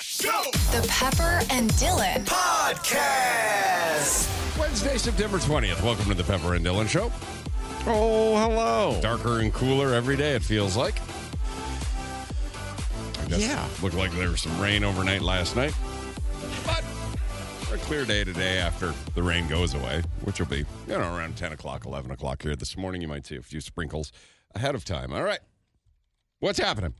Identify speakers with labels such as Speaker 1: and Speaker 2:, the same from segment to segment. Speaker 1: The Pepper and Dylan.
Speaker 2: Podcast.
Speaker 3: Wednesday, September 20th. Welcome to the Pepper and Dylan Show. Oh, hello. Darker and cooler every day, it feels like. I guess
Speaker 2: Yeah.
Speaker 3: it Looked like there was some rain overnight last night. But a clear day today after the rain goes away, which will be, you know, around 10 o'clock, 11 o'clock here this morning. You might see a few sprinkles ahead of time. All right. What's happening?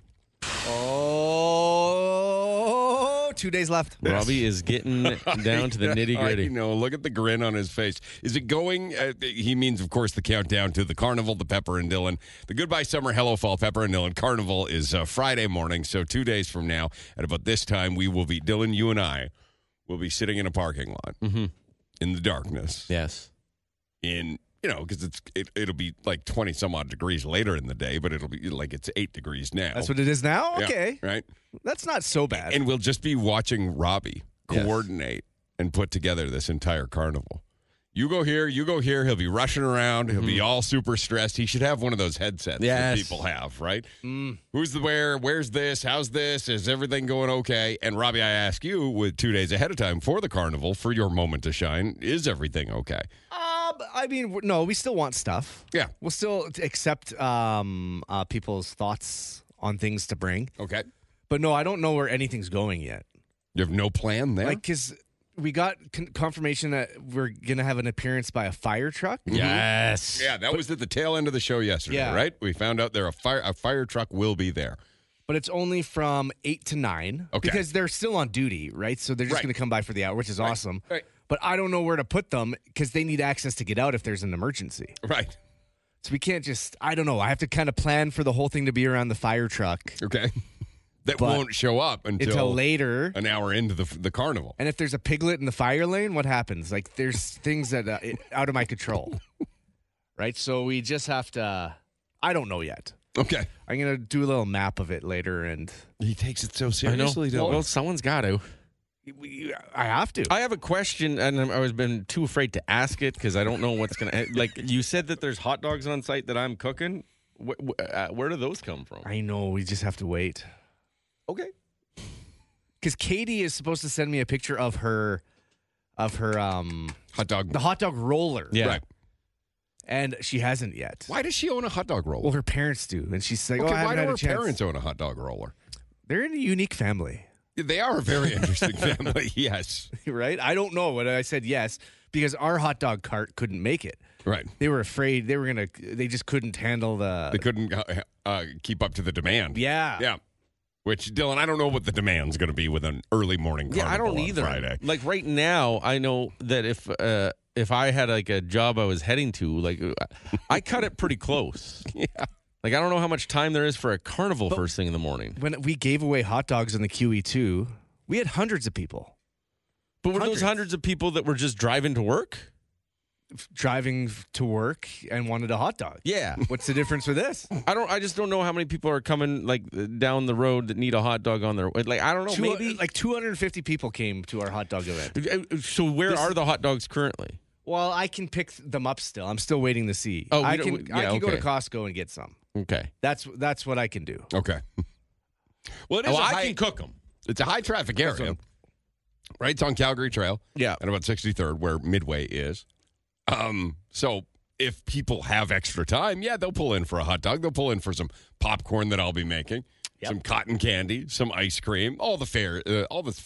Speaker 2: Oh, two days left.
Speaker 4: Robbie is getting down to the
Speaker 3: I
Speaker 4: nitty
Speaker 3: You
Speaker 4: gritty.
Speaker 3: know, look at the grin on his face. Is it going? Uh, he means, of course, the countdown to the carnival, the Pepper and Dylan, the Goodbye Summer, Hello Fall, Pepper and Dylan carnival is uh, Friday morning. So two days from now, at about this time, we will be Dylan. You and I will be sitting in a parking lot
Speaker 4: Mhm.
Speaker 3: in the darkness.
Speaker 4: Yes.
Speaker 3: In you know, because it's it, it'll be like twenty some odd degrees later in the day, but it'll be like it's eight degrees now.
Speaker 2: That's what it is now?
Speaker 3: Yeah,
Speaker 2: Okay.
Speaker 3: right.
Speaker 2: That's not so bad.
Speaker 3: And we'll just be watching Robbie
Speaker 4: Yes.
Speaker 3: coordinate and put together this entire carnival. You go here, you go here. He'll be rushing around. He'll
Speaker 2: Mm-hmm.
Speaker 3: be all super stressed. He should have one of those headsets that
Speaker 4: Yes.
Speaker 3: people have, right?
Speaker 2: Mm.
Speaker 3: Who's the where? Where's this? How's this? Is everything going okay? And Robbie, I ask you, with two days ahead of time for the carnival, for your moment to shine, is everything okay?
Speaker 2: Uh, but I mean, we're- no, we still want stuff.
Speaker 3: Yeah.
Speaker 2: We'll still t- accept um, uh, people's thoughts on things to bring.
Speaker 3: Okay.
Speaker 2: But no, I don't know where anything's going yet.
Speaker 3: You have no plan there?
Speaker 2: Like, because we got con- confirmation that we're going to have an appearance by a fire truck.
Speaker 4: Yes.
Speaker 3: Mm-hmm. yeah, that was at the tail end of the show yesterday,
Speaker 2: Yeah.
Speaker 3: right? We found out there a fire a fire truck will be there.
Speaker 2: But it's only from 8 to 9.
Speaker 3: Okay.
Speaker 2: Because they're still on duty, right? So they're just
Speaker 3: Right.
Speaker 2: going to come by for the hour, which is awesome.
Speaker 3: Right.
Speaker 2: But I don't know where to put them because they need access to get out if there's an emergency.
Speaker 3: Right.
Speaker 2: So we can't just, I don't know. I have to kind of plan for the whole thing to be around the fire truck
Speaker 3: Okay. That
Speaker 2: But
Speaker 3: won't show up until,
Speaker 2: until later.
Speaker 3: an hour into the, the carnival.
Speaker 2: And if there's a piglet in the fire lane, what happens? Like there's things that uh, it- out of my control. right? So we just have to I don't know yet.
Speaker 3: Okay.
Speaker 2: I'm going to do a little map of it later and
Speaker 3: He takes it so
Speaker 4: I know.
Speaker 3: seriously.
Speaker 4: Well, someone's got to.
Speaker 2: we- I have to.
Speaker 4: I have a question, and I'm- I've been too afraid to ask it because I don't know what's gonna. eh, like you said that there's hot dogs on site that I'm cooking. Wh- wh- uh, where do those come from?
Speaker 2: I know we just have to wait.
Speaker 4: Okay.
Speaker 2: Cuz Katie is supposed to send me a picture of her of her um
Speaker 3: hot dog.
Speaker 2: the hot dog roller.
Speaker 4: Yeah.
Speaker 3: Right.
Speaker 2: And she hasn't yet.
Speaker 3: Why does she own a hot dog roller?
Speaker 2: Well, her parents do, and she's like, "Oh,
Speaker 3: okay,
Speaker 2: I haven't
Speaker 3: why do
Speaker 2: had
Speaker 3: her
Speaker 2: a chance."
Speaker 3: parents own a hot dog roller?
Speaker 2: They're in a unique family,
Speaker 3: They are a very interesting family. Yes.
Speaker 2: right? I don't know what I said. Yes, because our hot dog cart couldn't make it.
Speaker 3: Right.
Speaker 2: They were afraid they were gonna. They just couldn't handle the.
Speaker 3: They couldn't uh, uh, keep up to the demand.
Speaker 2: yeah.
Speaker 3: Yeah. Which Dylan, I don't know what the demand's going to be with an early morning
Speaker 4: Yeah, I
Speaker 3: carnival
Speaker 4: don't
Speaker 3: on
Speaker 4: either.
Speaker 3: Friday.
Speaker 4: Like right now, I know that if uh, if I had like a job I was heading to, like I cut it pretty close.
Speaker 3: Yeah.
Speaker 4: Like I don't know how much time there is for a carnival first thing in the morning.
Speaker 2: When we gave away hot dogs in the QE two, we had hundreds of people
Speaker 4: But were
Speaker 2: Hundreds.
Speaker 4: those hundreds of people that were just driving to work?
Speaker 2: f- driving f- to work and wanted a hot dog.
Speaker 4: Yeah.
Speaker 2: What's the difference with this?
Speaker 4: I don't. I just don't know how many people are coming like down the road that need a hot dog on their way. Like I don't know.
Speaker 2: Two-
Speaker 4: maybe
Speaker 2: like 250 people came to our hot dog event.
Speaker 4: like. So where
Speaker 2: This-
Speaker 4: are the hot dogs currently?
Speaker 2: Well, I can pick them up still. I'm still waiting to see.
Speaker 4: Oh, we
Speaker 2: I
Speaker 4: don't-
Speaker 2: can.
Speaker 4: we-
Speaker 2: I
Speaker 4: yeah,
Speaker 2: can go to
Speaker 4: okay.
Speaker 2: Costco and get some.
Speaker 4: Okay.
Speaker 2: That's that's what I can do.
Speaker 3: Okay. Well, it is
Speaker 4: Oh,
Speaker 3: a
Speaker 4: I
Speaker 3: high-
Speaker 4: can cook them.
Speaker 3: It's a high traffic area, right? It's on Calgary Trail.
Speaker 4: Yeah.
Speaker 3: and about 63rd where midway is um so if people have extra time yeah they'll pull in for a hot dog they'll pull in for some popcorn that i'll be making
Speaker 2: Yep.
Speaker 3: some cotton candy some ice cream all the fair uh, all the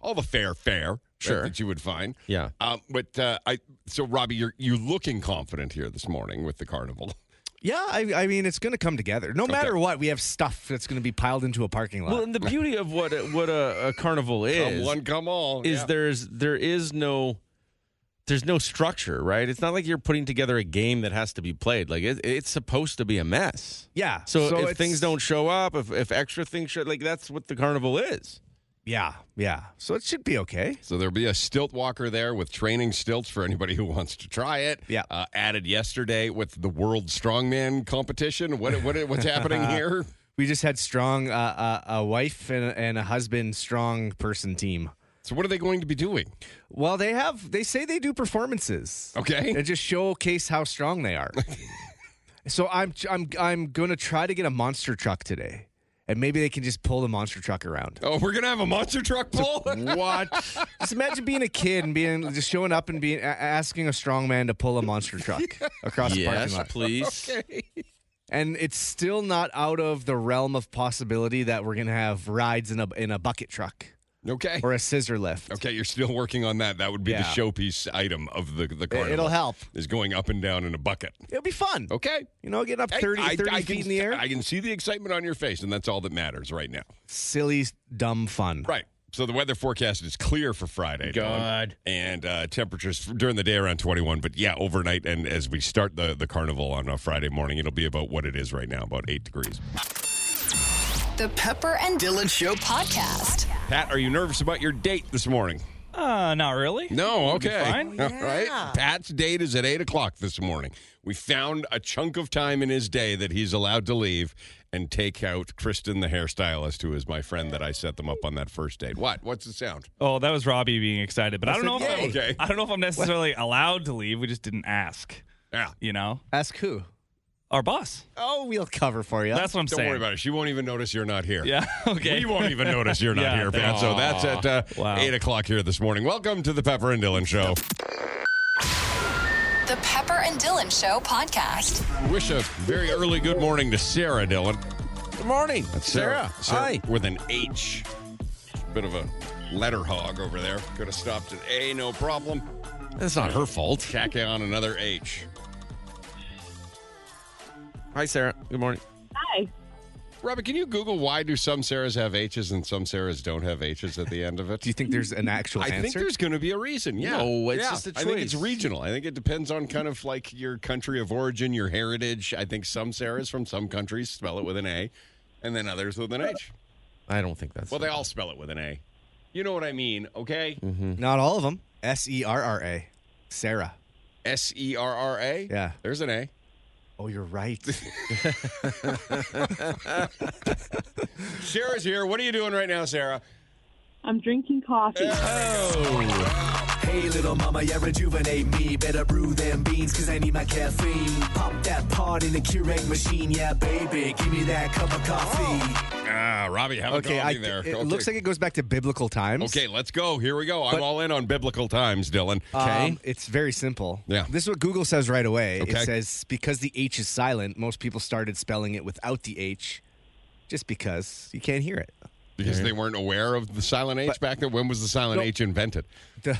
Speaker 3: all the fair fare
Speaker 4: Sure.
Speaker 3: that you would find
Speaker 4: Yeah.
Speaker 3: um, but uh, i so robbie you're you're looking confident here this morning with the carnival
Speaker 2: Yeah, I, I mean it's going to come together. No matter what, we have stuff that's going to be piled into a parking lot.
Speaker 4: Well, and the beauty of what a, what a, a carnival
Speaker 3: come
Speaker 4: is
Speaker 3: one come all
Speaker 4: is
Speaker 3: yeah.
Speaker 4: there's there is no there's no structure, right? It's not like you're putting together a game that has to be played. Like it, it's supposed to be a mess.
Speaker 2: yeah.
Speaker 4: So, if
Speaker 2: it's-
Speaker 4: things don't show up, if if extra things show, like that's what the carnival is.
Speaker 2: yeah, yeah. So it should be okay.
Speaker 3: So there'll be a stilt walker there with training stilts for anybody who wants to try it.
Speaker 2: Yeah.
Speaker 3: Uh, added yesterday with the World Strongman Competition. What, what what's happening here?
Speaker 2: We just had strong uh, uh, a wife and, and a husband, strong person team.
Speaker 3: So what are they going to be doing?
Speaker 2: Well, they have. They say they do performances. They
Speaker 3: Okay.
Speaker 2: just showcase how strong they are. so I'm I'm I'm going to try to get a monster truck today, and maybe they can just pull the monster truck around.
Speaker 3: Oh, we're gonna have a monster truck pull.
Speaker 2: What? just imagine being a kid and being just showing up and being a- asking a strong man to pull a monster truck across the parking
Speaker 4: Yes,
Speaker 2: lot.
Speaker 4: please.
Speaker 2: And it's still not out of the realm of possibility that we're gonna have rides in a in a bucket truck
Speaker 3: okay.
Speaker 2: or a scissor lift.
Speaker 3: Okay, you're still working on that. That would be the
Speaker 2: Yeah.
Speaker 3: showpiece item of the the carnival.
Speaker 2: It'll help.
Speaker 3: Is going up and down in a bucket.
Speaker 2: It'll be fun.
Speaker 3: Okay.
Speaker 2: You know, getting up
Speaker 3: Hey,
Speaker 2: 30,
Speaker 3: I-
Speaker 2: 30
Speaker 3: I
Speaker 2: feet
Speaker 3: can-
Speaker 2: in the air.
Speaker 3: I can see the excitement on your face, and that's all that matters right now.
Speaker 2: Silly, dumb fun.
Speaker 3: Right. So the weather forecast is clear for Friday. Dawn.
Speaker 4: God.
Speaker 3: And uh, temperatures during the day around 21. But yeah, overnight and as we start the, the carnival on a Friday morning, it'll be about what it is right now, about eight degrees.
Speaker 1: The Pepper and Dylan Show podcast.
Speaker 3: Pat, are you nervous about your date this morning?
Speaker 5: Uh, not really.
Speaker 3: No,
Speaker 5: It'll be
Speaker 3: okay.
Speaker 5: fine.
Speaker 3: All right. Pat's date is at 8 o'clock this morning. We found a chunk of time in his day that he's allowed to leave and take out Kristen, the hairstylist, who is my friend that I set them up on that first date. What? What's the sound?
Speaker 5: Oh, that was Robbie being excited, but I, don't know. If
Speaker 3: said,
Speaker 5: I'm,
Speaker 3: "Yay." Okay.
Speaker 5: I don't know if I'm necessarily allowed to leave. We just didn't ask.
Speaker 3: Yeah.
Speaker 5: You know,
Speaker 2: Ask who?
Speaker 5: our boss.
Speaker 2: Oh, we'll cover for you.
Speaker 5: That's what I'm
Speaker 3: Don't
Speaker 5: saying.
Speaker 3: worry about it. She won't even notice you're not here.
Speaker 5: Yeah. Okay.
Speaker 3: We won't even notice you're not
Speaker 5: Yeah,
Speaker 3: here, Pat.
Speaker 5: thanks.
Speaker 3: So that's at uh,
Speaker 5: Wow.
Speaker 3: 8 o'clock here this morning. Welcome to the Pepper and Dylan Show.
Speaker 1: The Pepper and Dylan Show podcast.
Speaker 3: Wish a very early good morning to Sarah Dylan.
Speaker 2: Good morning,
Speaker 3: That's Sarah with an H. Bit of a letter hog over there. Could have stopped at A, no problem.
Speaker 4: That's not her fault.
Speaker 3: Tack on another H.
Speaker 4: Hi, Sarah. Good morning.
Speaker 6: Hi.
Speaker 3: Robert, can you Google why do some Sarahs have H's and some Sarahs don't have H's at the end of it?
Speaker 2: Do you think there's an actual
Speaker 3: I
Speaker 2: answer?
Speaker 3: think there's going to be a reason. Yeah.
Speaker 4: No, it's
Speaker 3: Yeah.
Speaker 4: just a
Speaker 3: I think it's
Speaker 4: choice.
Speaker 3: regional. I think it depends on kind of like your country of origin, your heritage. I think some Sarahs from some countries spell it with an A and then others with an H.
Speaker 4: I don't think that's
Speaker 3: Well, they all spell it with an A. You know what I mean, okay?
Speaker 2: Not all of them. S E R R A. Sarah.
Speaker 3: S E R R A?
Speaker 2: Yeah.
Speaker 3: There's an A.
Speaker 2: Oh, you're right.
Speaker 3: Sarah's here. What are you doing right now, Sarah?
Speaker 6: I'm drinking coffee.
Speaker 7: Hey, little mama, yeah, rejuvenate me. Better brew them beans, cause I need my caffeine. Pop that pod in the Keurig machine, yeah, baby. Give me that cup of coffee.
Speaker 3: Ah, Robbie, have
Speaker 2: okay,
Speaker 3: a
Speaker 2: I,
Speaker 3: coffee there.
Speaker 2: it looks like it goes back to biblical times.
Speaker 3: Okay, let's go. Here we go. I'm all in on biblical times, Dylan.
Speaker 2: Um, it's very simple.
Speaker 3: Yeah.
Speaker 2: This is what Google says right away.
Speaker 3: Okay.
Speaker 2: It says because the H is silent, most people started spelling it without the H just because you can't hear it.
Speaker 3: Because they weren't aware of the silent H back then. When was the silent H invented?
Speaker 2: The-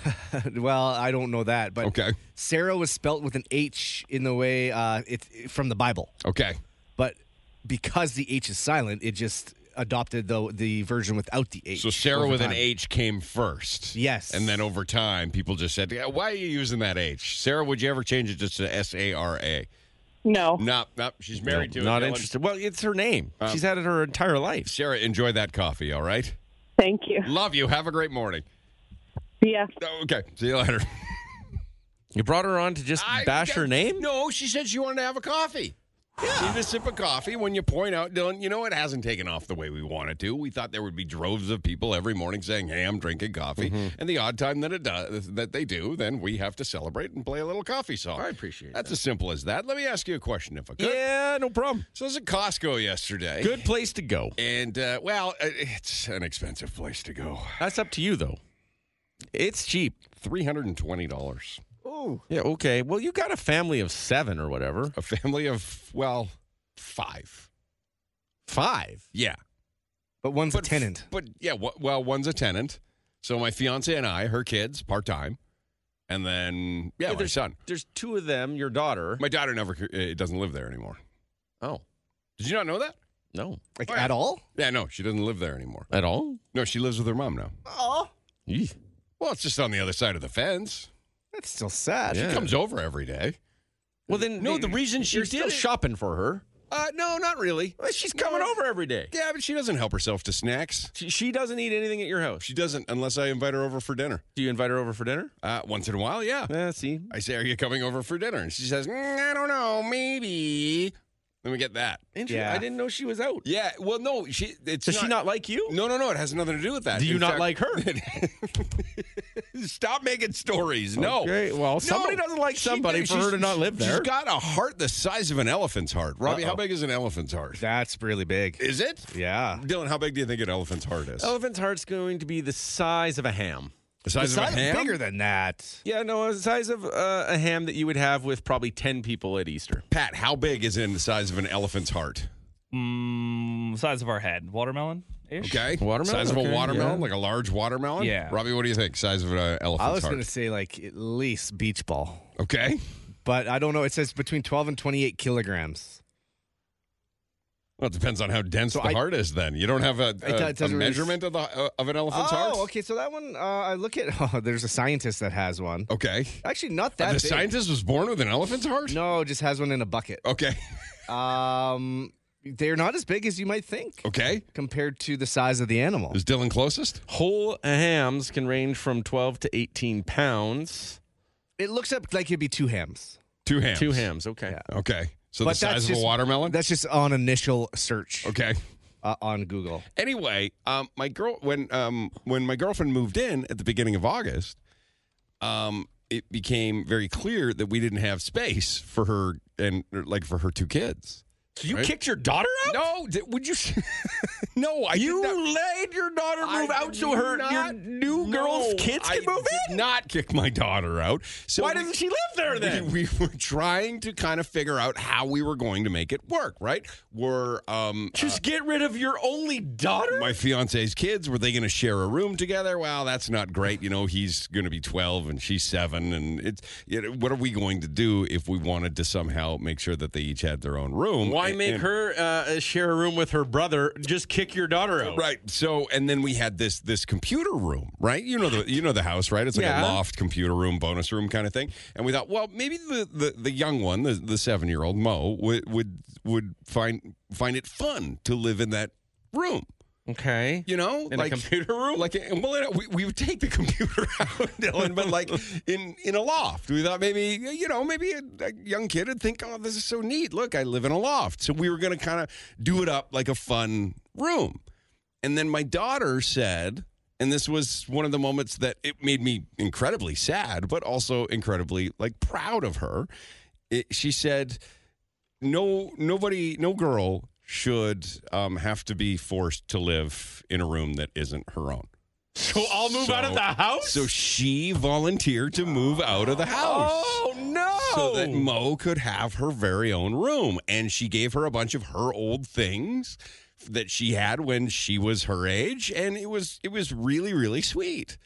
Speaker 2: well, I don't know that, but
Speaker 3: Okay.
Speaker 2: Sarah was spelt with an H in the way uh, it's from the Bible.
Speaker 3: Okay.
Speaker 2: But because the H is silent, it just adopted the the version without the H.
Speaker 3: So Sarah
Speaker 2: over
Speaker 3: with an
Speaker 2: time.
Speaker 3: H came first.
Speaker 2: Yes.
Speaker 3: And then over time, people just said, "Yeah, why are you using that H? Sarah, would you ever change it just to S A R A?
Speaker 6: No.
Speaker 3: Nope, nope. She's married to it.
Speaker 4: not
Speaker 3: Dylan.
Speaker 4: interested. Well, it's her name. She's had it her entire life.
Speaker 3: Sarah, enjoy that coffee, all right?
Speaker 6: Thank you.
Speaker 3: Love you. Have a great morning.
Speaker 6: Yeah.
Speaker 3: Okay. See you later.
Speaker 4: You brought her on to just
Speaker 3: I-
Speaker 4: bash her name?
Speaker 3: No, she said she wanted to have a coffee. Yeah. Need a sip of coffee when you point out, Dylan, you know, it hasn't taken off the way we want it to. We thought there would be droves of people every morning saying, hey, I'm drinking coffee. And the odd time that it does, that they do, then we have to celebrate and play a little coffee song. I appreciate That's as simple as that. Let me ask you a question if I could.
Speaker 4: Yeah, no problem.
Speaker 3: So I was at Costco yesterday.
Speaker 4: Good place to go.
Speaker 3: And, uh, well, it- it's an expensive place to go.
Speaker 4: That's up to you, though. It's cheap.
Speaker 3: $320.
Speaker 4: Yeah, okay. Well, you got a family of seven or whatever.
Speaker 3: A family of, well, five.
Speaker 4: Five.
Speaker 3: Yeah.
Speaker 2: but one's a tenant.
Speaker 3: But yeah, w- well, one's a tenant. So my fiance and I, her kids, part time, and then yeah, my
Speaker 4: there's,
Speaker 3: son.
Speaker 4: There's two of them, your daughter.
Speaker 3: My daughter never c- uh, doesn't live there anymore.
Speaker 4: oh,
Speaker 3: Did you not know that?
Speaker 4: no.
Speaker 2: Like
Speaker 3: Oh, yeah.
Speaker 2: at all?
Speaker 3: Yeah, no, she doesn't live there anymore.
Speaker 4: At all?
Speaker 3: No, she lives with her mom now.
Speaker 2: Oh,
Speaker 4: Eesh.
Speaker 3: Well, it's just on the other side of the fence.
Speaker 2: that's still sad.
Speaker 3: She
Speaker 4: Yeah.
Speaker 3: comes over every day.
Speaker 4: Well, then.
Speaker 3: No, the reason she
Speaker 4: You're
Speaker 3: did
Speaker 4: still
Speaker 3: it-
Speaker 4: shopping for her.
Speaker 3: Uh, no, not really.
Speaker 4: Well, she's coming over every day.
Speaker 3: Yeah, but she doesn't help herself to snacks.
Speaker 4: She, she doesn't eat anything at your house.
Speaker 3: She doesn't unless I invite her over for dinner.
Speaker 4: Do you invite her over for dinner?
Speaker 3: Uh, once in a while, yeah.
Speaker 4: Uh, see.
Speaker 3: I say, "Are you coming over for dinner?" And she says, "Mm, "I don't know, maybe." Let me get that.
Speaker 4: Interesting.
Speaker 2: Yeah.
Speaker 4: I didn't know she was out.
Speaker 3: Yeah. Well, no, she. It's
Speaker 4: Does she not like you?
Speaker 3: No, no, no. It has nothing to do with that.
Speaker 4: Do you
Speaker 3: In
Speaker 4: not
Speaker 3: fact-
Speaker 4: like her?
Speaker 3: Stop making stories. No.
Speaker 4: Okay, well, somebody doesn't like
Speaker 3: She
Speaker 4: somebody
Speaker 3: does-
Speaker 4: for her
Speaker 3: she's-
Speaker 4: to not live
Speaker 3: She's
Speaker 4: there.
Speaker 3: got a heart the size of an elephant's heart. Robbie, how
Speaker 4: Uh-oh.
Speaker 3: big is an elephant's heart?
Speaker 2: That's really big.
Speaker 3: Is it?
Speaker 2: Yeah. Oh,
Speaker 3: Dylan, how big do you think an elephant's heart is?
Speaker 4: Elephant's heart's going to be the size of a ham.
Speaker 3: the size
Speaker 2: It's
Speaker 3: of a ham?
Speaker 2: bigger than that.
Speaker 4: Yeah, no, the size of uh, a ham that you would have with probably 10 people at Easter.
Speaker 3: Pat, how big is in the size of an elephant's heart?
Speaker 5: Mm, size of our head. Watermelon ish.
Speaker 3: Okay.
Speaker 4: Watermelon?
Speaker 3: Size of a
Speaker 4: Okay,
Speaker 3: watermelon,
Speaker 4: yeah.
Speaker 3: like a large watermelon?
Speaker 5: Yeah.
Speaker 3: Robbie, what do you think? Size of an elephant's
Speaker 2: I was
Speaker 3: heart.
Speaker 2: going to say like at least beach ball,
Speaker 3: Okay.
Speaker 2: but I don't know. It says between 12 and 28 kilograms.
Speaker 3: Well, it depends on how dense
Speaker 2: So
Speaker 3: the
Speaker 2: I-
Speaker 3: heart is then. You don't have a,
Speaker 2: it
Speaker 3: a, a
Speaker 2: doesn't really s-
Speaker 3: measurement of, the, uh, of an elephant's heart?
Speaker 2: Oh, okay. So that one, uh, I look at. Oh, there's a scientist that has one.
Speaker 3: Okay.
Speaker 2: Actually, not that.
Speaker 3: the
Speaker 2: big.
Speaker 3: scientist was born with an elephant's heart?
Speaker 2: No, just has one in a bucket.
Speaker 3: Okay.
Speaker 2: Um, they're not as big as you might think
Speaker 3: Okay.
Speaker 2: compared to the size of the animal.
Speaker 3: Is Dylan closest?
Speaker 4: Whole hams can range from 12 to 18 pounds.
Speaker 2: It looks up like it'd be two hams.
Speaker 3: Two hams.
Speaker 4: Two hams, okay.
Speaker 3: Okay. So
Speaker 2: But
Speaker 3: the size
Speaker 2: that's
Speaker 3: of a
Speaker 2: just-
Speaker 3: watermelon?
Speaker 2: That's just on initial search
Speaker 3: okay.
Speaker 2: uh, on Google.
Speaker 3: Anyway, um, my girl when um, when my girlfriend moved in at the beginning of August, um, it became very clear that we didn't have space for her and like for her two kids.
Speaker 4: So you kicked your daughter out?
Speaker 3: No, di- would you? no, I
Speaker 4: You
Speaker 3: did not.
Speaker 4: laid your daughter
Speaker 3: I
Speaker 4: move out
Speaker 3: did
Speaker 4: so her your
Speaker 3: not-
Speaker 4: new
Speaker 3: no,
Speaker 4: girl's kids can
Speaker 3: I
Speaker 4: move
Speaker 3: did
Speaker 4: in?
Speaker 3: Not kick my daughter out. So
Speaker 4: Why
Speaker 3: we-
Speaker 4: doesn't she live there then?
Speaker 3: We, we were trying to kind of figure out how we were going to make it work. Right? We're um,
Speaker 4: Just get rid of your only daughter?
Speaker 3: my fiance's kids were they going to share a room together well that's not great you know he's going to be 12 and she's 7 and it's you know, what are we going to do if we wanted to somehow make sure that they each had their own room
Speaker 4: Why
Speaker 3: Um, And-
Speaker 4: make
Speaker 3: and-
Speaker 4: her uh, share a room with her brother? Just kick your daughter out.
Speaker 3: Right. So, and then we had this this computer room, right? You know the you know the house, right? It's like
Speaker 4: Yeah.
Speaker 3: a loft, computer room, bonus room kind of thing. And we thought, well, maybe the the, the young one, the, the seven year old Mo, would would would find find it fun to live in that room.
Speaker 4: Okay.
Speaker 3: You know,
Speaker 4: In a computer room?
Speaker 3: Like, well, we, we would take the computer out, Dylan, but like in in a loft. We thought maybe you know maybe a, a young kid would think, oh, this is so neat. Look, I live in a loft. So we were going to kind of do it up like a fun room. And then my daughter said, and this was one of the moments that it made me incredibly sad, but also incredibly like proud of her. It, she said, "No, nobody, no girl should um, have to be forced to live in a room that isn't her own."
Speaker 4: So I'll move out of the house?
Speaker 3: So she volunteered to move out of the house.
Speaker 4: oh, no.
Speaker 3: So that Mo could have her very own room. And she gave her a bunch of her old things that she had when she was her age. And it was it was really, really sweet.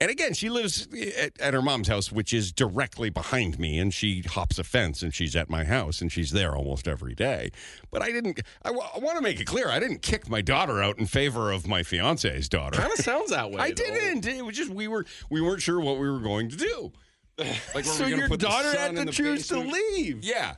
Speaker 3: And again, she lives at, at her mom's house, which is directly behind me, and she hops a fence and she's at my house and she's there almost every day. But I didn't, I want to make it clear, I didn't kick my daughter out in favor of my fiance's daughter.
Speaker 4: kind of sounds that way.
Speaker 3: I
Speaker 4: though.
Speaker 3: didn't. It was just we were we weren't sure what we were going to do. Like, were we
Speaker 4: So
Speaker 3: gonna
Speaker 4: your
Speaker 3: put the
Speaker 4: daughter
Speaker 3: sun
Speaker 4: had
Speaker 3: in
Speaker 4: to
Speaker 3: the
Speaker 4: choose to
Speaker 3: basement?
Speaker 4: leave.
Speaker 3: Yeah.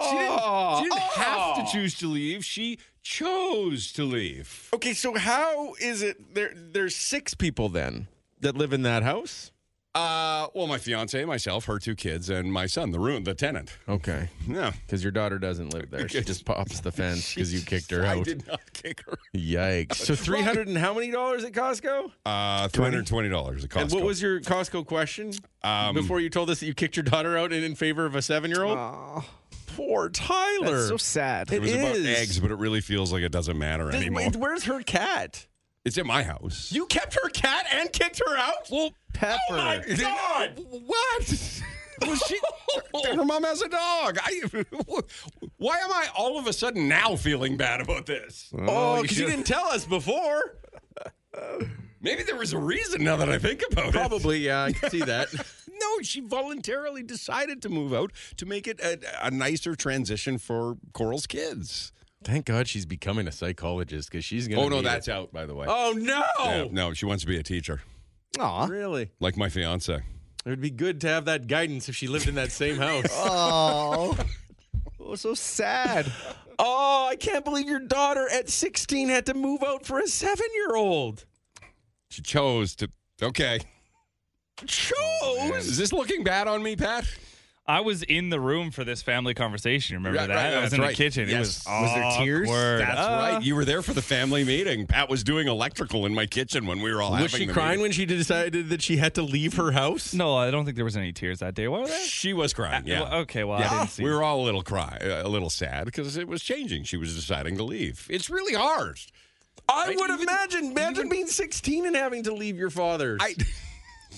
Speaker 3: She didn't, she didn't have to choose to leave. She chose to leave.
Speaker 4: Okay, so how is it there there's six people then that live in that house?
Speaker 3: Uh, well, my fiance, myself, her two kids, and my son, the room, the tenant.
Speaker 4: Okay.
Speaker 3: Yeah.
Speaker 4: Because your daughter doesn't live there. She just pops the fence because you kicked her
Speaker 3: I
Speaker 4: out.
Speaker 3: did not kick her.
Speaker 4: Yikes. So three hundred and how many dollars at Costco?
Speaker 3: Uh, three hundred twenty dollars a cost. um,
Speaker 4: And what was your Costco Um, question before you told us that you kicked your daughter out in, in favor of a seven year old? Poor Tyler.
Speaker 2: That's so sad.
Speaker 3: It was about
Speaker 4: is.
Speaker 3: eggs, but it really feels like it doesn't matter
Speaker 4: Th-
Speaker 3: anymore.
Speaker 4: wait, Where's her cat?
Speaker 3: it's in my house.
Speaker 4: You kept her cat and kicked her out? Well,
Speaker 2: Pepper.
Speaker 4: Oh my God.
Speaker 3: What? Well, she, her mom has a dog. I, why am I all of a sudden now feeling bad about this?
Speaker 4: Oh,
Speaker 2: you
Speaker 4: because you
Speaker 2: should-
Speaker 4: didn't tell us before.
Speaker 3: Maybe there was a reason now that I think about it.
Speaker 4: Probably, yeah, I can see that.
Speaker 3: No, she voluntarily decided to move out to make it a, a nicer transition for Coral's kids.
Speaker 4: Thank God she's becoming a psychologist because she's gonna.
Speaker 3: Oh, no,
Speaker 4: need
Speaker 3: that's
Speaker 4: it.
Speaker 3: out, by the way.
Speaker 4: Oh no!
Speaker 3: Yeah, no, she wants to be a teacher,
Speaker 2: Aw.
Speaker 4: Really?
Speaker 3: like my fiance.
Speaker 4: It would be good to have that guidance if she lived in that same house.
Speaker 2: Oh. oh, so sad.
Speaker 4: oh, I can't believe your daughter at 16 had to move out for a seven-year-old.
Speaker 3: She chose to. Okay.
Speaker 4: Chose.
Speaker 3: Is this looking bad on me, Pat?
Speaker 5: I was in the room for this family conversation. Remember
Speaker 3: Right,
Speaker 5: that?
Speaker 3: right,
Speaker 5: I was
Speaker 3: that's
Speaker 5: in the
Speaker 3: right.
Speaker 5: kitchen. It was
Speaker 3: Yes.
Speaker 2: Was there tears?
Speaker 5: awkward.
Speaker 3: That's
Speaker 5: Uh,
Speaker 3: right. You were there for the family meeting. Pat was doing electrical in my kitchen when we were all
Speaker 4: Was
Speaker 3: having
Speaker 4: she
Speaker 3: the
Speaker 4: crying
Speaker 3: meeting.
Speaker 4: when she decided that she had to leave her house?
Speaker 5: No, I don't think there was any tears that day. What were there?
Speaker 3: She was crying. Yeah.
Speaker 5: Well, Okay, well, I didn't see.
Speaker 3: we were all a little cry, a little sad because it was changing. She was deciding to leave. It's really hard.
Speaker 4: I would imagine. Imagine being 16 and having to leave your father.
Speaker 3: I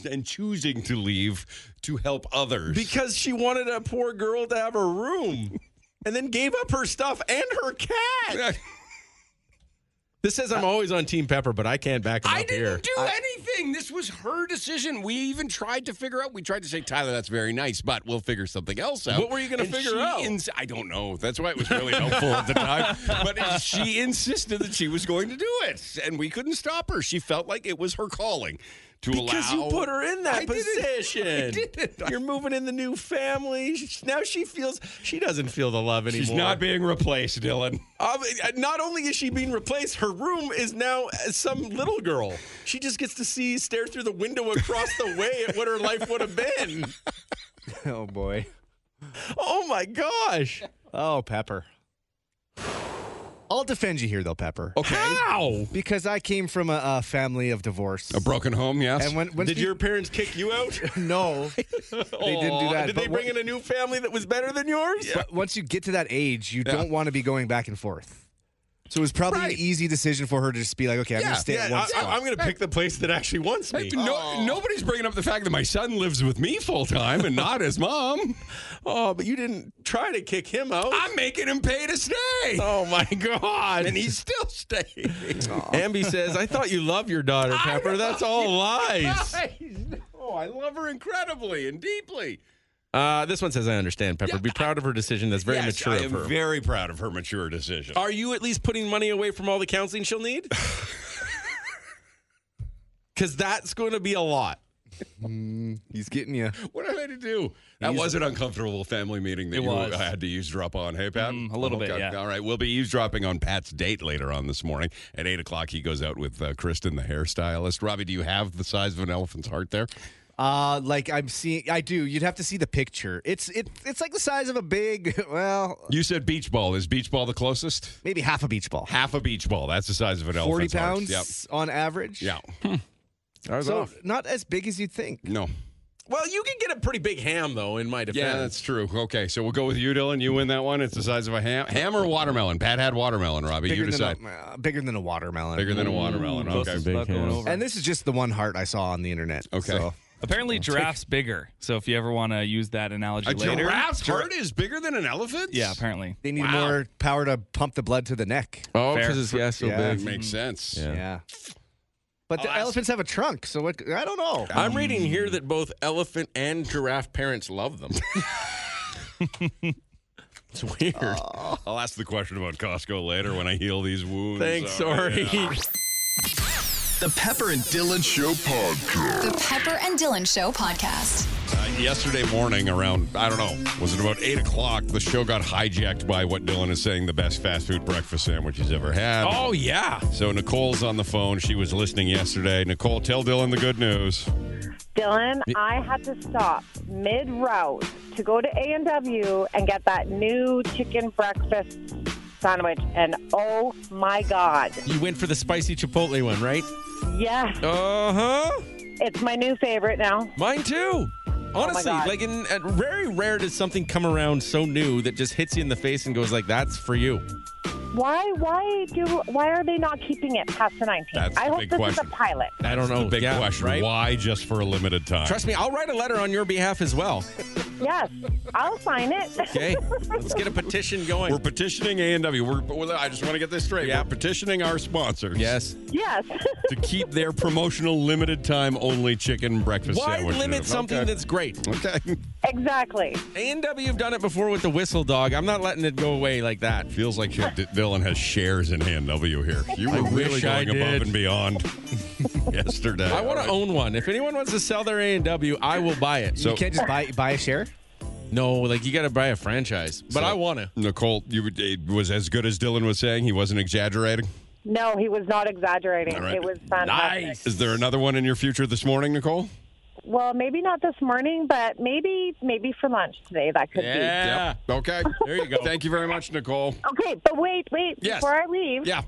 Speaker 3: and choosing to leave to help others.
Speaker 4: because she wanted a poor girl to have a room and then gave up her stuff and her cat. This says I'm always on Team Pepper, but I can't back him
Speaker 3: I
Speaker 4: up
Speaker 3: didn't
Speaker 4: here.
Speaker 3: do anything. This was her decision. We even tried to figure out. We tried to say, Tyler, that's very nice, but we'll figure something else out.
Speaker 4: What were you gonna
Speaker 3: And
Speaker 4: figure
Speaker 3: she
Speaker 4: out?
Speaker 3: ins- I don't know. That's why it was really helpful at the time. But she insisted that she was going to do it, and we couldn't stop her. She felt like it was her calling to
Speaker 4: Because
Speaker 3: allow.
Speaker 4: you put her in that
Speaker 3: I didn't-
Speaker 4: position.
Speaker 3: I didn't.
Speaker 4: You're moving in the new family. She- Now she feels she doesn't feel the love anymore.
Speaker 3: She's not being replaced, Dylan.
Speaker 4: Um, not only is she being replaced, her room is now uh, some little girl. She just gets to see, stare through the window across the way at what her life would have been.
Speaker 2: Oh boy.
Speaker 4: Oh my gosh.
Speaker 2: Oh, Pepper. I'll defend you here, though, Pepper,
Speaker 3: Okay. How?
Speaker 2: because I came from a, a family of divorce.
Speaker 3: A broken home, yes.
Speaker 2: and when, when
Speaker 4: Did
Speaker 2: peop-
Speaker 4: your parents kick you out?
Speaker 2: no, they didn't do that.
Speaker 4: Did
Speaker 2: but
Speaker 4: they bring
Speaker 2: wha-
Speaker 4: in a new family that was better than yours?
Speaker 2: But once you get to that age, you don't want to be going back and forth. So it was probably
Speaker 3: Right.
Speaker 2: an easy decision for her to just be like, okay, I'm
Speaker 3: Yeah,
Speaker 2: gonna stay at
Speaker 4: Yeah,
Speaker 2: one
Speaker 4: I,
Speaker 2: spot. Oh.
Speaker 4: I'm going to pick the place that actually wants me.
Speaker 3: Hey, no, Nobody's bringing up the fact that my son lives with me full time and not his mom.
Speaker 4: Oh, but you didn't try to kick him out.
Speaker 3: I'm making him pay to stay.
Speaker 4: oh my God.
Speaker 3: And he's still staying.
Speaker 4: Amby says, I thought you loved your daughter, Pepper. That's all lies.
Speaker 3: Oh, I love her incredibly and deeply.
Speaker 4: Uh, this one says, I understand, Pepper. Be proud of her decision. That's very
Speaker 3: yes,
Speaker 4: mature
Speaker 3: I
Speaker 4: of
Speaker 3: am
Speaker 4: her.
Speaker 3: very proud of her mature decision.
Speaker 4: Are you at least putting money away from all the counseling she'll need? Because that's going to be a lot.
Speaker 2: Mm, He's getting you.
Speaker 3: what am I to do? That was an uncomfortable family meeting that
Speaker 5: It
Speaker 3: you
Speaker 5: was.
Speaker 3: had to eavesdrop on. Hey, Pat? Oh,
Speaker 5: Mm, a little
Speaker 3: Okay.
Speaker 5: bit, yeah.
Speaker 3: All right. We'll be eavesdropping on Pat's date later on this morning. At 8 o'clock, he goes out with uh, Kristen, the hairstylist. Robbie, do you have the size of an elephant's heart there?
Speaker 2: Uh, like I'm seeing, I do. You'd have to see the picture. It's it, it's like the size of a big, well,
Speaker 3: You said beach ball. Is beach ball the closest?
Speaker 2: maybe half a beach ball.
Speaker 3: Half a beach ball. That's the size of an
Speaker 2: Forty
Speaker 3: elephant's heart.
Speaker 2: pounds on average.
Speaker 3: Yep. Yeah.
Speaker 4: I was
Speaker 2: So not as big as you'd think.
Speaker 3: No.
Speaker 4: Well, you can get a pretty big ham, though, in my defense.
Speaker 3: Yeah, that's true. Okay, so we'll go with you, Dylan. You win that one. It's the size of a ham. Ham or watermelon? Pat had watermelon, Robbie.
Speaker 2: Bigger
Speaker 3: you
Speaker 2: than,
Speaker 3: decide.
Speaker 2: a, uh, bigger than a watermelon.
Speaker 3: Bigger than a watermelon.
Speaker 5: Closest
Speaker 3: Okay.
Speaker 5: without going
Speaker 4: hands.
Speaker 5: over.
Speaker 2: and this is just the one heart I saw on the internet.
Speaker 3: Okay.
Speaker 2: so-
Speaker 5: Apparently, giraffe's bigger. So if you ever want to use that analogy
Speaker 3: A
Speaker 5: later,
Speaker 3: giraffe's heart is bigger than an elephant's?
Speaker 5: yeah, apparently.
Speaker 2: They need
Speaker 3: Wow.
Speaker 2: more power to pump the blood to the neck.
Speaker 4: Oh,
Speaker 5: Fair.
Speaker 4: because it's yeah, so
Speaker 2: Yeah.
Speaker 3: That
Speaker 4: big.
Speaker 3: makes sense.
Speaker 4: Yeah.
Speaker 2: Yeah. But
Speaker 3: I'll
Speaker 2: the
Speaker 3: ask-
Speaker 2: elephants have a trunk, so what, I don't know.
Speaker 4: I'm reading here that both elephant and giraffe parents love them. it's weird.
Speaker 3: I'll ask the question about Costco later when I heal these wounds. Oh,
Speaker 4: Thanks,
Speaker 3: All right.
Speaker 4: sorry.
Speaker 1: The Pepper and Dylan Show podcast.
Speaker 8: The Pepper and Dylan Show podcast.
Speaker 3: Uh, yesterday morning, around, I don't know, was it about 8 o'clock? The show got hijacked by what Dylan is saying the best fast food breakfast sandwich he's ever had.
Speaker 4: Oh, yeah.
Speaker 3: So Nicole's on the phone. She was listening yesterday. Nicole, tell Dylan the good news.
Speaker 6: Dylan, I had to stop mid route to go to A and W and get that new chicken breakfast sandwich, and oh my god,
Speaker 4: You went for the spicy chipotle one, right?
Speaker 6: yes,
Speaker 4: Uh huh.
Speaker 6: it's my new favorite now.
Speaker 4: Mine too. Honestly,
Speaker 6: God.
Speaker 4: like in at very rare does something come around so new that just hits you in the face and goes like, "That's for you."
Speaker 6: Why? Why do? Why are they not keeping it past the 19th?
Speaker 3: That's the
Speaker 6: I hope
Speaker 3: big
Speaker 6: this
Speaker 3: question.
Speaker 6: is a pilot.
Speaker 4: I don't
Speaker 3: That's
Speaker 4: know.
Speaker 3: The big
Speaker 4: Yeah,
Speaker 3: question:
Speaker 4: right?
Speaker 3: Why just for a limited time?
Speaker 4: Trust me, I'll write a letter on your behalf as well.
Speaker 6: Yes, I'll sign it.
Speaker 4: Okay, let's get a petition going.
Speaker 3: we're petitioning A and W. We're, we're- I just want to get this straight.
Speaker 4: Yeah.
Speaker 3: We're petitioning our sponsors.
Speaker 4: yes.
Speaker 6: yes.
Speaker 3: To keep their promotional limited time only chicken breakfast
Speaker 4: Why
Speaker 3: sandwich.
Speaker 4: limit something that's great?
Speaker 3: that's okay?
Speaker 6: exactly.
Speaker 4: A and W have done it before with the whistle dog. I'm not letting it go away like that.
Speaker 3: Feels like you- D- Dylan has shares in A and W here. You were really
Speaker 4: wish I
Speaker 3: going above
Speaker 4: did.
Speaker 3: and beyond yesterday.
Speaker 4: I want to own one. If anyone wants to sell their A and W, I will buy it.
Speaker 3: So-
Speaker 2: you can't just buy buy a share.
Speaker 4: no, like you got to buy a franchise, but I want to.
Speaker 3: Nicole, you would- it was as good as Dylan was saying. He wasn't exaggerating.
Speaker 6: No, he was not exaggerating.
Speaker 3: All right.
Speaker 6: It was fantastic.
Speaker 3: Is there another one in your future this morning, Nicole?
Speaker 6: Well, maybe not this morning, but maybe maybe for lunch today. That could
Speaker 3: Yeah. Okay. There you go. Thank you very much, Nicole.
Speaker 6: be. Okay, but wait, wait.
Speaker 3: Yes.
Speaker 6: Before I leave,
Speaker 3: Yeah.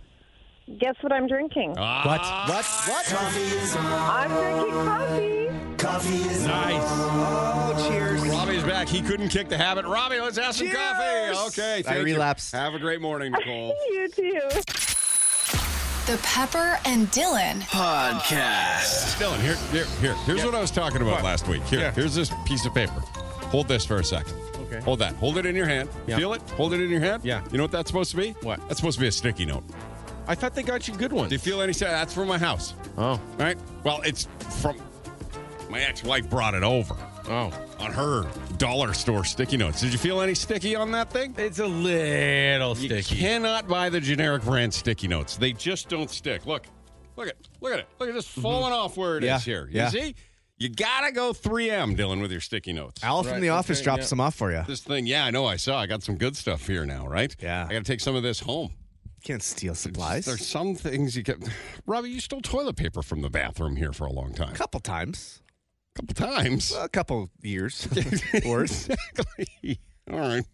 Speaker 6: guess what I'm drinking?
Speaker 3: Ah,
Speaker 7: What? What? Coffee is on.
Speaker 6: I'm
Speaker 8: Oh.
Speaker 6: drinking coffee.
Speaker 7: Coffee is on.
Speaker 3: Nice.
Speaker 1: Oh, cheers.
Speaker 3: Robbie's back. He couldn't kick the habit. Robbie, let's have some
Speaker 1: Cheers.
Speaker 3: coffee. Okay.
Speaker 2: I
Speaker 3: thank you.
Speaker 2: relapsed.
Speaker 3: Have a great morning, Nicole.
Speaker 6: You too.
Speaker 8: The Pepper and Dylan
Speaker 1: Podcast.
Speaker 3: Dylan, here, here, here. Here's what I was talking about last week. Here,
Speaker 2: Yeah.
Speaker 3: here's this piece of paper. Hold this for a second.
Speaker 2: Okay.
Speaker 3: Hold that. Hold it in your hand.
Speaker 4: Yeah.
Speaker 3: Feel it. Hold it in your hand.
Speaker 4: Yeah.
Speaker 3: You know what that's supposed to be?
Speaker 4: What?
Speaker 3: That's supposed to be a sticky note.
Speaker 4: I thought they got you good
Speaker 3: Do you
Speaker 4: ones.
Speaker 3: feel any? sa- That's from my house.
Speaker 4: Oh,
Speaker 3: All right. Well, it's from my ex-wife brought it over
Speaker 4: oh.
Speaker 3: on her dollar store sticky notes. Did you feel any sticky on that thing?
Speaker 4: It's a little
Speaker 3: You
Speaker 4: sticky.
Speaker 3: cannot buy the generic brand sticky notes. They just don't stick. Look, look at, look at it. Look at this
Speaker 4: Mm-hmm.
Speaker 3: falling off where it is
Speaker 2: Yeah,
Speaker 3: here. You
Speaker 2: yeah.
Speaker 3: see? You gotta go 3M, Dylan, with your sticky notes.
Speaker 2: Al from the office dropped some off for you.
Speaker 3: This thing, yeah, I know. I saw. I got some good stuff here now, right?
Speaker 2: Yeah.
Speaker 3: I gotta take some of this home.
Speaker 2: Can't steal supplies.
Speaker 3: There's some things you can. Robbie, you stole toilet paper from the bathroom here for a long time.
Speaker 2: a couple times,
Speaker 3: A couple times.
Speaker 2: a couple years worth.
Speaker 3: Exactly. All right.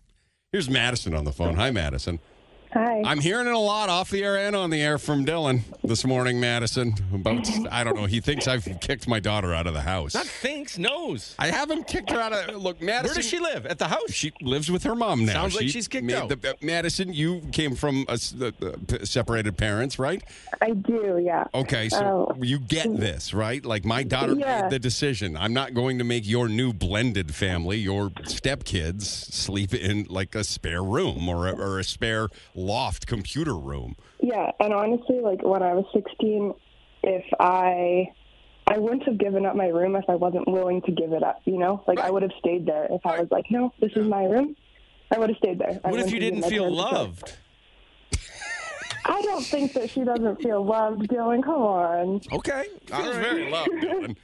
Speaker 3: Here's Madison on the phone. Hi, Madison.
Speaker 6: Hi.
Speaker 3: I'm hearing it a lot off the air and on the air from Dylan this morning, Madison. About I don't know. He thinks I've kicked my daughter out of the house.
Speaker 4: Not thinks, knows.
Speaker 3: I haven't kicked her out
Speaker 4: Uh,
Speaker 3: of. Look, Madison.
Speaker 4: Where does she live? At the house?
Speaker 3: She lives with her mom now.
Speaker 4: Sounds like she's kicked
Speaker 3: made
Speaker 4: out.
Speaker 3: the- uh, Madison, you came from a s- uh, uh, p- separated parents, right?
Speaker 6: I do, yeah.
Speaker 3: Okay, so
Speaker 6: Oh.
Speaker 3: you get this, right? Like my daughter
Speaker 6: Yeah.
Speaker 3: made the decision. I'm not going to make your new blended family, your stepkids, sleep in like a spare room or a, or a spare loft computer room.
Speaker 9: Yeah, and honestly, like when I was 16, if I I wouldn't have given up my room if I wasn't willing to give it up, you know? Like I would have stayed there if I was like, no, this is my room. I would have stayed there. I
Speaker 4: What if
Speaker 9: wouldn't
Speaker 4: you
Speaker 9: have
Speaker 4: didn't
Speaker 9: given my
Speaker 4: feel
Speaker 9: parents a choice.
Speaker 4: loved?
Speaker 9: I don't think that she doesn't feel loved, Dylan. Come on.
Speaker 4: Okay.
Speaker 3: Feels very low, Dylan.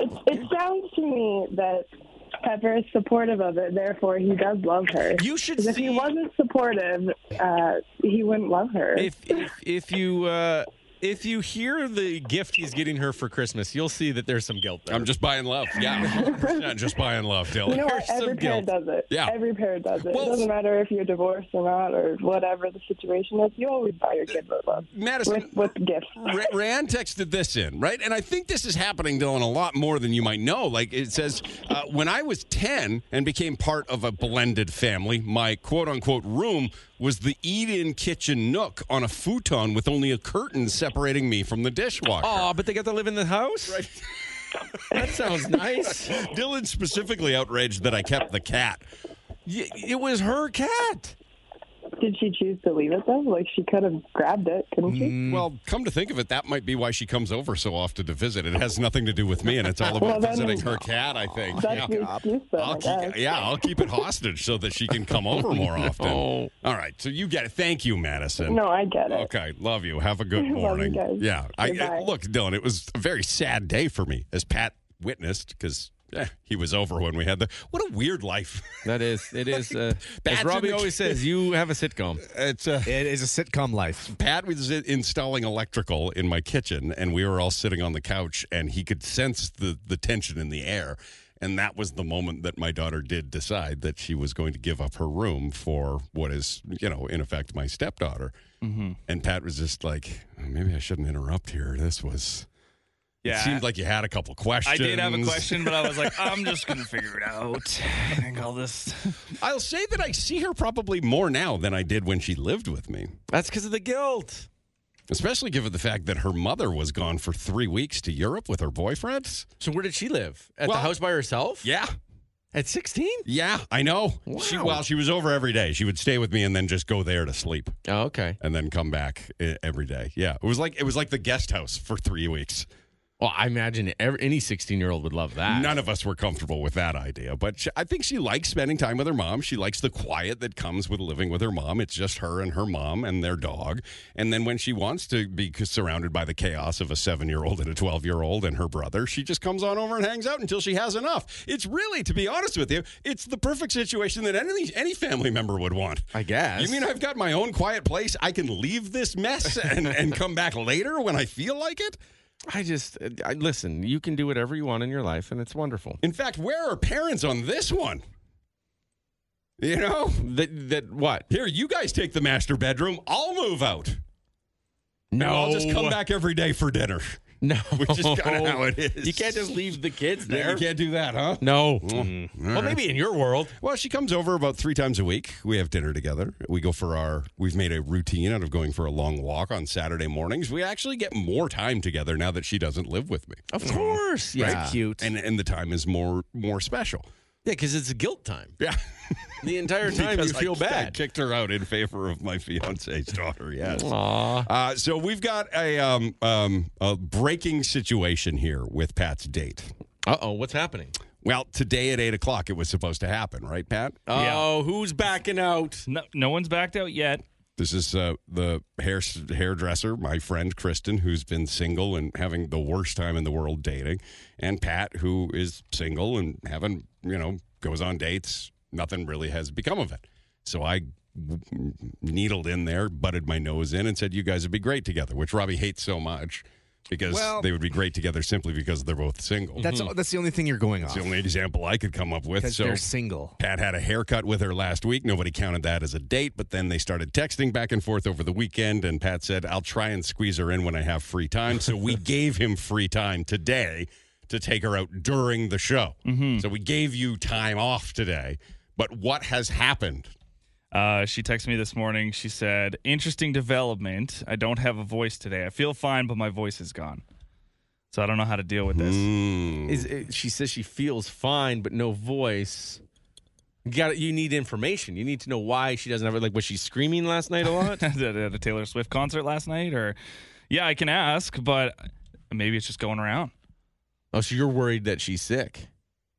Speaker 9: It, it sounds to me that Pepper is supportive of it, therefore he does love her.
Speaker 4: You should
Speaker 9: 'Cause if he
Speaker 4: see-
Speaker 9: wasn't supportive, uh, he wouldn't love her.
Speaker 4: If if, if you uh, if you hear the gift he's getting her for Christmas, you'll see that there's some guilt there.
Speaker 3: I'm just buying love. Yeah, not just buying love, Dylan.
Speaker 9: You know
Speaker 4: There's
Speaker 9: what?
Speaker 4: some
Speaker 9: Every parent
Speaker 4: guilt.
Speaker 9: does it.
Speaker 3: Yeah.
Speaker 9: Every parent does it.
Speaker 3: Well-
Speaker 9: it doesn't matter if you're divorced or not or whatever the situation is. You always buy your kid with love.
Speaker 3: Madison,
Speaker 9: With, with gifts.
Speaker 3: Ra- Rand texted this in, right? And I think this is happening, Dylan, a lot more than you might know. Like it says, uh, when I was 10 and became part of a blended family, my quote unquote room was the eat in kitchen nook on a futon with only a curtain separating me from the dishwasher.
Speaker 4: Aw, but they got to live in the house. Right. that sounds nice.
Speaker 3: Dylan specifically outraged that I kept the cat.
Speaker 4: Y- It was her cat.
Speaker 9: Did she choose to leave it though? Like she could have grabbed it, couldn't she?
Speaker 4: Mm.
Speaker 3: Well, come to think of it, that might be why she comes over so often to visit. It has nothing to do with me, and it's all
Speaker 9: Well,
Speaker 3: about
Speaker 9: then-
Speaker 3: visiting her cat, I think.
Speaker 9: That's
Speaker 3: Yeah.
Speaker 9: the excuse though.
Speaker 3: I'll
Speaker 9: I guess.
Speaker 3: keep, yeah, I'll keep it hostage so that she can come over more often. All right, so you get it. Thank you, Madison.
Speaker 9: Oh. No, I get it.
Speaker 3: Okay, love you. Have a good
Speaker 9: you
Speaker 3: morning.
Speaker 9: guys.
Speaker 3: yeah, I,
Speaker 9: Goodbye.
Speaker 3: uh, look, Dylan. It was a very sad day for me, as Pat witnessed, because he was over when we had the. What a weird life.
Speaker 4: That is, it is. Uh,
Speaker 3: Bats
Speaker 4: as
Speaker 3: in
Speaker 4: Robbie
Speaker 3: the-
Speaker 4: always says, you have a sitcom.
Speaker 3: It's uh,
Speaker 2: It is a sitcom life.
Speaker 3: Pat was i- installing electrical in my kitchen, and we were all sitting on the couch, and he could sense the the tension in the air. And that was the moment that my daughter did decide that she was going to give up her room for what is, you know, in effect, my stepdaughter.
Speaker 4: Mm-hmm.
Speaker 3: And Pat was just like, "Oh, maybe I shouldn't interrupt here. This was.
Speaker 5: Yeah.
Speaker 3: It seemed like you had a couple
Speaker 5: I
Speaker 3: questions.
Speaker 5: did have a question, but I was like, I'm just gonna figure it out. I think I'll just.
Speaker 3: I'll say that I see her probably more now than I did when she lived with me.
Speaker 4: That's because of the guilt.
Speaker 3: Especially given the fact that her mother was gone for three weeks to Europe with her boyfriend.
Speaker 4: So where did she live? At
Speaker 3: Well-
Speaker 4: the house by herself?
Speaker 3: Yeah.
Speaker 4: At 16?
Speaker 3: Yeah, I know. She
Speaker 4: Wow.
Speaker 3: well, she was over every day. She would stay with me and then just go there to sleep
Speaker 4: Oh, okay.
Speaker 3: and then come back e- every day. Yeah, it was like it was like the guest house for 3 weeks.
Speaker 4: Well, I imagine every, any 16 year old would love that.
Speaker 3: None of us were comfortable with that idea, but she, I think she likes spending time with her mom. She likes the quiet that comes with living with her mom. It's just her and her mom and their dog. And then when she wants to be c- surrounded by the chaos of a seven year old and a 12 year old and her brother, she just comes on over and hangs out until she has enough. It's really, to be honest with you, it's the perfect situation that any, any family member would want.
Speaker 4: I guess.
Speaker 3: You mean I've got my own quiet place? I can leave this mess and, and come back later when I feel like it?
Speaker 4: I just uh, I, listen. You can do whatever you want in your life, and it's wonderful.
Speaker 3: In fact, where are parents on this one? You know,
Speaker 4: That that what?
Speaker 3: here, you guys take the master bedroom. I'll move out. No. I'll just come back every day for dinner.
Speaker 4: No,
Speaker 3: Which is kinda how it is.
Speaker 4: You can't just leave the kids
Speaker 3: Yeah,
Speaker 4: there.
Speaker 3: you can't do that, huh?
Speaker 4: no.
Speaker 3: All
Speaker 4: Well,
Speaker 3: right.
Speaker 4: maybe in your world.
Speaker 3: Mm-hmm. Well, she comes over about three times a week. We have dinner together. We go for our, we've made a routine out of going for a long walk on Saturday mornings. We actually get more time together now that she doesn't live with me.
Speaker 2: Of course.
Speaker 3: Right?
Speaker 2: Yeah. Cute.
Speaker 3: And, and the time is more, more special.
Speaker 4: Yeah, because it's guilt time.
Speaker 3: Yeah.
Speaker 4: The entire time you
Speaker 3: Because I
Speaker 4: feel
Speaker 3: ki-
Speaker 4: bad.
Speaker 3: kicked her out in favor of my fiance's daughter. Yes.
Speaker 4: Aw.
Speaker 3: Uh, so we've got a, um, um, a breaking situation here with Pat's date.
Speaker 4: Uh oh, what's happening?
Speaker 3: Well, today at eight o'clock, it was supposed to happen, right, Pat?
Speaker 4: Oh, who's backing out?
Speaker 5: No, no one's backed out yet.
Speaker 3: This is uh, the hair hairdresser, my friend Kristen, who's been single and having the worst time in the world dating, and Pat, who is single and having you know goes on dates. Nothing really has become of it. So I w- needled in there, butted my nose in, and said, "You guys would be great together," which Robbie hates so much because
Speaker 2: Well-
Speaker 3: they would be great together simply because they're both single.
Speaker 2: that's that's the only thing you're going
Speaker 3: Mm-hmm. That's
Speaker 2: off.
Speaker 3: the only example I could come up with.
Speaker 2: Because
Speaker 3: So
Speaker 2: they're single.
Speaker 3: Pat had a haircut with her last week. Nobody counted that as a date, but then they started texting back and forth over the weekend. And Pat said, I'll try and squeeze her in when I have free time. So we gave him free time today to take her out during the show. So we gave you time off today. But what has happened?
Speaker 5: Uh, she texted me this morning. She said, "Interesting development. I don't have a voice today. I feel fine, but my voice is gone. So I don't know how to deal with this.
Speaker 3: Hmm.
Speaker 4: Is it, she says she feels fine but no voice. You got you need information. You need to know why she doesn't have it. Like was she screaming last night a lot?
Speaker 5: at a Taylor Swift concert last night, or yeah, I can ask, but maybe it's just going around.
Speaker 4: oh, so you're worried that she's sick.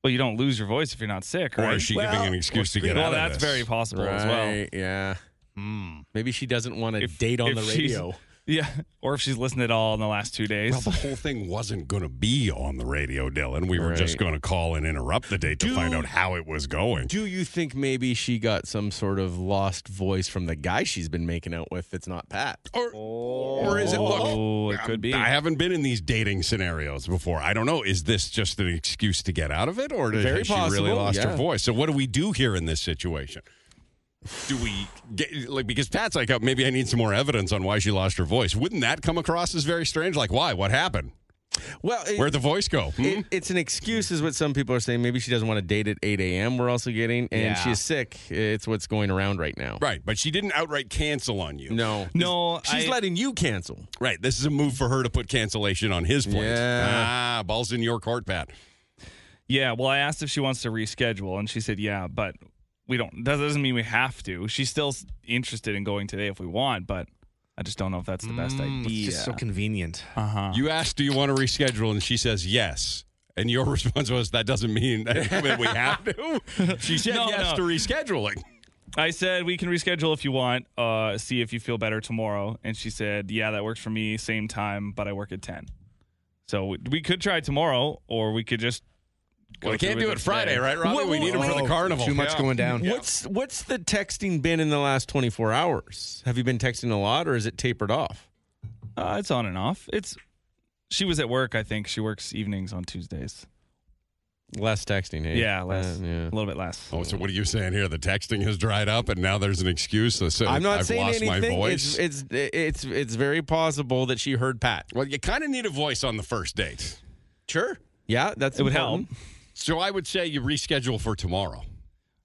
Speaker 5: Well, you don't lose your voice if you're not sick,
Speaker 3: Or
Speaker 5: right?
Speaker 3: is she giving an excuse to get
Speaker 5: well,
Speaker 3: out
Speaker 5: that's
Speaker 3: of this?
Speaker 5: very possible as well.
Speaker 4: Yeah. Maybe Hmm. she doesn't want to
Speaker 5: If-
Speaker 4: date on
Speaker 5: if
Speaker 4: the
Speaker 5: she's-
Speaker 4: radio.
Speaker 5: Yeah, or if she's listened at all in the last two days.
Speaker 3: Well, the whole thing wasn't going to be on the radio, Dylan. We were just
Speaker 4: Right.
Speaker 3: going to call and interrupt the date to
Speaker 4: Do-
Speaker 3: find out how it was going.
Speaker 4: Do you think maybe she got some sort of lost voice from the guy she's been making out with that's not Pat?
Speaker 3: or, or is it look?
Speaker 5: oh, it could be.
Speaker 3: I haven't been in these dating scenarios before. I don't know. Is this just an excuse to get out of it, or did
Speaker 4: Very
Speaker 3: has she really
Speaker 4: possible,
Speaker 3: lost her
Speaker 4: yeah.
Speaker 3: voice? So, what do we do here in this situation? Do we get like because Pat's like, oh, maybe I need some more evidence on why she lost her voice? Wouldn't that come across as very strange? Like, why? What happened?
Speaker 4: Well, it-
Speaker 3: Where'd the voice go? Hmm?
Speaker 4: It, it's an excuse, is what some people are saying. Maybe she doesn't want to date at 8 a.m. We're also getting, and
Speaker 2: Yeah.
Speaker 4: she's sick. It's what's going around right now.
Speaker 3: right, but she didn't outright cancel on you.
Speaker 4: No,
Speaker 5: No,
Speaker 4: she's
Speaker 5: I-
Speaker 4: letting you cancel.
Speaker 3: Right, this is a move for her to put cancellation on his plate.
Speaker 4: Yeah.
Speaker 3: Ah, balls in your court, Pat.
Speaker 5: yeah, well, I asked if she wants to reschedule, and she said, yeah, but we don't. That doesn't mean we have to. She's still s- interested in going today if we want, but I just don't know if that's the best
Speaker 2: Mm,
Speaker 5: idea. Uh-huh.
Speaker 2: It's just so convenient.
Speaker 3: You asked, "Do you want to reschedule?" And she says, "Yes." And your response was, "That doesn't mean that we have to." She said
Speaker 5: No,
Speaker 3: yes
Speaker 5: no.
Speaker 3: to rescheduling.
Speaker 5: I said we can reschedule if you want. Uh, see if you feel better tomorrow. And she said, "Yeah, that works for me. Same time, but I work at 10. So we, we could try tomorrow, or we could just. go
Speaker 3: we can't
Speaker 5: through
Speaker 3: do it
Speaker 5: this
Speaker 3: Friday,
Speaker 5: day.
Speaker 3: right, Robbie? we need him for the
Speaker 2: Oh,
Speaker 3: carnival.
Speaker 2: Too much
Speaker 3: Yeah.
Speaker 2: going down.
Speaker 4: What's what's the texting been in the last 24 hours? Have you been texting a lot, or is it tapered off?
Speaker 5: Uh, it's on and off. It's. She was at work. I think she works evenings on Tuesdays.
Speaker 4: Less texting, hey?
Speaker 5: Yeah, less.
Speaker 4: Uh,
Speaker 5: A little bit less.
Speaker 3: Oh, so what are you saying here? The texting has dried up, and now there's an excuse. That says,
Speaker 4: I'm not
Speaker 3: I've
Speaker 4: saying
Speaker 3: lost
Speaker 4: anything.
Speaker 3: my voice.
Speaker 4: It's, it's it's it's very possible that she heard Pat.
Speaker 3: well, you kind of need a voice on the first date.
Speaker 4: Sure. Yeah, that's
Speaker 5: It would
Speaker 4: important.
Speaker 5: help.
Speaker 3: So I would say you reschedule for tomorrow.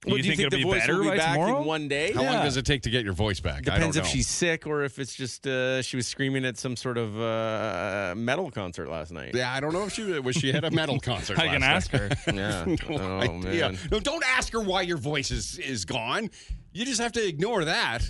Speaker 5: You think it'll
Speaker 4: the
Speaker 5: be
Speaker 4: voice
Speaker 5: better
Speaker 4: will be
Speaker 5: by
Speaker 4: back
Speaker 5: tomorrow?
Speaker 4: in one day?
Speaker 3: How
Speaker 5: Yeah.
Speaker 3: long does it take to get your voice back? I don't
Speaker 4: Depends
Speaker 3: know.
Speaker 4: if she's sick or if it's just uh, she was screaming at some sort of uh, metal concert last night.
Speaker 3: Yeah, I don't know if she was. She had a metal concert.
Speaker 5: I can ask
Speaker 3: last night.
Speaker 5: her.
Speaker 4: Yeah.
Speaker 3: no
Speaker 4: oh
Speaker 3: idea.
Speaker 4: man.
Speaker 3: No, don't ask her why your voice is is gone. You just have to ignore that.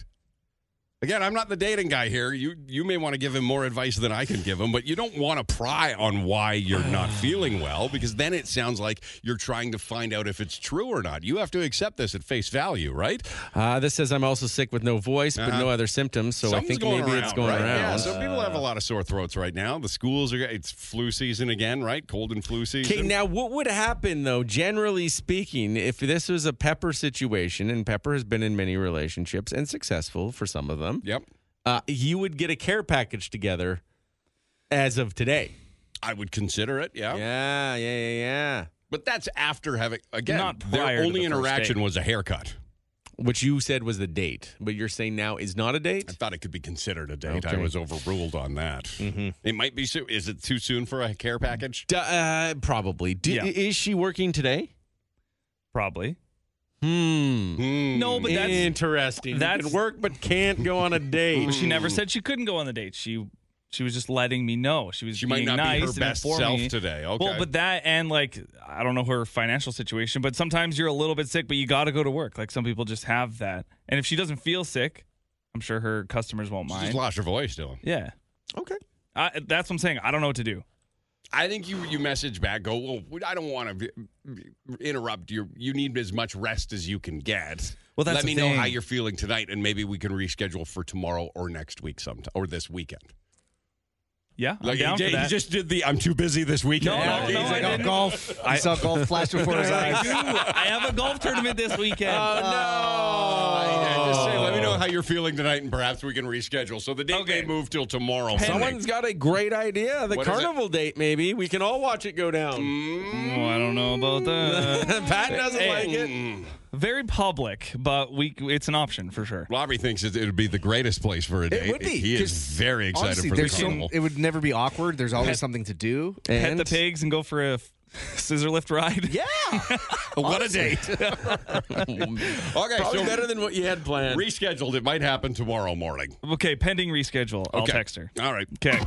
Speaker 3: Again, I'm not the dating guy here. You you may want to give him more advice than I can give him, but you don't want to pry on why you're not feeling well because then it sounds like you're trying to find out if it's true or not. You have to accept this at face value, right?
Speaker 4: Uh, this says I'm also sick with no voice, but no other symptoms. So I
Speaker 3: Uh-huh. Something's
Speaker 4: think
Speaker 3: going
Speaker 4: maybe it's going
Speaker 3: right?
Speaker 4: around.
Speaker 3: Yeah, so people have a lot of sore throats right now. The schools are it's flu season again, right? Cold and flu season.
Speaker 4: Okay, now what would happen though, generally speaking, if this was a Pepper situation, and Pepper has been in many relationships and successful for some of them,
Speaker 3: yep.
Speaker 4: uh, you would get a care package together as of today.
Speaker 3: I would consider it. Yeah.
Speaker 2: Yeah, yeah, yeah, yeah.
Speaker 3: But that's after having again.
Speaker 5: Not prior
Speaker 3: their
Speaker 5: to
Speaker 3: only
Speaker 5: the first
Speaker 3: interaction
Speaker 5: date.
Speaker 3: was a haircut.
Speaker 4: Which you said was the date, but you're saying now is not a
Speaker 3: I
Speaker 4: date?
Speaker 3: thought it could be considered a date. I
Speaker 4: Okay. Mm-hmm.
Speaker 3: was overruled on that. It might be. Soon. Is it too soon for a care package?
Speaker 4: D- uh, probably. D-
Speaker 5: Yeah.
Speaker 4: Is she working today?
Speaker 5: Probably.
Speaker 4: Hmm.
Speaker 3: Hmm.
Speaker 5: No, but that's
Speaker 4: Interesting. That
Speaker 5: that's-
Speaker 4: can work, but can't go on a date.
Speaker 5: she never said she couldn't go on the date. She she was just letting me know. She was
Speaker 3: She might
Speaker 5: being
Speaker 3: not
Speaker 5: nice
Speaker 3: be her
Speaker 5: and
Speaker 3: best
Speaker 5: informing
Speaker 3: self
Speaker 5: me.
Speaker 3: today. Okay.
Speaker 5: Well, but that and like I don't know her financial situation, but sometimes you're a little bit sick, but you got to go to work. Like some people just have that, and if she doesn't feel sick, I'm sure her customers won't
Speaker 3: she just
Speaker 5: mind.
Speaker 3: lost her voice, Dylan.
Speaker 5: Yeah,
Speaker 4: Okay.
Speaker 5: I, that's what I'm saying. I don't know what to do.
Speaker 3: I think you you message back. Go. Well, I don't want to interrupt. You you need as much rest as you can get.
Speaker 5: Well, that's
Speaker 3: let
Speaker 5: the
Speaker 3: me know
Speaker 5: thing.
Speaker 3: how you're feeling tonight, and maybe we can reschedule for tomorrow or next week sometime or this weekend.
Speaker 5: Yeah, I'm
Speaker 3: Like,
Speaker 5: down
Speaker 3: he,
Speaker 5: for
Speaker 3: ju- he
Speaker 5: that.
Speaker 3: just did the. I'm too busy this weekend.
Speaker 5: No,
Speaker 3: He's
Speaker 5: no,
Speaker 3: like,
Speaker 5: I
Speaker 3: "Oh,
Speaker 5: didn't.
Speaker 2: golf. I saw golf flash before his
Speaker 5: I do.
Speaker 2: eyes.
Speaker 5: I have a golf tournament this weekend.
Speaker 4: Oh,
Speaker 3: I- I just say, let me know how you're feeling tonight, and perhaps we can reschedule. So the date
Speaker 5: Okay.
Speaker 3: may move till tomorrow.
Speaker 4: Someone's got a great idea. The
Speaker 3: Oh, What is it?
Speaker 4: carnival date, maybe. We can all watch it go down.
Speaker 5: Oh, I don't know about that.
Speaker 4: Pat doesn't
Speaker 5: Hey. Mm-hmm.
Speaker 4: like it.
Speaker 3: Mm.
Speaker 5: Very public, but we it's an option for sure.
Speaker 3: Robbie thinks it would be the greatest place for a date.
Speaker 2: would be,
Speaker 3: He is
Speaker 2: 'cause
Speaker 3: very excited
Speaker 2: Honestly,
Speaker 3: for the
Speaker 2: there's so,
Speaker 3: carnival.
Speaker 2: it would never be awkward. There's always something to do.
Speaker 5: Pet the pigs and go for a f- scissor lift ride.
Speaker 2: Yeah.
Speaker 3: what a date! okay,
Speaker 4: Probably
Speaker 3: so
Speaker 4: better than what you had planned.
Speaker 3: rescheduled. It might happen tomorrow morning.
Speaker 5: Okay, pending reschedule. I'll
Speaker 3: Okay.
Speaker 5: text her.
Speaker 3: All right.
Speaker 5: Okay.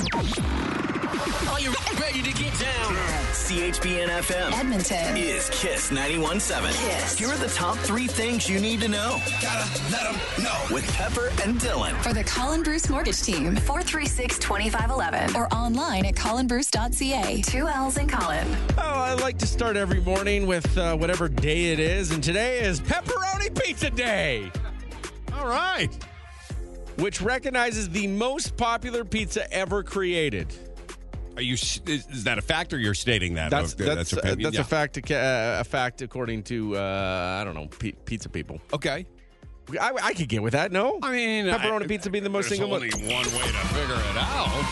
Speaker 1: Are you ready to get down?
Speaker 7: CHBN FM
Speaker 8: Edmonton.
Speaker 7: is Kiss 917.
Speaker 8: Kiss.
Speaker 7: Here are the top three things you need to know. Gotta let them know. With Pepper and Dylan.
Speaker 8: For the Colin Bruce Mortgage Team, 436 2511 or online at colinbruce.ca. Two L's in Colin.
Speaker 4: Oh, I like to start every morning with uh, whatever day it is, and today is Pepperoni Pizza Day,
Speaker 3: All right.
Speaker 4: which recognizes the most popular pizza ever created.
Speaker 3: Are you? s- Is, is that a fact, or you're stating that?
Speaker 4: That's
Speaker 3: Okay,
Speaker 4: that's uh,
Speaker 3: opinion.
Speaker 4: that's a fact. ac- Uh, a fact according to uh, I don't know pi- pizza people.
Speaker 3: Yeah. Okay.
Speaker 4: I, I could get with that. No,
Speaker 3: I mean,
Speaker 4: pepperoni
Speaker 3: I-
Speaker 4: pizza being the most
Speaker 3: There's
Speaker 4: single
Speaker 3: only one way to figure it out.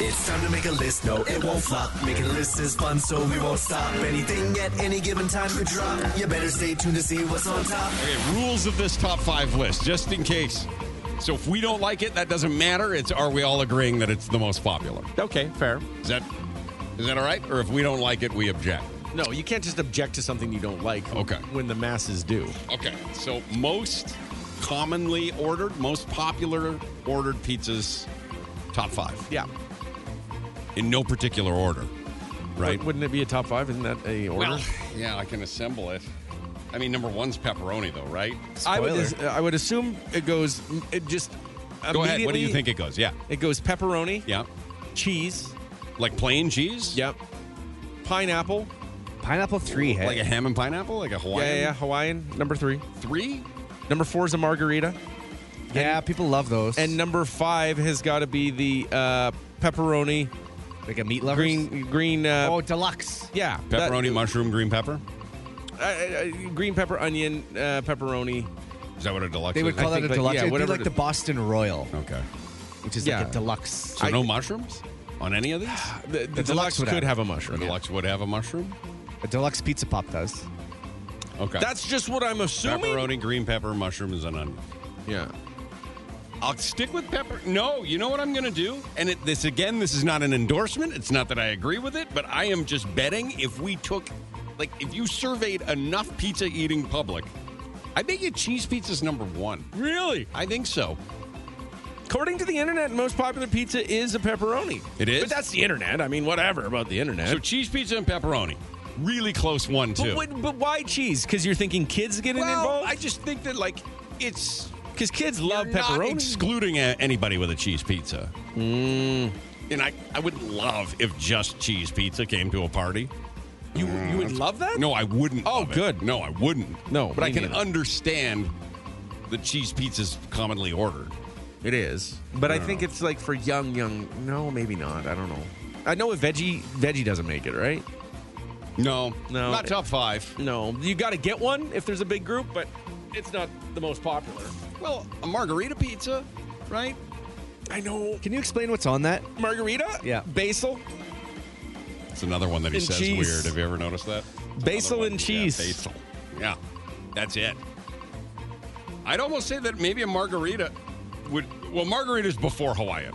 Speaker 7: It's time to make a list. No, it won't flop. Making a list is fun, so we won't stop. Anything at any given time could drop. You better stay tuned to see what's on top.
Speaker 3: Okay, rules of this top five list, just in case. So if we don't like it, that doesn't matter. It's are we all agreeing that it's the most popular?
Speaker 4: Okay, fair.
Speaker 3: Is that is that all right? Or if we don't like it, we object.
Speaker 4: No, you can't just object to something you don't like.
Speaker 3: Okay.
Speaker 4: when the masses do.
Speaker 3: Okay. So most commonly ordered, most popular ordered pizzas, top five
Speaker 4: Yeah,
Speaker 3: in no particular order, right?
Speaker 4: Wou- Wouldn't it be a top five? Isn't that a order?
Speaker 3: Well, yeah, I can assemble it. I mean, number one's pepperoni, though, right?
Speaker 4: I would
Speaker 5: Spoiler.
Speaker 4: as- I would assume it goes mm, it just.
Speaker 3: Go ahead. What do you
Speaker 4: immediately-
Speaker 3: think it goes? Yeah,
Speaker 4: It goes pepperoni,
Speaker 3: yeah.
Speaker 4: cheese,
Speaker 3: Like plain cheese.
Speaker 4: yep, pineapple,
Speaker 2: Pineapple three head.
Speaker 3: Like a ham and pineapple, like a Hawaiian.
Speaker 4: yeah, yeah, yeah, Hawaiian. Number three,
Speaker 3: Three.
Speaker 4: number four is a margarita,
Speaker 2: yeah, people love those.
Speaker 4: and number five has got to be the uh, pepperoni
Speaker 2: like a meat lover.
Speaker 4: green green. Uh,
Speaker 2: Oh, deluxe.
Speaker 4: yeah, that-
Speaker 3: Pepperoni, mushroom, green pepper.
Speaker 4: uh, uh, green pepper, onion, uh, pepperoni.
Speaker 3: Is that what a deluxe?
Speaker 2: They would
Speaker 3: is?
Speaker 2: call
Speaker 4: I
Speaker 2: that a
Speaker 4: think, like,
Speaker 2: deluxe.
Speaker 4: yeah,
Speaker 2: It'd be
Speaker 4: whatever
Speaker 2: like
Speaker 4: it
Speaker 2: the
Speaker 4: is.
Speaker 2: Boston Royal,
Speaker 3: Okay.
Speaker 2: which is
Speaker 4: Yeah.
Speaker 2: like a deluxe.
Speaker 3: So no mushrooms on any of these.
Speaker 4: The, the
Speaker 2: deluxe
Speaker 4: deluxe
Speaker 2: would
Speaker 4: could
Speaker 2: have
Speaker 4: have a
Speaker 3: The
Speaker 4: mushroom.
Speaker 3: deluxe would have a mushroom.
Speaker 2: A deluxe pizza pop does.
Speaker 3: Okay.
Speaker 4: That's just what I'm assuming.
Speaker 3: pepperoni, green pepper, mushrooms, and onion.
Speaker 4: Yeah.
Speaker 3: I'll stick with pepper. No, you know what I'm going to do? And it, this, again, this is not an endorsement. It's not that I agree with it, but I am just betting if we took, like, if you surveyed enough pizza eating public, I bet you cheese pizza's number one.
Speaker 4: Really?
Speaker 3: I think so.
Speaker 4: According to the internet, most popular pizza is a pepperoni.
Speaker 3: It is?
Speaker 4: But that's the internet. I mean, whatever about the internet.
Speaker 3: So cheese pizza and pepperoni. Really close one, too.
Speaker 4: but, what, but why cheese? Because you're thinking kids getting
Speaker 3: well, I
Speaker 4: involved?
Speaker 3: just think that, like, it's.
Speaker 4: Because kids love
Speaker 3: You're not
Speaker 4: pepperoni.
Speaker 3: excluding a- anybody with a cheese pizza. Mm. And I, I would love if just cheese pizza came to a party. Mm.
Speaker 4: you, you would love that?
Speaker 3: No, I wouldn't.
Speaker 4: Oh,
Speaker 3: love it.
Speaker 4: good.
Speaker 3: No, I wouldn't.
Speaker 4: No,
Speaker 3: but I
Speaker 4: me
Speaker 3: can
Speaker 4: neither.
Speaker 3: understand the cheese pizza's commonly ordered.
Speaker 4: It is. But I,
Speaker 3: don't
Speaker 4: think
Speaker 3: know.
Speaker 4: it's like for young, young. No, maybe not. I don't know. I know a veggie veggie doesn't make it, right?
Speaker 3: No,
Speaker 4: No.
Speaker 3: not top five.
Speaker 4: No. You got to get one if there's a big group, but it's not the most popular.
Speaker 3: Well, a margarita pizza, right?
Speaker 4: I know.
Speaker 2: Can you explain what's on that?
Speaker 4: Margarita?
Speaker 2: Yeah.
Speaker 4: Basil?
Speaker 3: That's another one that he
Speaker 4: And
Speaker 3: says
Speaker 4: cheese.
Speaker 3: weird. Have you ever noticed that?
Speaker 4: Basil
Speaker 3: Another
Speaker 4: and
Speaker 3: one,
Speaker 4: cheese.
Speaker 3: Yeah, basil. Yeah, that's it. I'd almost say that maybe a margarita would. Well, margarita's before Hawaiian.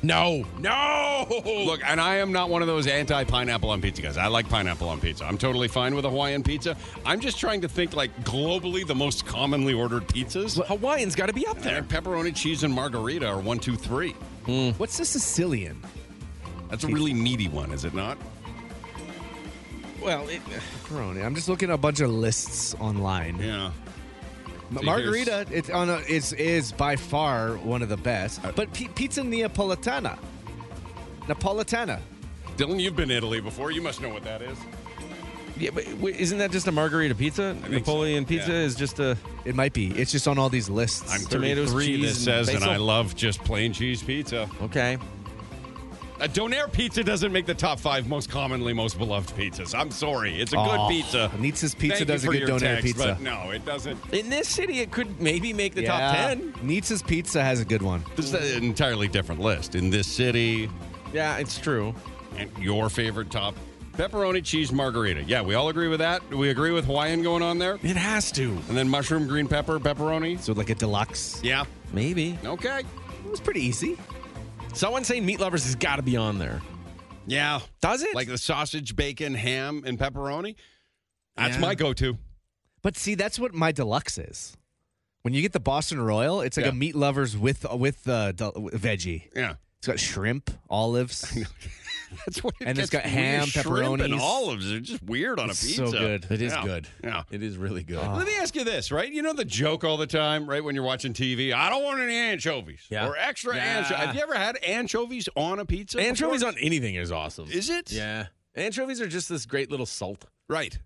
Speaker 4: No.
Speaker 3: No! Look, and I am not one of those anti pineapple on pizza guys. I like pineapple on pizza. I'm totally fine with a Hawaiian pizza. I'm just trying to think, like, globally, the most commonly ordered pizzas.
Speaker 4: Hawaiian's got to be up there. Hmm.
Speaker 3: And pepperoni, cheese, and margarita are one, two, three.
Speaker 2: What's the Sicilian?
Speaker 3: That's a really meaty one, is it not?
Speaker 2: Well, it, pepperoni. I'm just looking at a bunch of lists online.
Speaker 3: Yeah.
Speaker 2: Ma-
Speaker 3: See,
Speaker 2: Margarita, it's on a, is is by far one of the best.
Speaker 3: Uh,
Speaker 2: But pi- pizza Neapolitana, Napolitana.
Speaker 3: Dylan, you've been to Italy before. You must know what that is.
Speaker 4: Yeah, but wait, isn't that just a margarita pizza?
Speaker 3: think so.
Speaker 4: Napoleon pizza
Speaker 3: Yeah.
Speaker 4: is just a.
Speaker 2: It might be. It's just on all these lists.
Speaker 3: I'm
Speaker 4: Tomatoes,
Speaker 3: 33,
Speaker 4: cheese,
Speaker 3: this
Speaker 4: and
Speaker 3: says, and
Speaker 4: basil.
Speaker 3: I love just plain cheese pizza.
Speaker 4: Okay.
Speaker 3: A Donair pizza doesn't make the top five most commonly most beloved pizzas. I'm sorry. It's a
Speaker 2: Aw.
Speaker 3: good pizza.
Speaker 2: Nietzsche's Pizza
Speaker 3: Thank you
Speaker 2: does a
Speaker 3: for
Speaker 2: good
Speaker 3: your
Speaker 2: Donair
Speaker 3: text,
Speaker 2: pizza.
Speaker 3: But no, it doesn't.
Speaker 4: In this city, it could maybe make the top
Speaker 2: Yeah.
Speaker 4: 10.
Speaker 2: Nietzsche's Pizza has a good one.
Speaker 3: This is an entirely different list. In this city,
Speaker 4: Yeah, it's true.
Speaker 3: and your favorite top pepperoni cheese margarita. Yeah, we all agree with that. Do we agree with Hawaiian going on there?
Speaker 4: It has to.
Speaker 3: And then mushroom, green pepper, pepperoni.
Speaker 2: So like a deluxe.
Speaker 3: Yeah.
Speaker 4: Maybe.
Speaker 3: Okay.
Speaker 2: It was pretty easy.
Speaker 4: Someone saying meat lovers has got to be on there.
Speaker 3: Yeah.
Speaker 4: Does it?
Speaker 3: Like the sausage, bacon, ham, and pepperoni. That's
Speaker 4: Yeah.
Speaker 3: my go to.
Speaker 2: But see, that's what my deluxe is. When you get the Boston Royal, it's like
Speaker 3: Yeah.
Speaker 2: a meat lovers with with uh, del- veggie.
Speaker 3: Yeah.
Speaker 2: It's got shrimp, olives.
Speaker 3: That's what it
Speaker 2: And it's got
Speaker 3: gets weird.
Speaker 2: ham,
Speaker 3: Shrimp and
Speaker 2: pepperonis.
Speaker 3: olives are just weird on
Speaker 2: It's
Speaker 3: a pizza.
Speaker 2: so good.
Speaker 4: It is
Speaker 3: Yeah.
Speaker 4: good.
Speaker 3: Yeah.
Speaker 4: It is really good. Ah.
Speaker 3: Let me ask you this, right? You know the joke all the time, right? When you're watching TV, I don't want any anchovies
Speaker 4: Yeah.
Speaker 3: or extra
Speaker 4: Yeah.
Speaker 3: anchovies. Have you ever had anchovies on a pizza? before?
Speaker 4: Anchovies on anything is awesome.
Speaker 3: Is it?
Speaker 4: yeah. Anchovies are just this great little salt.
Speaker 3: Right.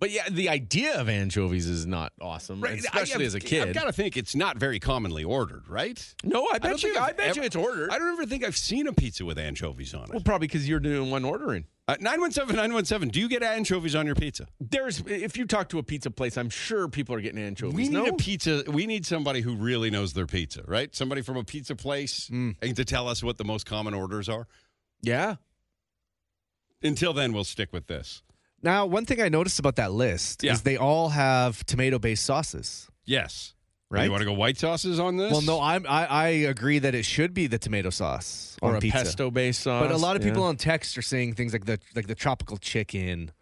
Speaker 4: But yeah, the idea of anchovies is not awesome,
Speaker 3: Right.
Speaker 4: especially
Speaker 3: I-
Speaker 4: as a
Speaker 3: I've-
Speaker 4: kid.
Speaker 3: I've got to think it's not very commonly ordered, right?
Speaker 4: no, I
Speaker 3: don't
Speaker 4: bet you.
Speaker 3: think
Speaker 4: I
Speaker 3: I've
Speaker 4: bet
Speaker 3: ever-
Speaker 4: you it's ordered.
Speaker 3: I don't ever think I've seen a pizza with anchovies on
Speaker 4: well,
Speaker 3: it.
Speaker 4: probably because you're doing one ordering.
Speaker 3: Uh, 917 917, do you get anchovies on your pizza?
Speaker 4: There's, if you talk to a pizza place, I'm sure people are getting anchovies.
Speaker 3: We need
Speaker 4: no?
Speaker 3: a pizza. We need somebody who really knows their pizza, right? Somebody from a pizza place and to tell us what the most common orders are.
Speaker 4: Hmm. yeah.
Speaker 3: Until then, we'll stick with this.
Speaker 2: Now, one thing I noticed about that list
Speaker 3: Yeah.
Speaker 2: is they all have tomato-based sauces,
Speaker 3: Yes.
Speaker 2: right?
Speaker 3: You want to go white sauces on this?
Speaker 2: well, no, I'm, I I agree that it should be the tomato sauce
Speaker 4: Or
Speaker 2: on
Speaker 4: a
Speaker 2: pizza.
Speaker 4: pesto-based sauce.
Speaker 2: But a lot of people
Speaker 4: yeah.
Speaker 2: on text are saying things like the like the tropical chicken,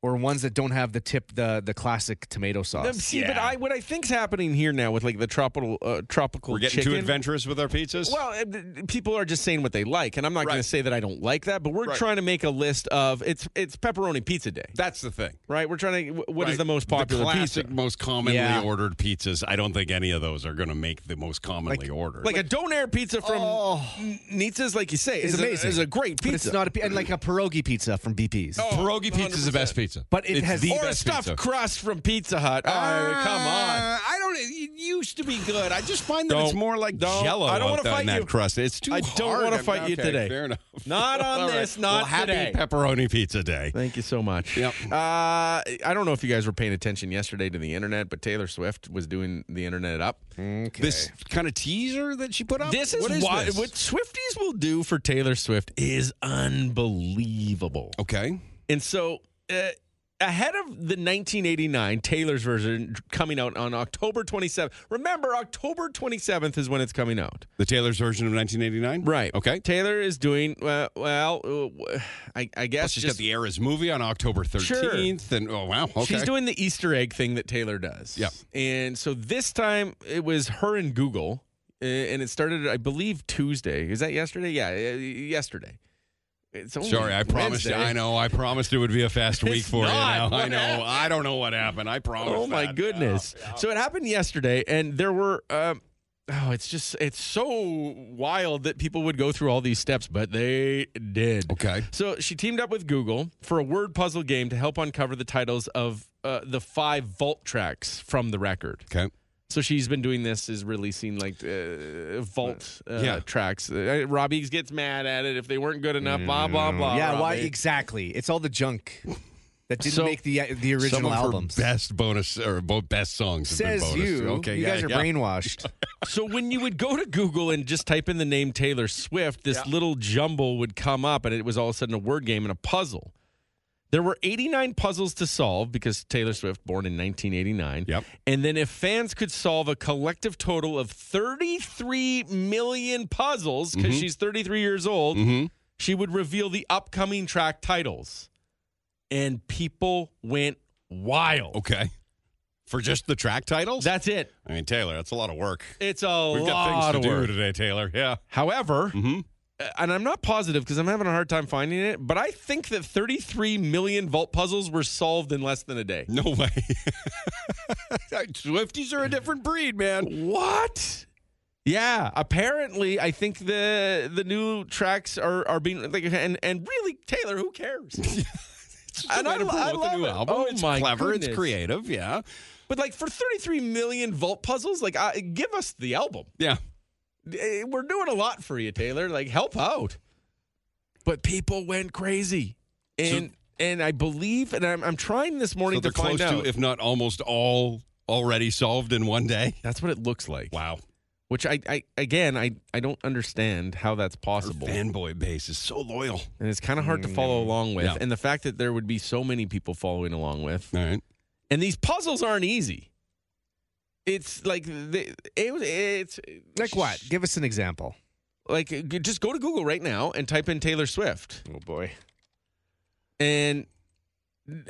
Speaker 2: or ones that don't have the tip the the classic tomato
Speaker 4: No,
Speaker 2: sauce.
Speaker 4: See, but I what I think's happening here now with like the tropical uh, tropical
Speaker 3: We're getting
Speaker 4: chicken.
Speaker 3: too adventurous with our pizzas.
Speaker 4: Well, uh, th- th- people are just saying what they like, and I'm not going
Speaker 3: Right.
Speaker 4: to say that I don't like that. But we're
Speaker 3: Right.
Speaker 4: trying to make a list of it's it's pepperoni pizza day,
Speaker 3: that's the thing.
Speaker 4: right? We're trying to wh- what is
Speaker 3: Right.
Speaker 4: the most popular
Speaker 3: the
Speaker 4: pizza?
Speaker 3: classic, most commonly
Speaker 2: Yeah.
Speaker 3: ordered pizzas? I don't think any of those are going to make the most commonly ordered.
Speaker 4: Like a donair pizza from
Speaker 2: Oh.
Speaker 4: N- Nietzsche's, like you say, is,
Speaker 2: It's
Speaker 4: a-
Speaker 2: amazing.
Speaker 4: is a great pizza.
Speaker 2: But it's not a, pi- and like a pierogi pizza from BP's.
Speaker 3: pierogi pizza is the best pizza,
Speaker 2: But it
Speaker 3: It's
Speaker 2: has-
Speaker 3: the
Speaker 4: or a
Speaker 3: best
Speaker 4: stuffed
Speaker 3: pizza.
Speaker 4: crust from Pizza Hut. Oh,
Speaker 3: Uh,
Speaker 4: come on.
Speaker 3: I don't. It used to be good. I just find that
Speaker 4: Don't-
Speaker 3: it's more like
Speaker 4: don't.
Speaker 3: Jello.
Speaker 4: I don't
Speaker 3: out
Speaker 4: wanna
Speaker 3: there in
Speaker 4: fight
Speaker 3: Oh, that
Speaker 4: you.
Speaker 3: crust. It's too.
Speaker 4: I don't
Speaker 3: hard.
Speaker 4: wanna
Speaker 3: I'm-
Speaker 4: fight you
Speaker 3: okay,
Speaker 4: today.
Speaker 3: Fair enough.
Speaker 4: Not on
Speaker 3: All
Speaker 4: this, not
Speaker 3: well, happy
Speaker 4: today.
Speaker 3: pepperoni pizza day.
Speaker 4: Thank you so much.
Speaker 3: Yep.
Speaker 4: Uh, I don't know if you guys were paying attention yesterday to the internet, but Taylor Swift was doing the internet up.
Speaker 3: This kind of teaser that she put up.
Speaker 4: This is
Speaker 3: what
Speaker 4: what,
Speaker 3: is this?
Speaker 4: what Swifties will do for Taylor Swift is unbelievable.
Speaker 3: Okay.
Speaker 4: And so, uh, ahead of the 1989 Taylor's version coming out on October 27th. Remember, October 27th is when it's coming out.
Speaker 3: The Taylor's version of 1989. Okay.
Speaker 4: Taylor is doing uh, well. Uh, I, I
Speaker 3: Plus,
Speaker 4: guess
Speaker 3: she's
Speaker 4: just-
Speaker 3: got the Eras movie on October 13th. And oh wow. Okay.
Speaker 4: She's doing the Easter egg thing that Taylor does.
Speaker 3: Yep.
Speaker 4: And so this time it was her and Google, uh, and it started, I believe, Tuesday. Is that yesterday? Yeah, uh, yesterday. It's only
Speaker 3: Sorry, I promised.
Speaker 4: Wednesday.
Speaker 3: I know. I promised it would be a fast week
Speaker 4: It's
Speaker 3: for you.
Speaker 4: not.
Speaker 3: Now. I
Speaker 4: What
Speaker 3: know.
Speaker 4: happened?
Speaker 3: I don't know what happened. I promised.
Speaker 4: Oh my
Speaker 3: that.
Speaker 4: goodness! So it happened yesterday, and there were. Um, oh, it's just it's so wild that people would go through all these steps, but they did.
Speaker 3: Okay.
Speaker 4: So she teamed up with Google for a word puzzle game to help uncover the titles of uh, the five vault tracks from the record.
Speaker 3: Okay.
Speaker 4: So she's been doing this, is releasing like uh, vault uh,
Speaker 3: Yeah.
Speaker 4: tracks. Uh, Robbie gets mad at it if they weren't good enough. Blah blah blah.
Speaker 2: yeah, why
Speaker 4: Robbie.
Speaker 2: exactly? It's all the junk. that didn't
Speaker 3: So-
Speaker 2: make the uh, the
Speaker 3: Some
Speaker 2: original
Speaker 3: of
Speaker 2: albums.
Speaker 3: her best bonus or bo- best songs have been
Speaker 2: Says
Speaker 3: bonus.
Speaker 2: you.
Speaker 3: Okay,
Speaker 2: you
Speaker 3: yeah,
Speaker 2: guys are
Speaker 3: yeah.
Speaker 2: brainwashed.
Speaker 4: So when you would go to Google and just type in the name Taylor Swift, this little jumble would come up, and it was all of a sudden a word game and a puzzle. There were 89 puzzles to solve because Taylor Swift, born in 1989.
Speaker 3: Yep.
Speaker 4: And then if fans could solve a collective total of 33 million puzzles, because
Speaker 3: Mm-hmm.
Speaker 4: she's 33 years old, she would reveal the upcoming track titles. And people went wild.
Speaker 3: Okay, for just the track titles.
Speaker 4: That's it.
Speaker 3: I mean, Taylor, that's a lot of work.
Speaker 4: It's a
Speaker 3: We've
Speaker 4: lot
Speaker 3: got things
Speaker 4: of
Speaker 3: to
Speaker 4: work.
Speaker 3: do today, Taylor. Yeah.
Speaker 4: However,
Speaker 3: Mhm.
Speaker 4: uh, and I'm not positive because I'm having a hard time finding it, but I think that 33 million vault puzzles were solved in less than a day.
Speaker 3: No way. Swifties are a different breed, man.
Speaker 4: What? Yeah, apparently I think the the new tracks are are being like and and really Taylor, who cares?
Speaker 3: And I,
Speaker 4: I lo- I
Speaker 3: promote the
Speaker 4: love
Speaker 3: new
Speaker 4: it.
Speaker 3: album.
Speaker 4: Oh
Speaker 3: it's
Speaker 4: my
Speaker 3: clever. It's
Speaker 4: goodness.
Speaker 3: creative. Yeah.
Speaker 4: but like for 33 million vault puzzles, like I, give us the album.
Speaker 3: Yeah.
Speaker 4: Eh, We're doing a lot for you, Taylor. Like help out. But people went crazy. And and I believe and I'm I'm trying this morning
Speaker 3: So they're
Speaker 4: to find
Speaker 3: close
Speaker 4: out
Speaker 3: to, if not almost all, already solved in one day.
Speaker 4: That's what it looks like.
Speaker 3: Wow.
Speaker 4: Which I, I again I, I don't understand how that's
Speaker 3: Our
Speaker 4: possible. And
Speaker 3: fanboy base is so loyal. Mm-hmm.
Speaker 4: it's kind of hard to follow along with.
Speaker 3: Yeah.
Speaker 4: And the fact that there would be so many people following along with.
Speaker 3: All right.
Speaker 4: And these puzzles aren't easy. It's like they, it, was- it's
Speaker 2: like what? Give us an example.
Speaker 4: Like g- just go to Google right now and type in Taylor Swift.
Speaker 2: Oh boy.
Speaker 4: And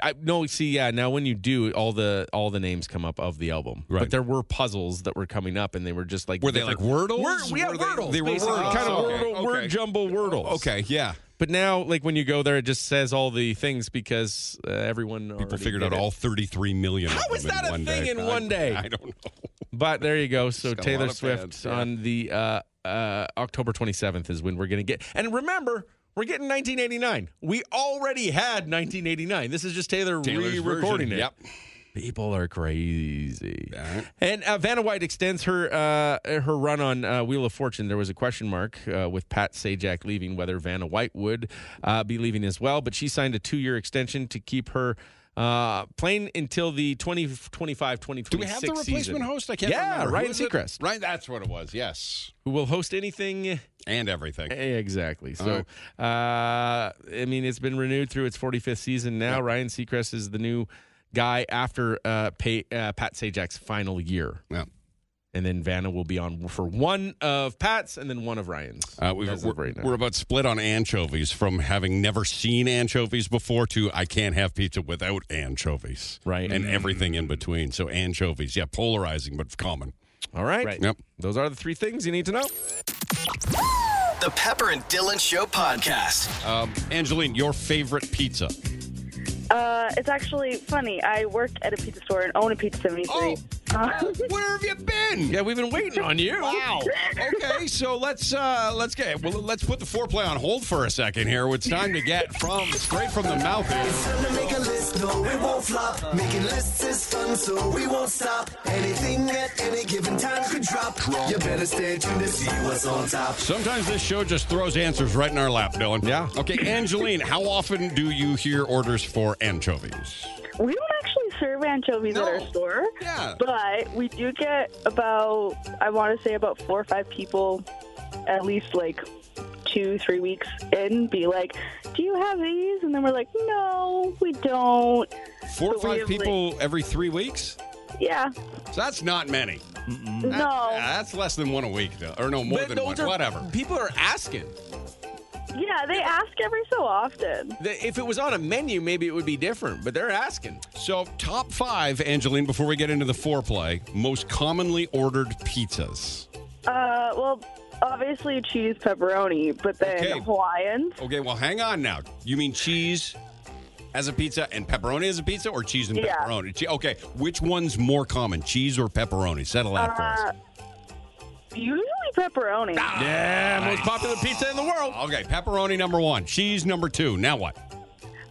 Speaker 4: I no see yeah, now when you do all the all the names come up of the album.
Speaker 3: Right.
Speaker 4: But there were puzzles that were coming up and they were just like
Speaker 3: Were they like
Speaker 4: different-
Speaker 3: Wordles?
Speaker 4: Word- yeah,
Speaker 3: Were they-
Speaker 4: Wordles.
Speaker 3: They were
Speaker 4: basically.
Speaker 3: Wordles.
Speaker 4: Kind of
Speaker 3: Okay,
Speaker 4: Wordle,
Speaker 3: okay.
Speaker 4: word jumble Wordles.
Speaker 3: Okay. Yeah.
Speaker 4: But now, like when you go there, it just says all the things because uh, everyone
Speaker 3: People figured out all 33 million.
Speaker 4: How
Speaker 3: of
Speaker 4: is
Speaker 3: them
Speaker 4: that a
Speaker 3: one
Speaker 4: thing
Speaker 3: day.
Speaker 4: in one day?
Speaker 3: I don't know.
Speaker 4: But there you go. So
Speaker 3: She's got a lot
Speaker 4: Taylor
Speaker 3: of
Speaker 4: Swift
Speaker 3: fans, yeah.
Speaker 4: on the uh, uh, October 27th is when we're going to get. And remember, we're getting 1989. We already had 1989. This is just Taylor
Speaker 3: Taylor's
Speaker 4: re-recording
Speaker 3: version.
Speaker 4: it.
Speaker 3: Yep.
Speaker 4: People are crazy.
Speaker 3: All right.
Speaker 4: And uh, Vanna White extends her uh, her run on uh, Wheel of Fortune. There was a question mark uh, with Pat Sajak leaving, whether Vanna White would uh, be leaving as well. But she signed a two year extension to keep her uh, playing until the 2025 2026
Speaker 3: Do we have the replacement
Speaker 4: season.
Speaker 3: host? I can't
Speaker 4: Yeah,
Speaker 3: remember. Who
Speaker 4: Ryan
Speaker 3: is it?
Speaker 4: Seacrest.
Speaker 3: Ryan, that's what it was. Yes.
Speaker 4: Who will host anything Eh,
Speaker 3: And everything.
Speaker 4: Exactly. So, uh, I mean, it's been renewed through its 45th season now. Ryan Seacrest is the new guy after uh, pay, uh, Pat Sajak's final year.
Speaker 3: Yeah.
Speaker 4: And then Vanna will be on for one of Pat's and then one of Ryan's.
Speaker 3: Uh, we've,
Speaker 4: as
Speaker 3: we're,
Speaker 4: of right now.
Speaker 3: we're about split on anchovies from having never seen anchovies before to I can't have pizza without anchovies.
Speaker 4: Right. Mm.
Speaker 3: And everything in between. So anchovies, yeah, polarizing but common.
Speaker 4: All right.
Speaker 2: Right.
Speaker 3: Yep.
Speaker 4: Those are the three things you need to know.
Speaker 1: The Pepper and Dylan Show podcast.
Speaker 3: Um, Angeline, your favorite pizza.
Speaker 9: Uh, it's actually funny. I work at a pizza store and own a Pizza 73. Uh,
Speaker 3: Oh. Where have you been?
Speaker 4: Yeah, we've been waiting on you.
Speaker 3: Wow. Okay, so let's uh let's get well let's put the foreplay on hold for a second here. It's time to get from straight from the mouth here.
Speaker 7: Time to make a list, no, it won't flop. Making lists is fun, so we won't stop. Anything at any given time could drop. You better stay tuned to see what's on top.
Speaker 3: Sometimes this show just throws answers right in our lap, Dylan.
Speaker 4: Yeah.
Speaker 3: Okay, Angeline, how often do you hear orders for anchovies?
Speaker 9: we don't actually serve anchovies
Speaker 3: No.
Speaker 9: at our store.
Speaker 3: Yeah.
Speaker 9: But we do get about, I want to say about four or five people, at least like two, three weeks in, be like, Do you have these? And then we're like, No, we don't.
Speaker 3: Four or
Speaker 9: But we
Speaker 3: five
Speaker 9: have,
Speaker 3: people every three weeks?
Speaker 9: Yeah.
Speaker 3: So that's not many. That-
Speaker 9: No.
Speaker 3: yeah, that's less than one a week, though. Or no, more
Speaker 4: But
Speaker 3: than
Speaker 4: those
Speaker 3: one.
Speaker 4: are-
Speaker 3: Whatever.
Speaker 4: People are asking.
Speaker 9: Yeah, they ask every so often.
Speaker 4: They- If it was on a menu, maybe it would be different, but they're asking.
Speaker 3: So, top five, Angeline, before we get into the foreplay, most commonly ordered pizzas.
Speaker 9: Uh, well, obviously cheese pepperoni, but then
Speaker 3: Okay.
Speaker 9: Hawaiians.
Speaker 3: Okay, well, hang on now. You mean cheese as a pizza and pepperoni as a pizza or cheese and
Speaker 9: Yeah.
Speaker 3: pepperoni? Che- Okay, which one's more common, cheese or pepperoni? Settle out for us.
Speaker 9: Uh, usually pepperoni.
Speaker 3: Ah. Yeah,
Speaker 4: Most popular pizza in the world.
Speaker 3: Okay, pepperoni number one, cheese number two. Now what?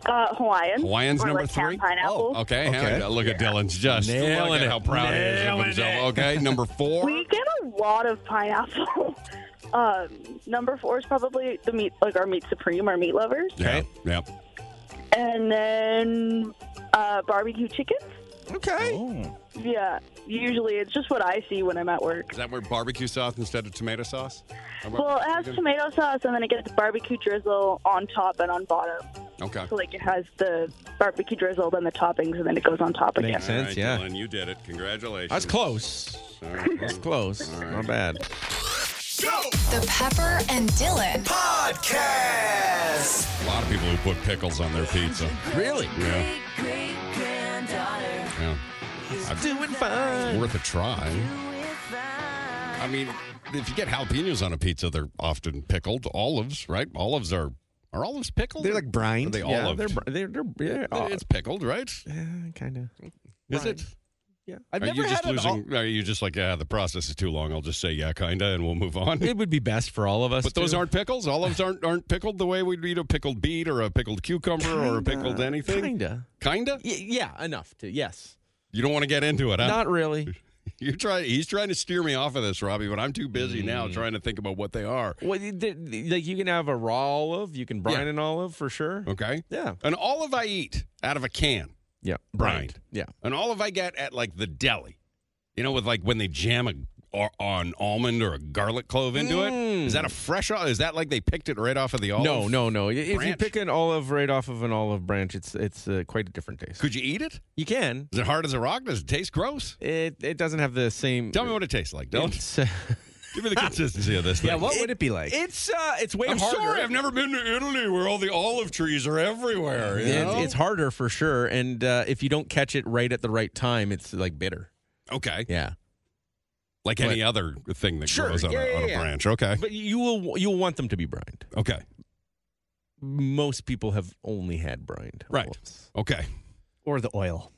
Speaker 9: Uh, Hawaiian.
Speaker 3: Hawaiians
Speaker 9: Or,
Speaker 3: number
Speaker 9: like,
Speaker 3: three.
Speaker 9: Canned pineapple.
Speaker 3: Oh, okay. Hang on. Look at Dylan's just
Speaker 4: Nailing
Speaker 3: look at
Speaker 4: it.
Speaker 3: how proud
Speaker 4: Nailing
Speaker 3: he is of himself. Okay, number four.
Speaker 9: We get a lot of pineapple. um, number four is probably the meat, like our meat supreme, our meat lovers,
Speaker 3: Yeah, yeah.
Speaker 10: and then uh, barbecue chicken.
Speaker 3: Okay.
Speaker 10: Yeah, usually it's just what I see when I'm at work.
Speaker 3: Oh. Is that where barbecue sauce instead of tomato sauce? How about-
Speaker 10: Well, it has tomato sauce, and then it gets barbecue drizzle on top and on bottom.
Speaker 3: Okay.
Speaker 10: So like it has the barbecue drizzle, then the toppings, and then it goes on top again.
Speaker 4: Makes sense, yeah.
Speaker 3: Dylan, you did it. Congratulations.
Speaker 4: That's close. That's close. Not bad.
Speaker 8: The Pepper and Dylan.
Speaker 1: Podcast.
Speaker 3: A lot of people who put pickles on their pizza.
Speaker 4: Really?
Speaker 3: Yeah. yeah.
Speaker 4: Doing fine.
Speaker 3: Worth a try. I mean, if you get jalapenos on a pizza, they're often pickled. Olives, right? Olives are are olives pickled?
Speaker 2: They're like brined.
Speaker 3: Are they
Speaker 4: Yeah,
Speaker 3: olive.
Speaker 4: they're br- they're they're yeah,
Speaker 3: it's pickled, right?
Speaker 4: kind of.
Speaker 3: Is it?
Speaker 4: Yeah.
Speaker 2: I've
Speaker 3: Are you
Speaker 2: never
Speaker 3: just
Speaker 2: had an ol-
Speaker 3: losing? Are you just like, yeah, the process is too long. I'll just say, yeah, kinda, and we'll move on.
Speaker 4: It would be best for all of us.
Speaker 3: But those
Speaker 4: too.
Speaker 3: aren't pickles. Olives aren't aren't pickled the way we'd eat a pickled beet or a pickled cucumber or a pickled anything.
Speaker 4: Kinda.
Speaker 3: Kinda?
Speaker 4: Y- yeah, enough to yes.
Speaker 3: You don't want to get into it, huh?
Speaker 4: Not really.
Speaker 3: You try. He's trying to steer me off of this, Robbie, but I'm too busy now trying to think about what they are.
Speaker 4: Mm. Well, you- th- th- like you can have a raw olive, you can brine
Speaker 3: Yeah.
Speaker 4: an olive for sure.
Speaker 3: Okay.
Speaker 4: Yeah.
Speaker 3: An olive I eat out of a can,
Speaker 4: Yeah.
Speaker 3: brined.
Speaker 4: Yeah.
Speaker 3: An olive I get at like the deli. You know, with like when they jam a or an almond or a garlic clove into it. Is that a fresh olive? Is that like they picked it right off of the
Speaker 4: Mm.
Speaker 3: olive?
Speaker 4: no, no, no. Y- If you
Speaker 3: branch.
Speaker 4: pick an olive right off of an olive branch, it's it's uh, quite a different taste.
Speaker 3: Could you eat it?
Speaker 4: You can.
Speaker 3: Is it hard as a rock? Does it taste gross?
Speaker 4: It it doesn't have the same.
Speaker 3: Tell me what it tastes like. Don't
Speaker 4: It's, uh,
Speaker 3: give me the consistency of this. Thing.
Speaker 2: Yeah, what would it be like?
Speaker 4: it's uh it's way
Speaker 3: I'm
Speaker 4: harder.
Speaker 3: sorry, I've never been to Italy where all the olive trees are everywhere. you
Speaker 4: It-
Speaker 3: know?
Speaker 4: it's harder for sure, and uh, if you don't catch it right at the right time, it's like bitter.
Speaker 3: okay.
Speaker 4: Yeah,
Speaker 3: Like any other thing that
Speaker 4: Sure,
Speaker 3: grows on,
Speaker 4: yeah,
Speaker 3: a,
Speaker 4: yeah,
Speaker 3: on a
Speaker 4: yeah.
Speaker 3: branch. Okay.
Speaker 4: but you will you'll want them to be brined.
Speaker 3: Okay.
Speaker 4: Most people have only had brined
Speaker 3: Right.
Speaker 4: olives.
Speaker 3: Okay.
Speaker 2: or the oil?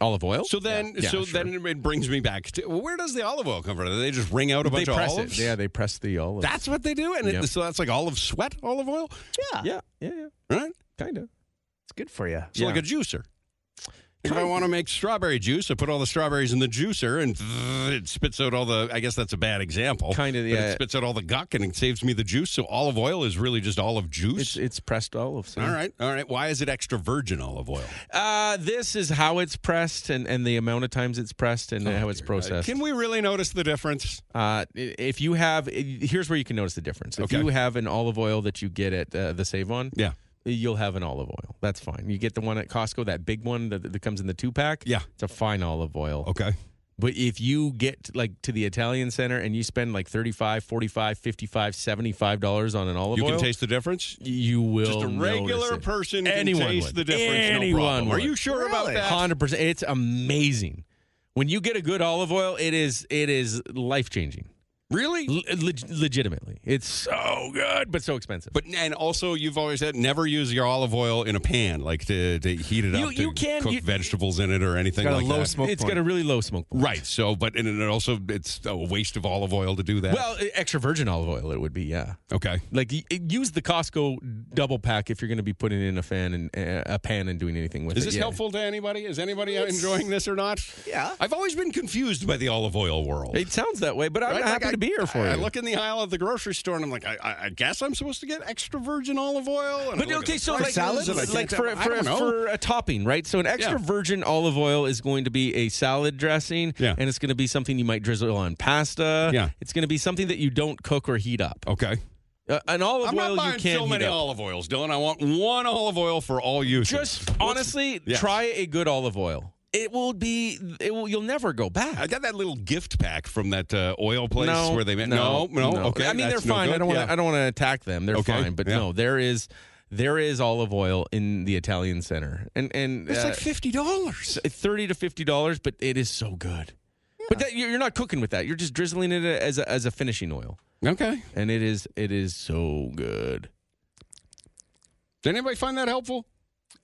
Speaker 4: olive oil.
Speaker 3: So then,
Speaker 4: Yeah,
Speaker 3: so
Speaker 4: sure.
Speaker 3: then it brings me back to well, where does the olive oil come from? Do they just wring out a bunch
Speaker 4: they
Speaker 3: of
Speaker 4: press
Speaker 3: olives?
Speaker 4: it. Yeah, they press the olive.
Speaker 3: that's what they do, and it,
Speaker 4: Yep.
Speaker 3: so that's like olive sweat, olive oil,
Speaker 4: yeah, yeah, yeah,
Speaker 3: right?
Speaker 4: kind of.
Speaker 2: It's good for you.
Speaker 3: So like a juicer. If I want to make strawberry juice, I put all the strawberries in the juicer, and it spits out all the. I guess that's a bad example.
Speaker 4: Kinda,
Speaker 3: but
Speaker 4: yeah.
Speaker 3: It spits out all the guck, and it saves me the juice. So olive oil is really just olive
Speaker 4: It's
Speaker 3: juice.
Speaker 4: it's pressed olives. yeah.
Speaker 3: all right, all right. Why is it extra virgin olive oil?
Speaker 4: Uh, this is how it's pressed and, and the amount of times it's pressed and how it's processed.
Speaker 3: Oh, Uh, Can we really notice the difference?
Speaker 4: Uh, i- if you have, i- here's where you can notice the difference. If
Speaker 3: Okay.
Speaker 4: you have an olive oil that you get at uh, the Save On,
Speaker 3: Yeah.
Speaker 4: you'll have an olive oil. That's fine. You get the one at Costco, that big one that, that comes in the two pack.
Speaker 3: Yeah.
Speaker 4: It's a fine olive oil.
Speaker 3: Okay.
Speaker 4: But if you get like to the Italian center and you spend like 35, 45, 55, 75 dollars on an olive
Speaker 3: You
Speaker 4: oil,
Speaker 3: can taste the difference.
Speaker 4: you will
Speaker 3: Just a regular person can
Speaker 4: Anyone
Speaker 3: taste
Speaker 4: would.
Speaker 3: the difference.
Speaker 4: Anyone
Speaker 3: no problem. Are
Speaker 4: would.
Speaker 3: you sure about
Speaker 2: Really?
Speaker 3: that?
Speaker 4: Hundred percent. It's amazing. When you get a good olive oil, it is it is life changing.
Speaker 3: Really?
Speaker 4: Le- leg- legitimately, it's so good, but so expensive.
Speaker 3: But and also, you've always said never use your olive oil in a pan, like to, to heat it
Speaker 4: You-
Speaker 3: up.
Speaker 4: you
Speaker 3: to
Speaker 4: can-
Speaker 3: cook
Speaker 4: you-
Speaker 3: vegetables in it or anything
Speaker 2: Got a
Speaker 3: like
Speaker 2: low
Speaker 3: that.
Speaker 2: smoke
Speaker 4: it's
Speaker 2: point.
Speaker 4: got a really low smoke. Point.
Speaker 3: Right. So, but and it also it's a waste of olive oil to do that.
Speaker 4: Well, e, extra virgin olive oil, it would be. Yeah.
Speaker 3: okay.
Speaker 4: Like y- use the Costco double pack if you're going to be putting it in a fan and uh, a pan and doing anything with it.
Speaker 3: Is this
Speaker 4: yeah.
Speaker 3: helpful to anybody? Is anybody enjoying this or not?
Speaker 2: Yeah.
Speaker 3: I've always been confused by the olive oil world.
Speaker 4: It sounds that way, but I'm
Speaker 3: Right? Like,
Speaker 4: happy
Speaker 3: I-
Speaker 4: to be here for
Speaker 3: I,
Speaker 4: you.
Speaker 3: I look in the aisle at the grocery store and I'm like, I, I, I guess I'm supposed to get extra virgin olive oil. And I
Speaker 4: But
Speaker 3: look at
Speaker 4: okay,
Speaker 3: the
Speaker 4: so
Speaker 3: price
Speaker 4: like,
Speaker 3: salads and I
Speaker 4: like
Speaker 3: can't-
Speaker 4: for
Speaker 3: I
Speaker 4: for,
Speaker 3: don't know.
Speaker 4: for a topping, right? So an extra
Speaker 3: Yeah.
Speaker 4: virgin olive oil is going to be a salad dressing,
Speaker 3: Yeah.
Speaker 4: and it's going to be something you might drizzle on pasta.
Speaker 3: Yeah.
Speaker 4: it's going to be something that you don't cook or heat up.
Speaker 3: okay.
Speaker 4: Uh, an olive
Speaker 3: I'm
Speaker 4: oil
Speaker 3: not buying
Speaker 4: you can
Speaker 3: so
Speaker 4: heat
Speaker 3: many
Speaker 4: up.
Speaker 3: olive oils, Dylan. I want one olive oil for all use.
Speaker 4: Just honestly,
Speaker 3: Yes.
Speaker 4: try a good olive oil. It will be. It will. You'll never go back.
Speaker 3: I got that little gift pack from that uh, oil place where they met. No, no, Okay,
Speaker 4: I mean, they're
Speaker 3: that's no
Speaker 4: fine. I
Speaker 3: good.
Speaker 4: don't want. to
Speaker 3: Yeah.
Speaker 4: I don't want to attack them. They're
Speaker 3: Okay,
Speaker 4: fine. But
Speaker 3: yeah.
Speaker 4: no, there is. There is olive oil in the Italian center, and and
Speaker 3: It's
Speaker 4: uh,
Speaker 3: like fifty dollars.
Speaker 4: thirty to fifty dollars, but it is so good. But that, you're you're not cooking with that. You're just drizzling it as a, as a finishing oil,
Speaker 3: Okay.
Speaker 4: and it is it is so good.
Speaker 3: Did anybody find that helpful?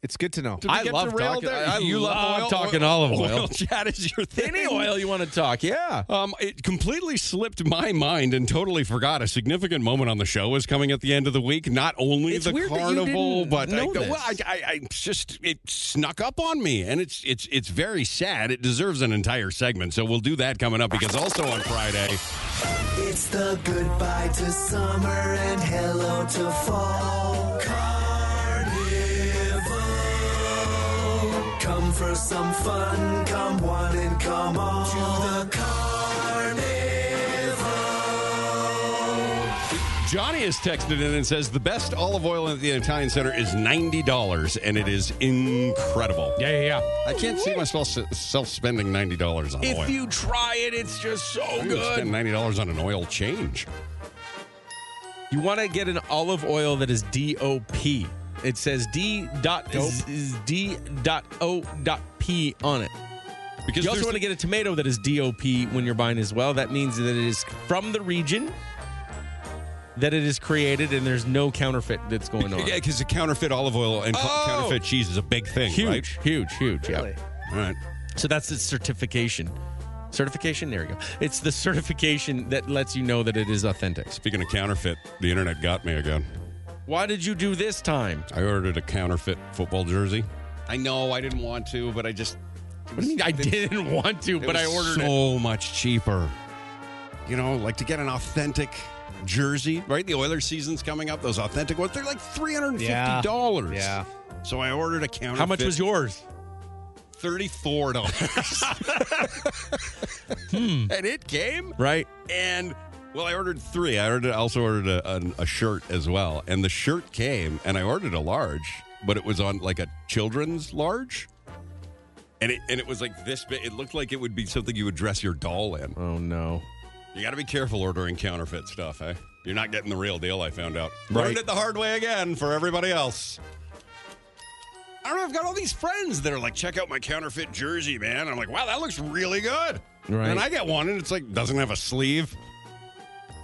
Speaker 2: It's good to know.
Speaker 3: Did we
Speaker 4: I
Speaker 3: get
Speaker 4: love
Speaker 3: derailed
Speaker 4: talking-
Speaker 3: there?
Speaker 4: I
Speaker 3: you
Speaker 4: love
Speaker 3: love oil,
Speaker 4: talking
Speaker 3: oil,
Speaker 4: olive oil.
Speaker 3: Oil chat is your thing.
Speaker 4: Any oil you want to talk, yeah.
Speaker 3: Um, it completely slipped my mind and totally forgot a significant moment on the show is coming at the end of the week. Not only
Speaker 4: It's
Speaker 3: the
Speaker 4: weird that you
Speaker 3: carnival,
Speaker 4: didn't
Speaker 3: but
Speaker 4: know
Speaker 3: I,
Speaker 4: this.
Speaker 3: well, I, I, I just it snuck up on me, and it's it's it's very sad. It deserves an entire segment, so we'll do that coming up because also on Friday.
Speaker 7: It's the goodbye to summer and hello to fall. Carnival. Come for some fun, come one and come all to the carnival.
Speaker 3: Johnny has texted in and says the best olive oil at the Italian Center is ninety dollars, and it is incredible. Yeah, yeah, yeah. I can't see myself self spending ninety dollars on oil.
Speaker 4: If you try it, it's just so
Speaker 3: I'm gonna spend
Speaker 4: good.
Speaker 3: ninety dollars on an oil change.
Speaker 4: You want to get an olive oil that is DOP. It says D dot is, is D dot O dot P on it.
Speaker 3: Because
Speaker 4: you also
Speaker 3: there's
Speaker 4: want to get a tomato that is DOP when you're buying as well. That means that it is from the region that it is created, and there's no counterfeit that's going on.
Speaker 3: yeah, because the counterfeit olive oil and co-
Speaker 4: Oh!
Speaker 3: counterfeit cheese is a big thing,
Speaker 4: Huge,
Speaker 3: right?
Speaker 4: huge, huge. Yeah.
Speaker 3: All right.
Speaker 4: So that's the certification. Certification. There you go. It's the certification that lets you know that it is authentic.
Speaker 3: Speaking of counterfeit, the internet got me again.
Speaker 4: Why did you do this time?
Speaker 3: I ordered a counterfeit football jersey. I know I didn't want to, but I just.
Speaker 4: What do you mean I didn't want to, but I ordered it?
Speaker 3: so much cheaper. You know, like to get an authentic jersey, right? The Oilers season's coming up. Those authentic ones, they're like three hundred and fifty dollars.
Speaker 2: Yeah.
Speaker 3: So I ordered a counterfeit.
Speaker 4: How much was yours?
Speaker 3: Thirty-four dollars. And it came
Speaker 4: Right.
Speaker 3: and well, I ordered three. I ordered, I also ordered a, an- a shirt as well, and the shirt came, and I ordered a large, but it was on like a children's large, and it and it was like this big. It looked like it would be something you would dress your doll in.
Speaker 4: Oh no.
Speaker 3: You got to be careful ordering counterfeit stuff, eh? You're not getting the real deal. I found out.
Speaker 4: Right.
Speaker 3: Learned it the hard way again for everybody else. I don't know. I've got all these friends that are like, check out my counterfeit jersey, man. I'm like, wow, that looks really good.
Speaker 4: Right.
Speaker 3: And I get one, and it's like doesn't have a sleeve.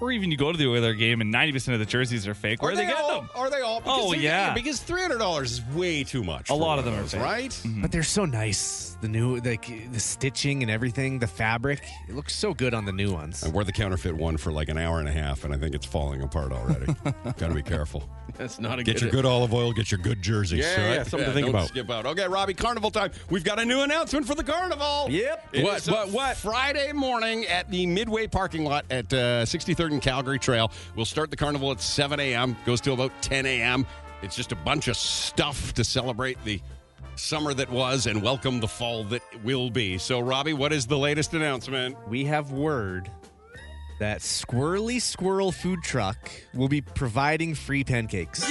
Speaker 5: Or even you go to the Oiler game and 90% of the jerseys are fake. Where
Speaker 3: are
Speaker 5: they, get
Speaker 3: all,
Speaker 5: them?
Speaker 3: Are they all?
Speaker 5: Oh,
Speaker 3: they're-
Speaker 5: yeah.
Speaker 3: because three hundred dollars is way too
Speaker 5: A
Speaker 3: much. for
Speaker 5: lot
Speaker 3: one
Speaker 5: of them are
Speaker 3: those,
Speaker 5: fake.
Speaker 3: right.
Speaker 2: But they're so nice. The new, like the stitching and everything, the fabric. It looks so good on the new ones.
Speaker 3: I wore the counterfeit one for like an hour and a half, and I think it's falling apart already. Got to be careful.
Speaker 4: That's not a
Speaker 3: Get your good olive oil. Get your good jerseys.
Speaker 4: Yeah,
Speaker 3: all right?
Speaker 4: yeah, something to think
Speaker 3: don't
Speaker 4: about.
Speaker 3: Skip out. Okay, Robbie. Carnival time. We've got a new announcement for the carnival.
Speaker 4: Yep.
Speaker 3: It
Speaker 4: What,
Speaker 3: is, uh,
Speaker 4: what, what?
Speaker 3: Friday morning at the Midway parking lot at uh, 63rd and Calgary Trail. We'll start the carnival at 7 a.m. Goes till about 10 a.m. It's just a bunch of stuff to celebrate the summer that was and welcome the fall that will be. So, Robbie, what is the latest announcement?
Speaker 2: We have word that Squirrely Squirrel Food Truck will be providing free pancakes.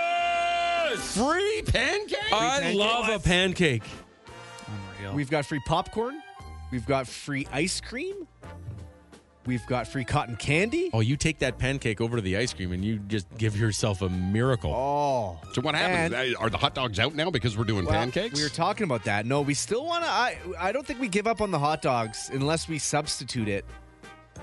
Speaker 3: Yes! Free pancakes.
Speaker 4: I love a pancake.
Speaker 2: We've got free popcorn. We've got free ice cream. We've got free cotton candy.
Speaker 4: Oh, you take that pancake over to the ice cream and you just give yourself a miracle.
Speaker 2: Oh.
Speaker 3: so, what happens?
Speaker 2: And-
Speaker 3: Uh, Are the hot dogs out now because we're doing
Speaker 2: Well,
Speaker 3: pancakes?
Speaker 2: We were talking about that. No, we still want to. I I don't think we give up on the hot dogs unless we substitute it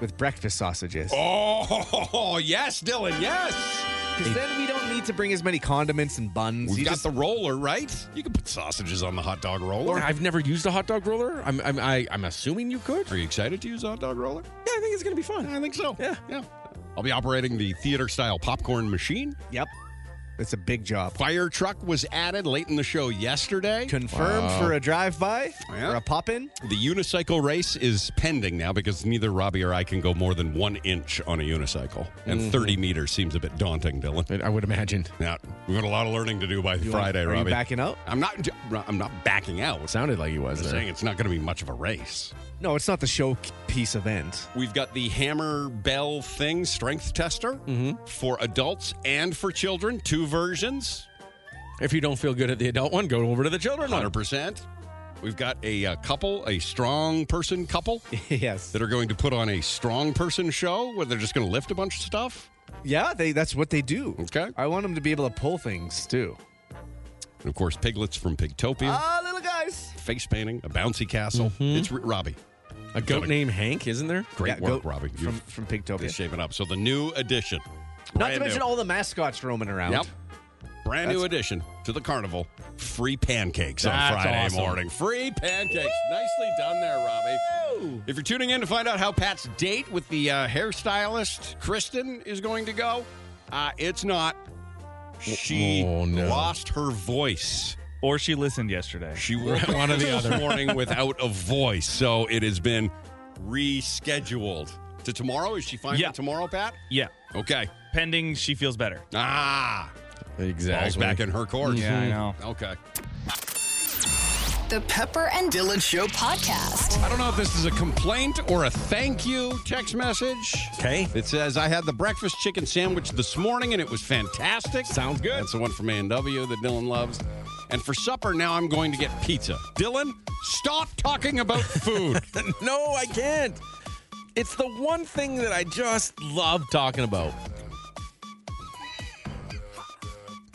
Speaker 2: with breakfast sausages.
Speaker 3: Oh, yes, Dylan, yes.
Speaker 2: Because then we don't need to bring as many condiments and buns.
Speaker 3: We've
Speaker 2: You
Speaker 3: got
Speaker 2: just-
Speaker 3: the roller, right? You can put sausages on the hot dog roller.
Speaker 4: I've never used a hot dog roller. I'm I'm I, I'm assuming you could.
Speaker 3: Are you excited to use a hot dog roller?
Speaker 4: Yeah, I think it's gonna be fun.
Speaker 3: I think so.
Speaker 4: Yeah.
Speaker 3: Yeah. I'll be operating the theater style popcorn machine.
Speaker 2: yep. It's a big job.
Speaker 3: Fire truck was added late in the show yesterday.
Speaker 2: Confirmed for a drive by
Speaker 3: Yeah.
Speaker 2: or a pop in.
Speaker 3: the unicycle race is pending now because neither Robbie or I can go more than one inch on a unicycle. And
Speaker 2: Mm-hmm.
Speaker 3: 30 meters seems a bit daunting, Dylan.
Speaker 4: I would imagine.
Speaker 3: Now, we've got a lot of learning to do by Friday,
Speaker 2: Are
Speaker 3: Robbie.
Speaker 2: you backing out?
Speaker 3: I'm not I'm not backing out. I'm
Speaker 4: Sounded like he was
Speaker 3: just
Speaker 4: there.
Speaker 3: saying it's not going to be much of a race.
Speaker 2: No, it's not the showpiece event.
Speaker 3: We've got the Hammer Bell Thing strength tester
Speaker 2: Mm-hmm.
Speaker 3: for adults and for children, two versions,
Speaker 4: If you don't feel good at the adult one, go over to the children one.
Speaker 3: 100%. We've got a, uh couple, a strong person couple
Speaker 2: yes.
Speaker 3: that are going to put on a strong person show where they're just going to lift a bunch of stuff.
Speaker 2: Yeah, they. That's what they do.
Speaker 3: Okay.
Speaker 2: I want them to be able to pull things too.
Speaker 3: And of course, piglets from Pigtopia,
Speaker 2: Ah, little guys.
Speaker 3: face painting, a bouncy castle. It's re- Robbie.
Speaker 4: Mm-hmm. A goat named Hank, isn't there?
Speaker 3: Great
Speaker 2: Yeah,
Speaker 3: work,
Speaker 2: go-
Speaker 3: Robbie. You're
Speaker 2: From from Pigtopia.
Speaker 3: shaping up. So the new edition.
Speaker 2: Not
Speaker 3: Brand
Speaker 2: to mention
Speaker 3: new.
Speaker 2: all the mascots roaming around.
Speaker 3: Yep. Brand new
Speaker 2: That's-
Speaker 3: addition to the carnival. Free pancakes on
Speaker 4: That's
Speaker 3: Friday
Speaker 4: awesome.
Speaker 3: morning. Free pancakes. Nicely done there, Robbie. If you're tuning in to find out how Pat's date with the uh, hairstylist Kristen is going to go, uh, it's not. She
Speaker 4: Oh, no.
Speaker 3: lost her voice.
Speaker 5: Or she listened yesterday.
Speaker 3: She woke
Speaker 4: One or the
Speaker 3: this
Speaker 4: other.
Speaker 3: morning without a voice, so it has been rescheduled to tomorrow. Is she fine
Speaker 5: Yeah.
Speaker 3: with tomorrow, Pat?
Speaker 5: Yeah.
Speaker 3: Okay.
Speaker 5: Pending she feels better.
Speaker 3: Ah,
Speaker 4: Exactly.
Speaker 5: Mm-hmm.
Speaker 3: ball's back in her court.
Speaker 5: Yeah, I know.
Speaker 3: Okay.
Speaker 8: The Pepper and
Speaker 1: Dylan Show.
Speaker 8: Podcast.
Speaker 3: I don't know if this is a complaint or a thank you text message.
Speaker 4: Okay.
Speaker 3: It says, I had the breakfast chicken sandwich this morning and it was fantastic. Sounds good. That's the one from A&W that Dylan loves. And for supper, now I'm going to get pizza. Dylan, stop talking about food.
Speaker 4: No, I can't. It's the one thing that I just love talking about.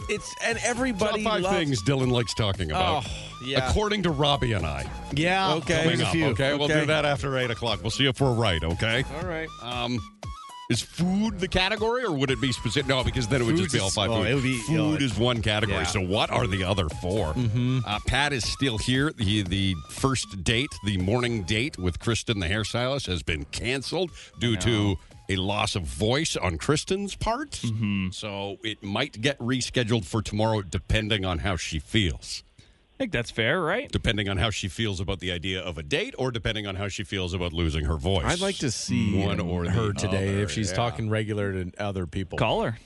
Speaker 4: It's and
Speaker 3: Top
Speaker 4: everybody
Speaker 3: five
Speaker 4: loves.
Speaker 3: things Dylan likes talking about.
Speaker 4: Oh, yeah. Ah.
Speaker 3: According to Robbie and I.
Speaker 2: Yeah.
Speaker 4: Okay.
Speaker 2: There's
Speaker 3: Coming
Speaker 2: a
Speaker 3: up,
Speaker 2: few.
Speaker 3: okay? We'll
Speaker 4: Okay.
Speaker 3: do that after 8 o'clock. We'll see if we're right, okay?
Speaker 4: All right.
Speaker 3: Um, is food the category, or would it be specific? No, because then it would
Speaker 2: Food
Speaker 3: just be all
Speaker 2: is-
Speaker 3: five.
Speaker 2: oh,
Speaker 3: food
Speaker 2: it would be-
Speaker 3: food
Speaker 2: no, it-
Speaker 3: is one category.
Speaker 2: yeah. Mm-hmm.
Speaker 3: So what are the other 4 Uh, Pat is still here. The the first date, the morning date with Kristen, the hairstylist, has been canceled due to a loss of voice on Kristen's part.
Speaker 2: Mm-hmm.
Speaker 3: So it might get rescheduled for tomorrow, depending on how she feels.
Speaker 5: I think that's fair, right?
Speaker 3: Depending on how she feels about the idea of a date, or depending on how she feels about losing her voice.
Speaker 4: I'd like to see
Speaker 3: One or the
Speaker 4: her today
Speaker 3: other,
Speaker 4: if she's
Speaker 3: yeah.
Speaker 4: talking regular to other people.
Speaker 5: Call her.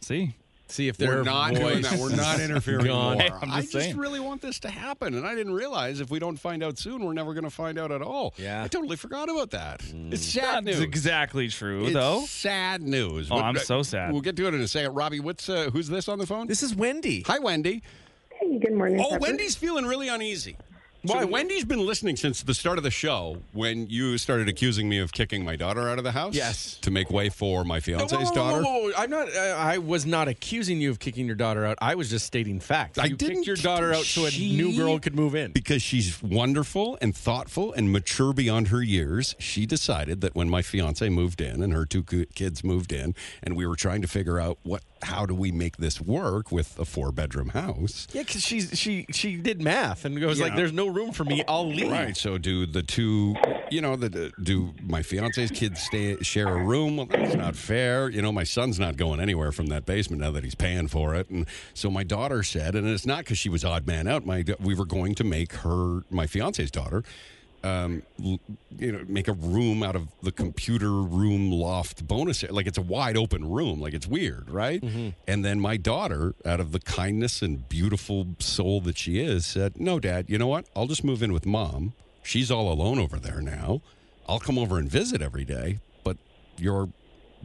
Speaker 5: See.
Speaker 4: See if
Speaker 3: We're
Speaker 4: their
Speaker 3: not doing
Speaker 4: voice
Speaker 3: that. We're not
Speaker 4: is
Speaker 3: interfering
Speaker 4: gone.
Speaker 3: anymore.
Speaker 5: Hey, I'm
Speaker 3: I
Speaker 5: just
Speaker 3: just
Speaker 5: saying.
Speaker 3: really want this to happen, and I didn't realize if we don't find out soon, we're never going to find out at all.
Speaker 4: Yeah.
Speaker 3: I totally forgot about that.
Speaker 5: Mm.
Speaker 3: It's sad
Speaker 5: That's
Speaker 3: news.
Speaker 5: exactly true,
Speaker 3: Mm. It's
Speaker 5: though.
Speaker 3: sad news.
Speaker 5: Oh,
Speaker 3: But-
Speaker 5: I'm so sad.
Speaker 3: We'll get to it in a second. Robbie, what's uh, who's this on the phone?
Speaker 2: This is Wendy.
Speaker 3: Hi, Wendy.
Speaker 9: Hey, um, good morning.
Speaker 3: Oh,
Speaker 9: Pepper.
Speaker 3: Wendy's feeling really uneasy. Why? Wendy's been listening since the start of the show when you started accusing me of kicking my daughter out of the house.
Speaker 4: Yes.
Speaker 3: To make way for my
Speaker 4: Whoa,
Speaker 3: fiance's
Speaker 4: whoa, whoa,
Speaker 3: daughter.
Speaker 4: whoa, whoa. I'm not. Uh, I was not accusing you of kicking your daughter out. I was just stating facts.
Speaker 3: I
Speaker 4: you
Speaker 3: didn't
Speaker 4: kicked your daughter out so a
Speaker 3: she-
Speaker 4: new girl could move in.
Speaker 3: Because she's wonderful and thoughtful and mature beyond her years, she decided that when my fiance moved in and her two ki- kids moved in, and we were trying to figure out what, how do we make this work with a four bedroom house?
Speaker 4: Yeah, because she's she she did math and goes like,
Speaker 3: Yeah.
Speaker 4: "There's no room for me. I'll leave."
Speaker 3: Right. So do the two, you know, the, do my fiance's kids stay share a room? Well, that's not fair. You know, my son's not going anywhere from that basement now that he's paying for it. And so my daughter said, and it's not because she was odd man out. My we were going to make her my fiance's daughter. Um, l- you know, make a room out of the computer room loft bonus. Like it's a wide open room. Like it's weird, right? And then my daughter, out of the kindness and beautiful soul that she is, said, "No, Dad. You know what? I'll just move in with Mom. She's all alone over there now. I'll come over and visit every day. But your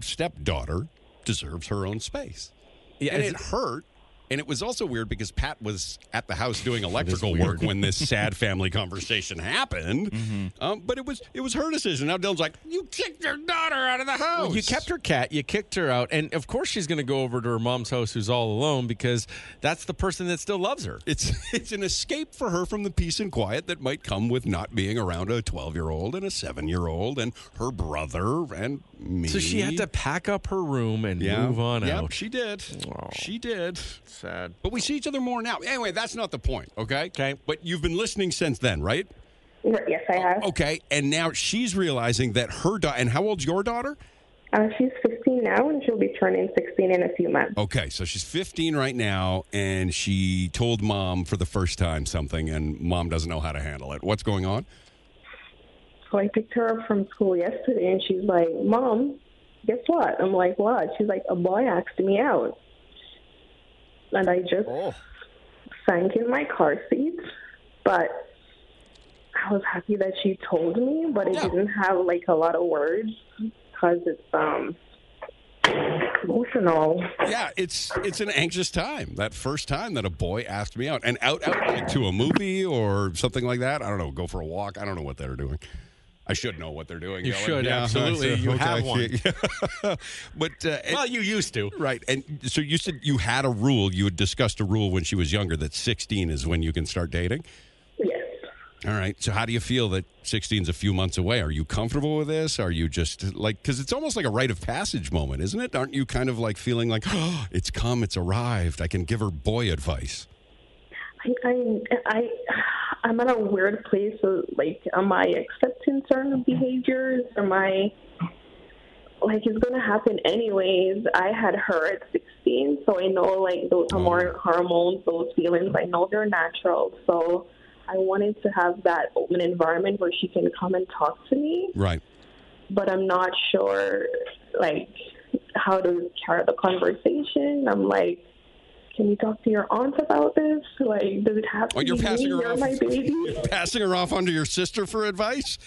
Speaker 3: stepdaughter deserves her own space."
Speaker 4: Yeah,
Speaker 3: and
Speaker 4: it's-
Speaker 3: it hurt. And it was also weird because Pat was at the house doing electrical work when this sad family conversation happened.
Speaker 4: Mm-hmm.
Speaker 3: Um, but it was it was her decision. Now Dylan's like, "You kicked your daughter out of the house.
Speaker 4: Well, you kept her cat, you kicked her out, and of course she's going to go over to her mom's house, who's all alone, because that's the person that still loves her.
Speaker 3: It's it's an escape for her from the peace and quiet that might come with not being around a twelve year old and a seven year old and her brother and me.
Speaker 4: So she had to pack up her room and
Speaker 3: Yeah.
Speaker 4: move on
Speaker 3: Yep,
Speaker 4: out.
Speaker 3: She did. She did.
Speaker 4: Sad.
Speaker 3: But we see each other more now. Anyway, that's not the point. Okay.
Speaker 4: Okay.
Speaker 3: But you've been listening since then, right?
Speaker 9: Right, Yes, I have.
Speaker 3: Okay, and now she's realizing that her daughter. And how old's your daughter?
Speaker 9: Uh, she's 16 now, and she'll be turning 16 in a few months.
Speaker 3: Okay, so she's 15 right now, and she told mom for the first time something, and mom doesn't know how to handle it. What's going on?
Speaker 9: So I picked her up from school yesterday, and she's like, "Mom, guess what?" I'm like, "What?" She's like, "A boy asked me out," and I just sank in my car seat. But I was happy that she told me, but it
Speaker 3: Yeah.
Speaker 9: didn't have like a lot of words because it's um emotional.
Speaker 3: Yeah, it's it's an anxious time. That first time that a boy asked me out, and out out like, to a movie or something like that. I don't know. Go for a walk. I don't know what they're doing. I should know what they're doing.
Speaker 4: You
Speaker 3: Dylan.
Speaker 4: should, absolutely. You have one.
Speaker 3: but uh,
Speaker 4: Well, you used to.
Speaker 3: Right. And so you said you had a rule, you had discussed a rule when she was younger that 16 is when you can start dating.
Speaker 9: Yes,
Speaker 3: All right. So how do you feel that 16 is a few months away? Are you comfortable with this? Are you just like, because it's almost like a rite of passage moment, isn't it? Aren't you kind of like feeling like, oh, it's come, it's arrived. I can give her boy advice.
Speaker 9: I, I, I, I'm at a weird place. Of, like, am I accepting certain behaviors? Am I like it's gonna happen anyways? I had her at 16, so I know like those
Speaker 3: Mm.
Speaker 9: hormone hormones, those feelings. I know they're natural. So I wanted to have that open environment where she can come and talk to me,
Speaker 3: Right.
Speaker 9: but I'm not sure like how to start the conversation. I'm like. can you talk to your aunt about this? Like, does it have to
Speaker 3: Oh, you're
Speaker 9: be
Speaker 3: passing
Speaker 9: me?
Speaker 3: her
Speaker 9: You're
Speaker 3: off.
Speaker 9: my baby.
Speaker 3: Passing her off onto your sister for advice?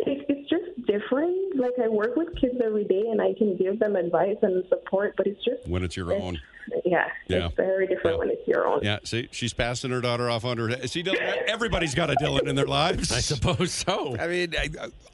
Speaker 9: it, it's just different. Like, I work with kids every day, and I can give them advice and support, but it's just,
Speaker 3: When it's your own.
Speaker 9: yeah,
Speaker 3: Yeah.
Speaker 9: it's very different
Speaker 3: Yeah.
Speaker 9: when it's your own.
Speaker 3: Yeah, see, she's passing her daughter off onto her. See, Dylan, everybody's got a Dylan in their lives.
Speaker 4: I suppose so.
Speaker 3: I mean, I,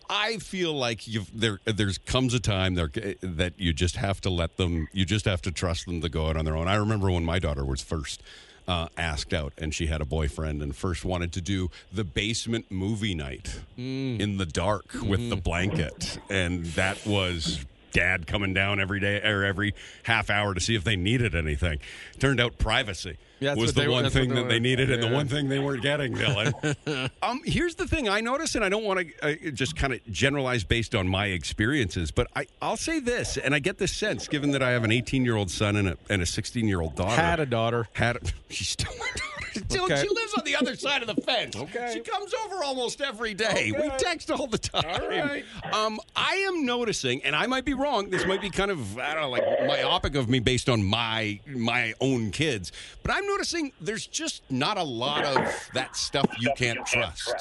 Speaker 3: I feel like you've there. There's comes a time there eh, that you just have to let them. You just have to trust them to go out on their own. I remember when my daughter was first uh, asked out, and she had a boyfriend, and first wanted to do the basement movie night
Speaker 4: Mm.
Speaker 3: in the dark with the
Speaker 4: Mm-hmm.
Speaker 3: blanket, and that was. Dad coming down every day or every half hour to see if they needed anything. Turned out privacy
Speaker 4: Yeah, that's
Speaker 3: was
Speaker 4: what
Speaker 3: the
Speaker 4: they-
Speaker 3: one
Speaker 4: that's what
Speaker 3: thing
Speaker 4: they
Speaker 3: that they
Speaker 4: were-
Speaker 3: needed, and the
Speaker 4: yeah.
Speaker 3: one thing they weren't getting, Dylan. Um, here's the thing I notice, and I don't want to uh, just kind of generalize based on my experiences, but I, I'll say this, and I get this sense, given that I have an 18 year old son and a and a 16 year old daughter.
Speaker 4: Had a daughter.
Speaker 3: Had a- she's still my daughter. Dylan,
Speaker 4: Okay.
Speaker 3: She lives on the other side of the fence. Okay. She comes over almost every day.
Speaker 4: Oh,
Speaker 3: We text all the time. All right. Um, I am noticing, and I might be wrong. This might be kind of I don't know, like myopic of me based on my my own kids, but I'm noticing there's just not a lot of that stuff you can't trust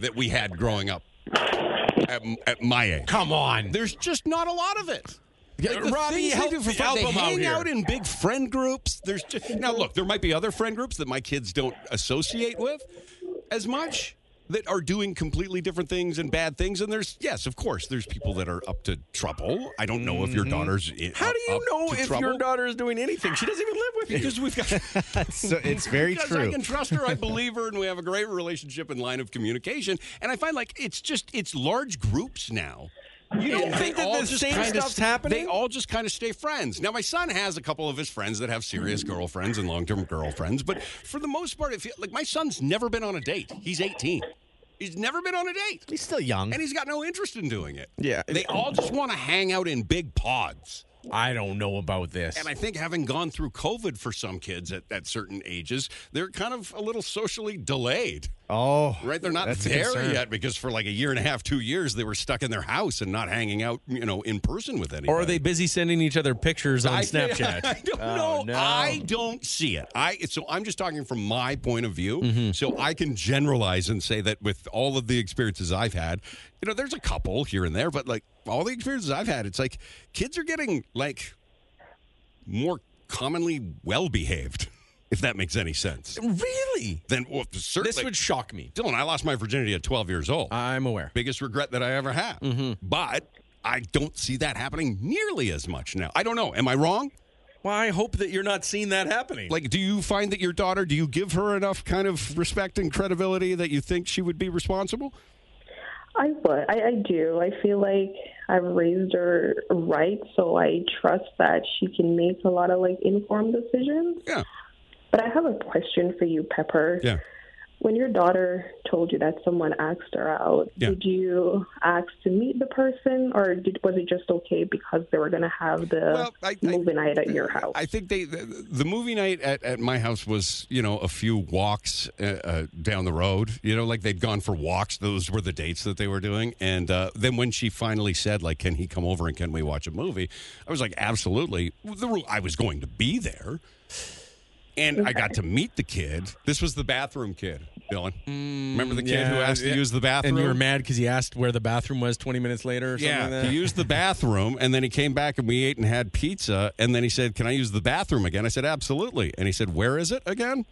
Speaker 3: that we had growing up. At, at my age,
Speaker 4: Come on.
Speaker 3: there's just not a lot of it. Like, the
Speaker 4: Robbie,
Speaker 3: things they
Speaker 4: help,
Speaker 3: do for fun,
Speaker 4: help
Speaker 3: they
Speaker 4: him out
Speaker 3: hang
Speaker 4: here.
Speaker 3: out in big friend groups. There's just, now look, there might be other friend groups that my kids don't associate with as much that are doing completely different things and bad things. And there's yes, of course, there's people that are up to trouble. I don't know if your daughter's i-
Speaker 4: Mm-hmm. How do you
Speaker 3: up
Speaker 4: know
Speaker 3: to
Speaker 4: if
Speaker 3: trouble.
Speaker 4: your daughter is doing anything? She doesn't even live with you.
Speaker 3: Because we've got
Speaker 2: So it's very
Speaker 3: because I
Speaker 2: true.
Speaker 3: can trust her, I believe her, and we have a great relationship and line of communication. And I find like it's just it's large groups now. You don't
Speaker 4: think that the same stuff's happening?
Speaker 3: They all just kind of stay friends. Now my son has a couple of his friends that have serious girlfriends and long-term girlfriends, but for the most part, if like my son's never been on a date. He's 18. He's never been on a date,
Speaker 2: He's still young.
Speaker 3: and he's got no interest in doing it.
Speaker 4: Yeah.
Speaker 3: they all just want to hang out in big pods.
Speaker 4: I don't know about this.
Speaker 3: And I think having gone through COVID for some kids at, at certain ages, they're kind of a little socially delayed,
Speaker 2: Oh,
Speaker 3: right? They're not
Speaker 2: that's a
Speaker 3: there
Speaker 2: concern.
Speaker 3: yet because for like a year and a half, two years, they were stuck in their house and not hanging out, you know, in person with anybody.
Speaker 4: or are they busy sending each other pictures on
Speaker 3: I-
Speaker 4: Snapchat?
Speaker 3: I, don't know. I don't see it. Oh, I so I'm just talking from my point of view.
Speaker 4: Mm-hmm.
Speaker 3: So I can generalize and say that with all of the experiences I've had, you know, there's a couple here and there, but like all the experiences I've had, it's like kids are getting like more commonly well behaved, if that makes any sense.
Speaker 4: really?
Speaker 3: Then well, certainly,
Speaker 4: This would shock me.
Speaker 3: Dylan, I lost my virginity at 12 years old
Speaker 4: I'm aware. Mm-hmm.
Speaker 3: biggest regret that I ever had. But I don't see that happening nearly as much now. I don't know. Am I wrong?
Speaker 4: Well, I hope that you're not seeing that happening.
Speaker 3: Like, do you find that your daughter, do you give her enough kind of respect and credibility that you think she would be responsible?
Speaker 9: I would. I, I do. I feel like I've raised her right, so I trust that she can make a lot of like informed decisions.
Speaker 3: Yeah.
Speaker 9: But I have a question for you, Pepper.
Speaker 3: Yeah.
Speaker 9: When your daughter told you that someone asked her out,
Speaker 3: Yeah.
Speaker 9: did you ask to meet the person, or did, was it just okay because they were going to have the
Speaker 3: Well, I- I-
Speaker 9: movie night at your house?
Speaker 3: I think they, the, the movie night at, at my house was, you know, a few walks uh, uh, down the road. You know, like they'd gone for walks. Those were the dates that they were doing. And uh, then when she finally said, like, can he come over and can we watch a movie? I was like, absolutely. The rule, I was going to be there. And I got to meet the kid. This was the bathroom kid, Dylan. Remember the kid who
Speaker 4: Mm, yeah,
Speaker 3: asked
Speaker 4: yeah.
Speaker 3: to use the bathroom?
Speaker 4: and you were mad because he asked where the bathroom was 20 minutes later or something like that?
Speaker 3: He used the bathroom and then he came back and we ate and had pizza. And then he said, Can I use the bathroom again? I said, Absolutely. And he said, Where is it again?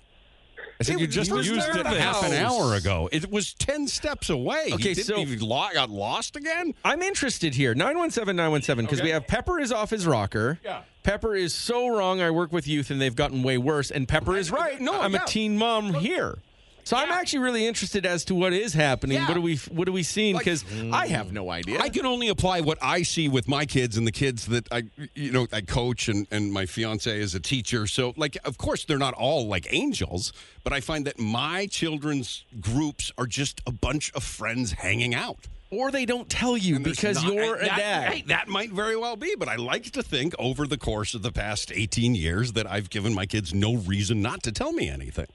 Speaker 3: I said, You just
Speaker 4: was
Speaker 3: used
Speaker 4: there
Speaker 3: it
Speaker 4: the
Speaker 3: half an
Speaker 4: house."
Speaker 3: hour ago. It was 10 steps away. He
Speaker 4: Okay,
Speaker 3: didn't
Speaker 4: so-
Speaker 3: even lo- got lost again?
Speaker 4: I'm interested here. 917 917 because we have Pepper is off his rocker.
Speaker 3: Yeah.
Speaker 4: Pepper is so wrong. I work with youth and they've gotten way worse. And Pepper is right. No, I'm
Speaker 3: yeah.
Speaker 4: a teen mom here. So I'm actually really interested as to what is happening.
Speaker 3: Yeah.
Speaker 4: What are we what are we seeing?
Speaker 3: Like-
Speaker 4: Because I have no idea.
Speaker 3: I can only apply what I see with my kids and the kids that I, you know, I coach and, and my fiance is a teacher. So, like, of course, they're not all like angels, but I find that my children's groups are just a bunch of friends hanging out.
Speaker 4: or they don't tell you
Speaker 3: And there's
Speaker 4: because
Speaker 3: not-
Speaker 4: you're a
Speaker 3: that,
Speaker 4: dad.
Speaker 3: hey, that might very well be, but I like to think over the course of the past 18 years that I've given my kids no reason not to tell me anything.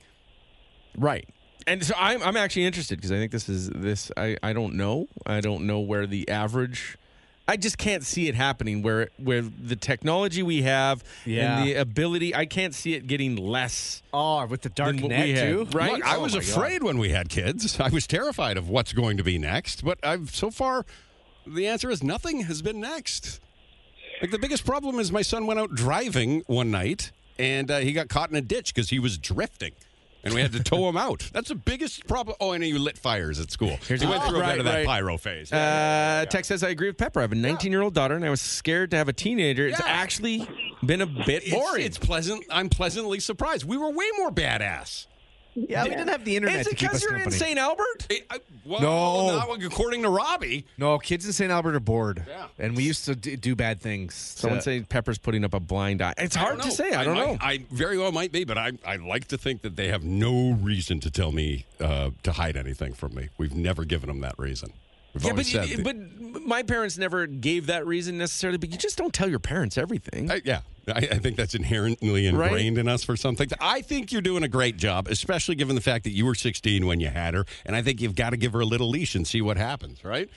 Speaker 4: Right. And so I'm, I'm actually interested because I think this is this I, I don't know I don't know where the average I just can't see it happening where where the technology we have
Speaker 2: Yeah.
Speaker 4: and the ability I can't see it getting less.
Speaker 2: Oh, with the dark
Speaker 4: Than what
Speaker 2: net
Speaker 4: we had.
Speaker 2: too.
Speaker 4: Right?
Speaker 3: Look, I
Speaker 4: Oh
Speaker 3: was
Speaker 4: my God.
Speaker 3: afraid when we had kids. I was terrified of what's going to be next. But I've so far, the answer is nothing has been next. Like the biggest problem is my son went out driving one night and uh, he got caught in a ditch because he was drifting. And we had to tow him out. That's the biggest problem. Oh, and he lit fires at school. he
Speaker 4: a-
Speaker 3: went through a
Speaker 4: Right,
Speaker 3: bit of that
Speaker 4: right.
Speaker 3: pyro phase.
Speaker 4: Uh, Tex says I agree with Pepper. I have a 19 year old daughter and I was scared to have a teenager. It's
Speaker 3: Yeah.
Speaker 4: actually been a bit
Speaker 3: It's-
Speaker 4: boring.
Speaker 3: It's, pleasant. I'm pleasantly surprised. We were way more badass.
Speaker 2: Yeah, we didn't have the internet
Speaker 4: Is
Speaker 2: to
Speaker 4: it
Speaker 2: keep
Speaker 4: because
Speaker 2: us
Speaker 4: you're in
Speaker 2: company.
Speaker 4: St. Albert?
Speaker 3: It- I- well,
Speaker 2: No.
Speaker 3: not according to Robbie.
Speaker 2: No, kids in St. Albert are bored.
Speaker 3: Yeah.
Speaker 2: And we used to d- do bad things. Uh,
Speaker 4: Someone
Speaker 2: So-
Speaker 4: say Pepper's putting up a blind eye. It's hard
Speaker 3: don't
Speaker 4: to
Speaker 3: know.
Speaker 4: say. I don't
Speaker 3: might-
Speaker 4: know.
Speaker 3: I very well might be, but I I like to think that they have no reason to tell me uh, to hide anything from me. We've never given them that reason. We've
Speaker 4: yeah, but,
Speaker 3: always said,
Speaker 4: you-
Speaker 3: the-
Speaker 4: but my parents never gave that reason necessarily, but you just don't tell your parents everything.
Speaker 3: I, Uh, yeah, I, I think that's inherently
Speaker 4: Right?
Speaker 3: ingrained in us for something. I think you're doing a great job, especially given the fact that you were 16 when you had her, and I think you've got to give her a little leash and see what happens, right?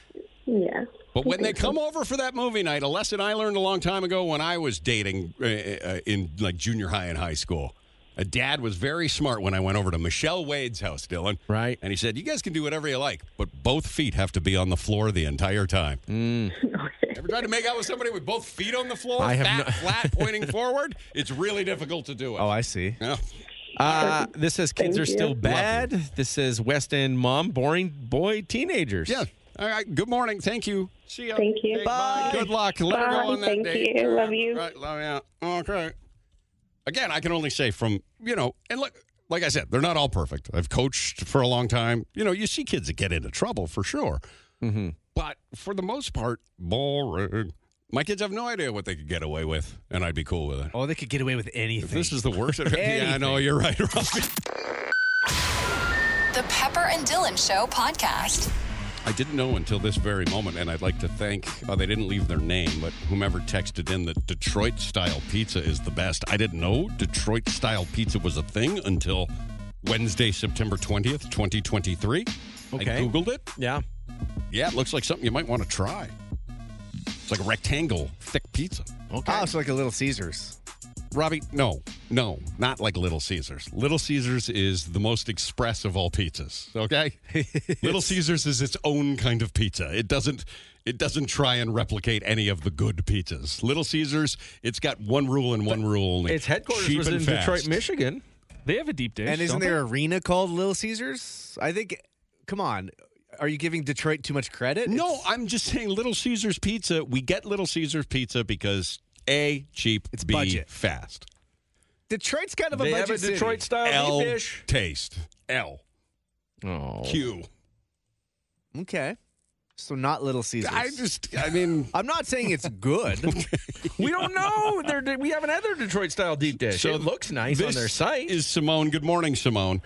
Speaker 9: Yeah.
Speaker 3: But when they come over for that movie night, a lesson I learned a long time ago when I was dating uh, uh, in like junior high and high school. A dad was very smart when I went over to Michelle Wade's house, Dylan.
Speaker 4: Right.
Speaker 3: And he said, You guys can do whatever you like, but both feet have to be on the floor the entire time.
Speaker 4: Mm.
Speaker 3: Ever tried to make out with somebody with both feet on the floor?
Speaker 4: I have
Speaker 3: fat,
Speaker 4: no-
Speaker 3: flat, pointing forward? It's really difficult to do it.
Speaker 2: oh, I see.
Speaker 3: Yeah.
Speaker 4: Uh, this says kids are
Speaker 9: Thank you.
Speaker 4: still bad. This says West End mom, boring boy teenagers.
Speaker 3: Yeah. All right. Good morning. Thank you. See ya.
Speaker 9: Thank you.
Speaker 3: Okay, bye.
Speaker 9: Bye.
Speaker 3: Good luck. Let her
Speaker 9: Bye.
Speaker 3: go on that
Speaker 9: Thank
Speaker 3: date.
Speaker 9: you. Love you.
Speaker 3: Right. Love you. Okay. Again, I can only say from you know, and look, like I said, they're not all perfect. I've coached for a long time. You know, you see kids that get into trouble for sure,
Speaker 4: Mm-hmm.
Speaker 3: but for the most part, boring. My kids have no idea what they could get away with, and I'd be cool with it.
Speaker 2: Oh, they could get away with anything.
Speaker 3: This is the worst. yeah, I know you're right, Robbie.
Speaker 8: The Pepper and Dylan Show podcast.
Speaker 3: I didn't know until this very moment, and I'd like to thank, uh, they didn't leave their name, but whomever texted in that Detroit style pizza is the best. I didn't know Detroit style pizza was a thing until Wednesday, September 20th, 2023. I
Speaker 4: Okay.
Speaker 3: Googled it.
Speaker 4: Yeah.
Speaker 3: Yeah, it looks like something you might want to try. It's like a rectangle, thick pizza.
Speaker 2: okay. Oh, it's like a Little Caesars.
Speaker 3: Robbie, no, no, not like Little Caesars. Little Caesars is the most express of all pizzas. Okay, Little Caesars is its own kind of pizza. It doesn't, it doesn't try and replicate any of the good pizzas. Little Caesars, it's got one rule and one rule only.
Speaker 4: Its headquarters
Speaker 3: Cheap
Speaker 4: was
Speaker 3: and
Speaker 4: in
Speaker 3: fast.
Speaker 4: Detroit, Michigan.
Speaker 5: They have a deep dish.
Speaker 2: And isn't
Speaker 5: don't they?
Speaker 2: there an arena called Little Caesars? I think. Come on, are you giving Detroit too much credit?
Speaker 3: No,
Speaker 2: It's-
Speaker 3: Oh, I'm just saying Little Caesars pizza. We get Little Caesars pizza because a cheap,
Speaker 2: It's
Speaker 3: b
Speaker 2: budget.
Speaker 3: fast.
Speaker 2: Detroit's kind of a
Speaker 4: They
Speaker 2: budget
Speaker 4: have a
Speaker 2: city.
Speaker 4: Detroit style
Speaker 3: L
Speaker 4: Uh, deep dish.
Speaker 3: taste. L
Speaker 4: Oh.
Speaker 3: Q.
Speaker 2: Okay, so not Little Caesars.
Speaker 3: I just, I mean.
Speaker 2: I'm not saying it's good.
Speaker 4: We don't know. They're, we haven't had their Detroit style deep dish.
Speaker 3: So
Speaker 4: it looks nice on
Speaker 3: This
Speaker 4: their site.
Speaker 3: Is Simone? Good morning, Simone.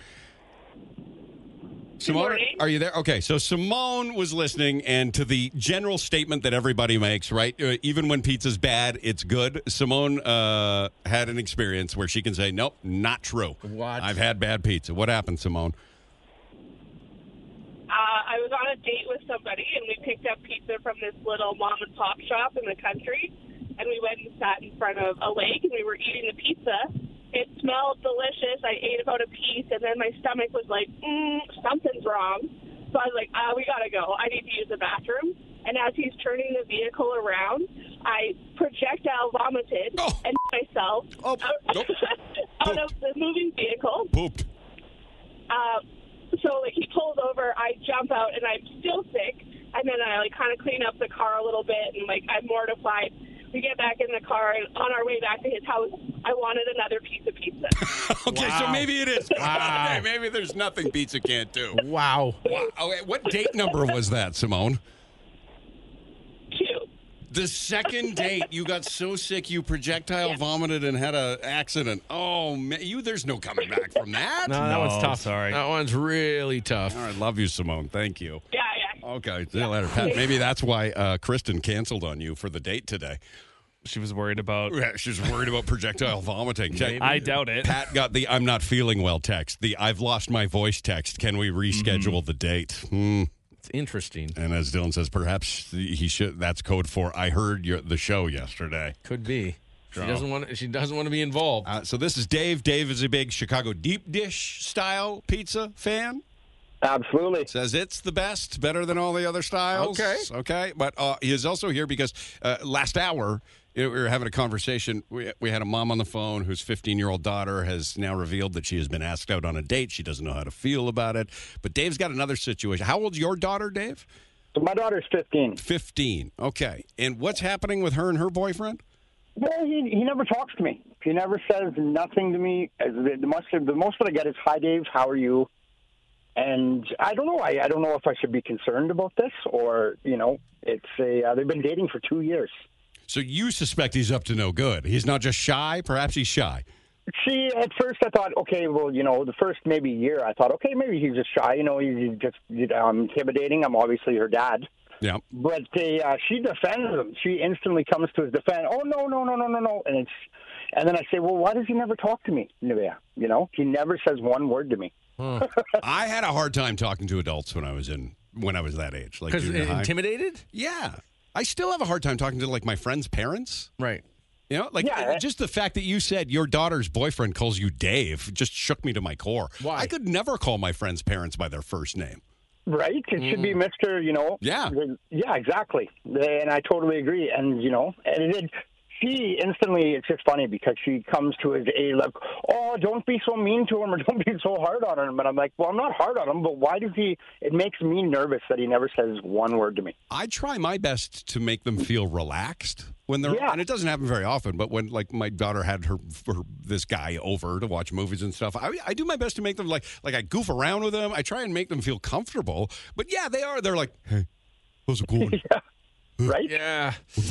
Speaker 3: Simone,
Speaker 10: morning.
Speaker 3: are you there? Okay, so Simone was listening, and to the general statement that everybody makes, right? Uh, even when pizza's bad, it's good. Simone uh, had an experience where she can say, "Nope, not true.
Speaker 4: What?
Speaker 3: I've had bad pizza. What happened, Simone?
Speaker 10: Uh, I was on a date with somebody, and we picked up pizza from this little mom and pop shop in the country. And we went and sat in front of a lake, and we were eating the pizza. It smelled delicious. I ate about a piece, and then my stomach was like, mm, something's wrong. So I was like, ah, we gotta go. I need to use the bathroom. And as he's turning the vehicle around, I projectile vomited
Speaker 3: Oh.
Speaker 10: and myself
Speaker 3: Oh,
Speaker 10: out,
Speaker 3: nope.
Speaker 10: out of the moving vehicle.
Speaker 3: Pooped.
Speaker 10: Um, so like he pulls over, I jump out, and I'm still sick. And then I like kind of clean up the car a little bit, and like I'm mortified. We get back in the car, and on our way back to his house, I wanted another piece of pizza.
Speaker 3: Okay, so
Speaker 4: Wow.
Speaker 3: maybe it is.
Speaker 4: Wow.
Speaker 3: Okay, maybe there's nothing pizza can't do.
Speaker 4: wow.
Speaker 3: Wow. Okay, what date number was that, Simone?
Speaker 10: Two.
Speaker 3: The second date, you got so sick you projectile vomited and had an accident. Oh, man, you there's no coming back from that.
Speaker 4: No, that one's
Speaker 5: No,
Speaker 4: tough.
Speaker 5: sorry.
Speaker 4: That one's really tough.
Speaker 3: All right, love you, Simone. Thank you.
Speaker 10: Yeah, yeah.
Speaker 3: Okay, see you later, Pat. Maybe that's why uh, Kristen canceled on you for the date today.
Speaker 5: She was worried about.
Speaker 3: Yeah, She's worried about projectile vomiting.
Speaker 5: I doubt it.
Speaker 3: Pat got the "I'm
Speaker 5: Mm-hmm.
Speaker 3: not feeling well" text. The "I've lost my voice" text. Can we reschedule the date? Hmm.
Speaker 4: It's interesting.
Speaker 3: And as Dylan says, perhaps he should. That's code for I heard your, the show yesterday.
Speaker 4: Could be. She
Speaker 3: Draw.
Speaker 4: doesn't want. She doesn't want to be involved.
Speaker 3: Oh. Uh, so this is Dave. Dave is a big Chicago deep dish style pizza fan.
Speaker 11: Absolutely.
Speaker 3: Says it's the best, better than all the other styles.
Speaker 4: Okay.
Speaker 3: Okay. But uh, he is also here because uh, last hour you know, we were having a conversation. We, we had a mom on the phone whose 15 year old daughter has now revealed that she has been asked out on a date. She doesn't know how to feel about it. But Dave's got another situation. How old's your daughter, Dave?
Speaker 11: So my daughter's 15.
Speaker 3: 15. Okay. And what's happening with her and her boyfriend?
Speaker 11: Well, he, he never talks to me. He never says nothing to me. As The the most, the most that I get is, hi, Dave, how are you? And I don't know. I, I don't know if I should be concerned about this or, you know, it's a, uh, they've been dating for two years.
Speaker 3: So you suspect he's up to no good. He's not just shy, perhaps he's shy.
Speaker 11: See, at first I thought, okay, well, you know, the first maybe year I thought, okay, maybe he's just shy. You know, he's he's just you know, I'm intimidating. I'm obviously her dad.
Speaker 3: Yeah.
Speaker 11: But they, uh, she defends him. She instantly comes to his defense. Oh no, no, no, no, no, no. And it's, and then I say, well, why does he never talk to me, Nivea? You know, he never says one word to me.
Speaker 3: I had a hard time talking to adults when I was in when I was that age, like
Speaker 4: Because
Speaker 3: junior high.
Speaker 4: intimidated.
Speaker 3: yeah, I still have a hard time talking to like my friends' parents.
Speaker 4: Right.
Speaker 3: You know, like
Speaker 11: Yeah.
Speaker 3: just the fact that you said your daughter's boyfriend calls you Dave just shook me to my core.
Speaker 4: Why?
Speaker 3: I could never call my friends' parents by their first name.
Speaker 11: Right? It should be Mister. You know.
Speaker 3: Mm. Yeah.
Speaker 11: Yeah, exactly. And I totally agree. And you know, and it, she instantly. It's just funny because she comes to his aid like, "Oh, don't be so mean to him, or don't be so hard on him." And I'm like, "Well, I'm not hard on him, but why does he? It makes me nervous that he never says one word to me."
Speaker 3: I try my best to make them feel relaxed when they're,
Speaker 11: Yeah.
Speaker 3: and it doesn't happen very often. But when like my daughter had her, her this guy over to watch movies and stuff, I, I do my best to make them like like I goof around with them. I try and make them feel comfortable. But yeah, they are. They're like, hey, those are cool. one."
Speaker 11: Right?
Speaker 4: Yeah.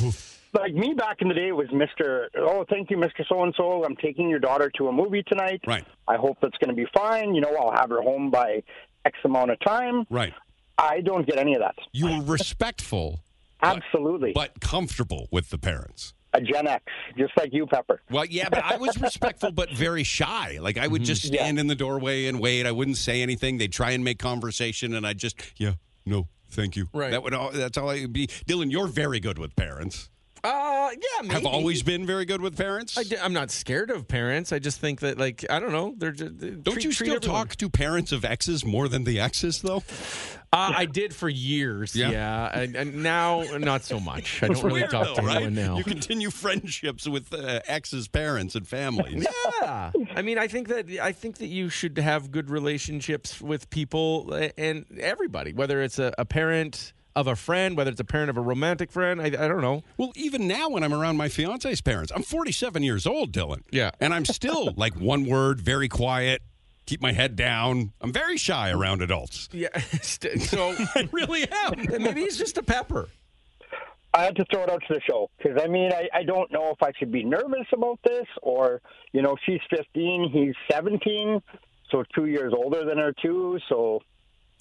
Speaker 11: Like me back in the day, it was Mister. Oh, thank you, Mister. So and so. I'm taking your daughter to a movie tonight.
Speaker 3: Right.
Speaker 11: I hope that's going to be fine. You know, I'll have her home by X amount of time.
Speaker 3: right.
Speaker 11: I don't get any of that.
Speaker 3: You were respectful
Speaker 11: Absolutely.
Speaker 3: but comfortable with the parents.
Speaker 11: a Gen X, just like you, Pepper.
Speaker 3: Well, yeah, but I was respectful but very shy. Like I would just
Speaker 11: Mm-hmm. Yeah.
Speaker 3: stand in the doorway and wait. I wouldn't say anything. They'd try and make conversation, and I would just yeah, no, thank you.
Speaker 4: Right.
Speaker 3: That would all, that's all I would be. Dylan, you're very good with parents.
Speaker 4: Uh. Yeah. Maybe.
Speaker 3: Have always been very good with parents.
Speaker 4: I d- I'm not scared of parents. I just think that, like, I don't know. They're just,
Speaker 3: Don't you still talk to parents of exes more than the exes though?
Speaker 4: Uh, I did for years.
Speaker 3: Yeah.
Speaker 4: Yeah, and, and now not so much. I don't really
Speaker 3: Weird,
Speaker 4: talk
Speaker 3: though,
Speaker 4: to
Speaker 3: right?
Speaker 4: anyone now.
Speaker 3: You continue friendships with uh, exes' parents and families.
Speaker 4: yeah, I mean, I think that I think that you should have good relationships with people uh, and everybody, whether it's a, a parent of a friend, whether it's a parent of a romantic friend. I, I don't know.
Speaker 3: Well, even now when I'm around my fiance's parents, I'm 47 years old, Dylan.
Speaker 4: Yeah.
Speaker 3: And I'm still like one word, very quiet, keep my head down. I'm very shy around adults.
Speaker 4: Yeah, st- so
Speaker 3: I really am.
Speaker 4: maybe he's just a pepper.
Speaker 11: I had to throw it out to the show because I mean, I, I don't know if I should be nervous about this or, you know, she's 15, he's 17, so two years older than her, too. So,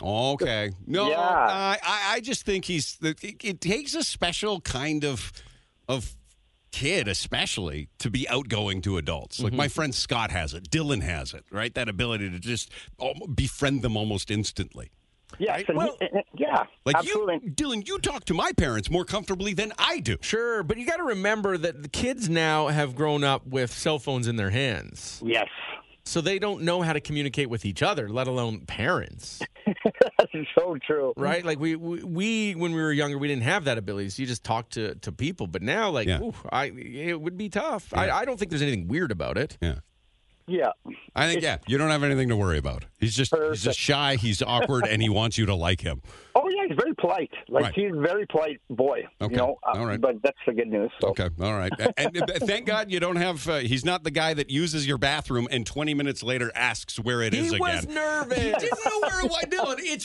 Speaker 3: Okay. No,
Speaker 11: Yeah.
Speaker 3: I, I I just think he's, it, it takes a special kind of, of, Kid, especially to be outgoing to adults. Like my friend Scott has it, Dylan has it, right? That ability to just al- befriend them almost instantly.
Speaker 11: yes. and
Speaker 4: Well-
Speaker 11: he, yeah.
Speaker 3: Like
Speaker 11: absolutely.
Speaker 3: you, Dylan, you talk to my parents more comfortably than I do.
Speaker 4: Sure, but you got to remember that the kids now have grown up with cell phones in their hands,
Speaker 11: yes.
Speaker 4: so they don't know how to communicate with each other, let alone parents.
Speaker 11: That's so true.
Speaker 4: right? Like we, we we when we were younger, we didn't have that ability. So you just talk to to people. But now, like,
Speaker 3: Yeah.
Speaker 4: ooh, I it would be tough. I, I don't think there's anything weird about it.
Speaker 3: Yeah.
Speaker 11: Yeah.
Speaker 3: I think yeah, you don't have anything to worry about. He's just he's just
Speaker 11: Perfect.
Speaker 3: shy, he's awkward, and he wants you to like him.
Speaker 11: Oh, yeah, he's very polite. Like,
Speaker 3: Right.
Speaker 11: he's a very polite boy.
Speaker 3: Okay,
Speaker 11: You know, uh,
Speaker 3: all right.
Speaker 11: But that's the good news. So.
Speaker 3: Okay, all right. And uh, thank God you don't have. Uh, he's not the guy that uses your bathroom and 20 minutes later asks where it is
Speaker 4: he was
Speaker 3: again.
Speaker 4: nervous.
Speaker 3: Didn't know where it was, Dylan. It's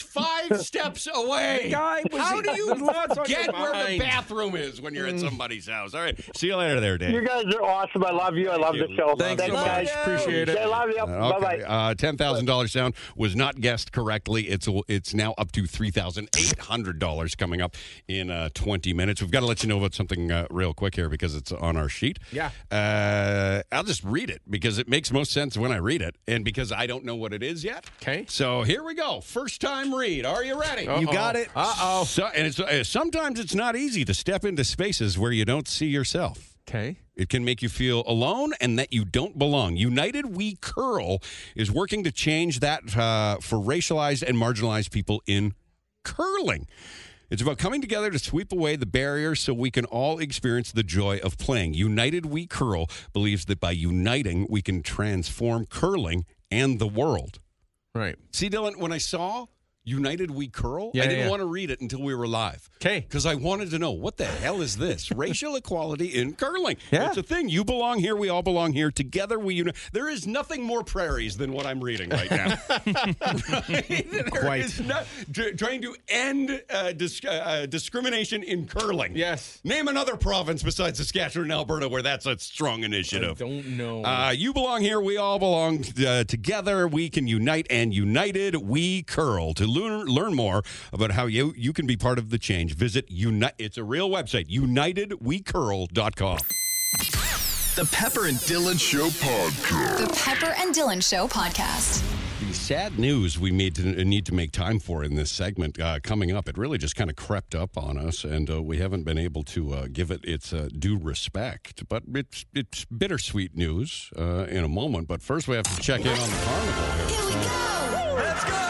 Speaker 3: five steps away.
Speaker 4: guy was-
Speaker 3: How do you
Speaker 4: there's lots on
Speaker 3: get
Speaker 4: your
Speaker 3: where the
Speaker 4: mind. Mm.
Speaker 3: bathroom is when you're at somebody's house? All right. See you later, there, Dave.
Speaker 11: You guys are awesome. I love you. I love
Speaker 3: you.
Speaker 11: the show.
Speaker 4: Thanks so
Speaker 11: guys.
Speaker 4: much. Appreciate it.
Speaker 11: I love you.
Speaker 3: Uh,
Speaker 11: Bye
Speaker 3: Okay.
Speaker 11: bye.
Speaker 3: Uh, Ten thousand dollars sound was not guessed correctly. It's it's now up to three thousand eight $800 coming up in uh, 20 minutes. We've got to let you know about something uh, real quick here because it's on our sheet.
Speaker 4: Yeah.
Speaker 3: Uh, I'll just read it because it makes most sense when I read it and because I don't know what it is yet.
Speaker 4: Okay.
Speaker 3: So here we go. First time read. Are you ready?
Speaker 2: You Uh-oh. got it.
Speaker 3: Uh oh. So, and it's, uh, sometimes it's not easy to step into spaces where you don't see yourself.
Speaker 4: Okay.
Speaker 3: It can make you feel alone and that you don't belong. United We Curl is working to change that uh, for racialized and marginalized people in curling. It's about coming together to sweep away the barriers so we can all experience the joy of playing. United We Curl believes that by uniting, we can transform curling and the world.
Speaker 4: Right.
Speaker 3: See, Dylan, when I saw United We Curl,
Speaker 4: Yeah,
Speaker 3: I didn't
Speaker 4: yeah.
Speaker 3: want to read it until we were live.
Speaker 4: 'Kay.
Speaker 3: Because I wanted to know what the hell is this? Racial equality in curling.
Speaker 4: Yeah.
Speaker 3: It's a thing. You belong here. We all belong here. Together we unite. There is nothing more prairies than what I'm reading right now. right? There
Speaker 2: Quite.
Speaker 3: is no- tr- trying to end uh, dis- uh, discrimination in curling.
Speaker 4: Yes.
Speaker 3: Name another province besides Saskatchewan and Alberta where that's a strong initiative.
Speaker 4: Don't know.
Speaker 3: Uh, you belong here. We all belong uh, together. We can unite, and united we curl. To learn, learn more about how you, you can be part of the change, visit unite. It's a real website, unitedwecurl.com.
Speaker 1: The Pepper and Dylan Show Podcast.
Speaker 8: The Pepper and Dylan Show Podcast.
Speaker 3: The sad news we made to, uh, need to make time for in this segment uh, coming up. It really just kind of crept up on us, and uh, we haven't been able to uh, give it its uh, due respect. But it's it's bittersweet news uh, in a moment. But first, we have to check in on the carnival here. So-
Speaker 7: Let's go!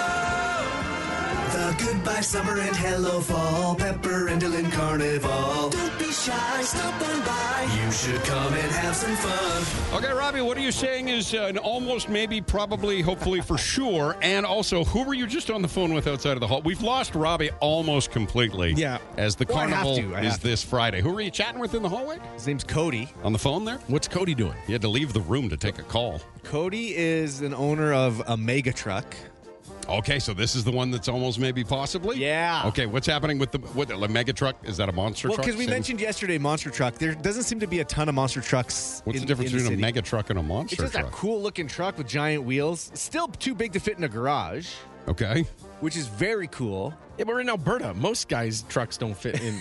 Speaker 7: The goodbye summer and hello fall, Pepper and Dylan Carnival. Don't be shy, stop on by. You should come and have some fun.
Speaker 3: Okay, Robbie, what are you saying is uh, an almost, maybe, probably, hopefully, for sure? And also, who were you just on the phone with outside of the hall? We've lost Robbie almost completely.
Speaker 2: Yeah.
Speaker 3: As the
Speaker 2: Well, I have
Speaker 3: carnival
Speaker 2: to, I
Speaker 3: is
Speaker 2: have to.
Speaker 3: this Friday. Who were you chatting with in the hallway?
Speaker 2: His name's Cody.
Speaker 3: On the phone there?
Speaker 4: What's Cody doing?
Speaker 3: You had to leave the room to take a call.
Speaker 2: Cody is an owner of a mega truck.
Speaker 3: Okay, so this is the one that's almost, maybe, possibly?
Speaker 2: Yeah.
Speaker 3: Okay, what's happening with the what, the mega truck? Is that a monster
Speaker 2: Well,
Speaker 3: truck?
Speaker 2: because we
Speaker 3: Same-
Speaker 2: mentioned yesterday monster truck, there doesn't seem to be a ton of monster trucks.
Speaker 3: What's
Speaker 2: in-
Speaker 3: the difference
Speaker 2: in
Speaker 3: between
Speaker 2: city.
Speaker 3: a mega truck and a monster
Speaker 2: It's just
Speaker 3: truck?
Speaker 2: a cool looking truck with giant wheels. Still too big to fit in a garage,
Speaker 3: okay.
Speaker 2: which is very cool.
Speaker 4: Yeah, we're in Alberta. Most guys' trucks don't fit in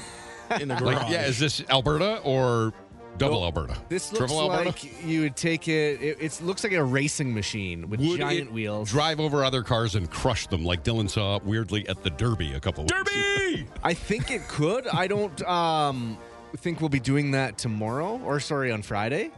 Speaker 4: in the garage.
Speaker 3: Like, yeah, is this Alberta or double Alberta?
Speaker 2: Oh, This looks
Speaker 3: Triple Alberta?
Speaker 2: like you would take it, it. It looks like a racing machine with
Speaker 3: Would
Speaker 2: giant
Speaker 3: it
Speaker 2: wheels.
Speaker 3: Drive over other cars and crush them, like Dylan saw weirdly at the Derby a couple weeks ago.
Speaker 2: I think it could. I don't um, think we'll be doing that tomorrow, or sorry, on Friday.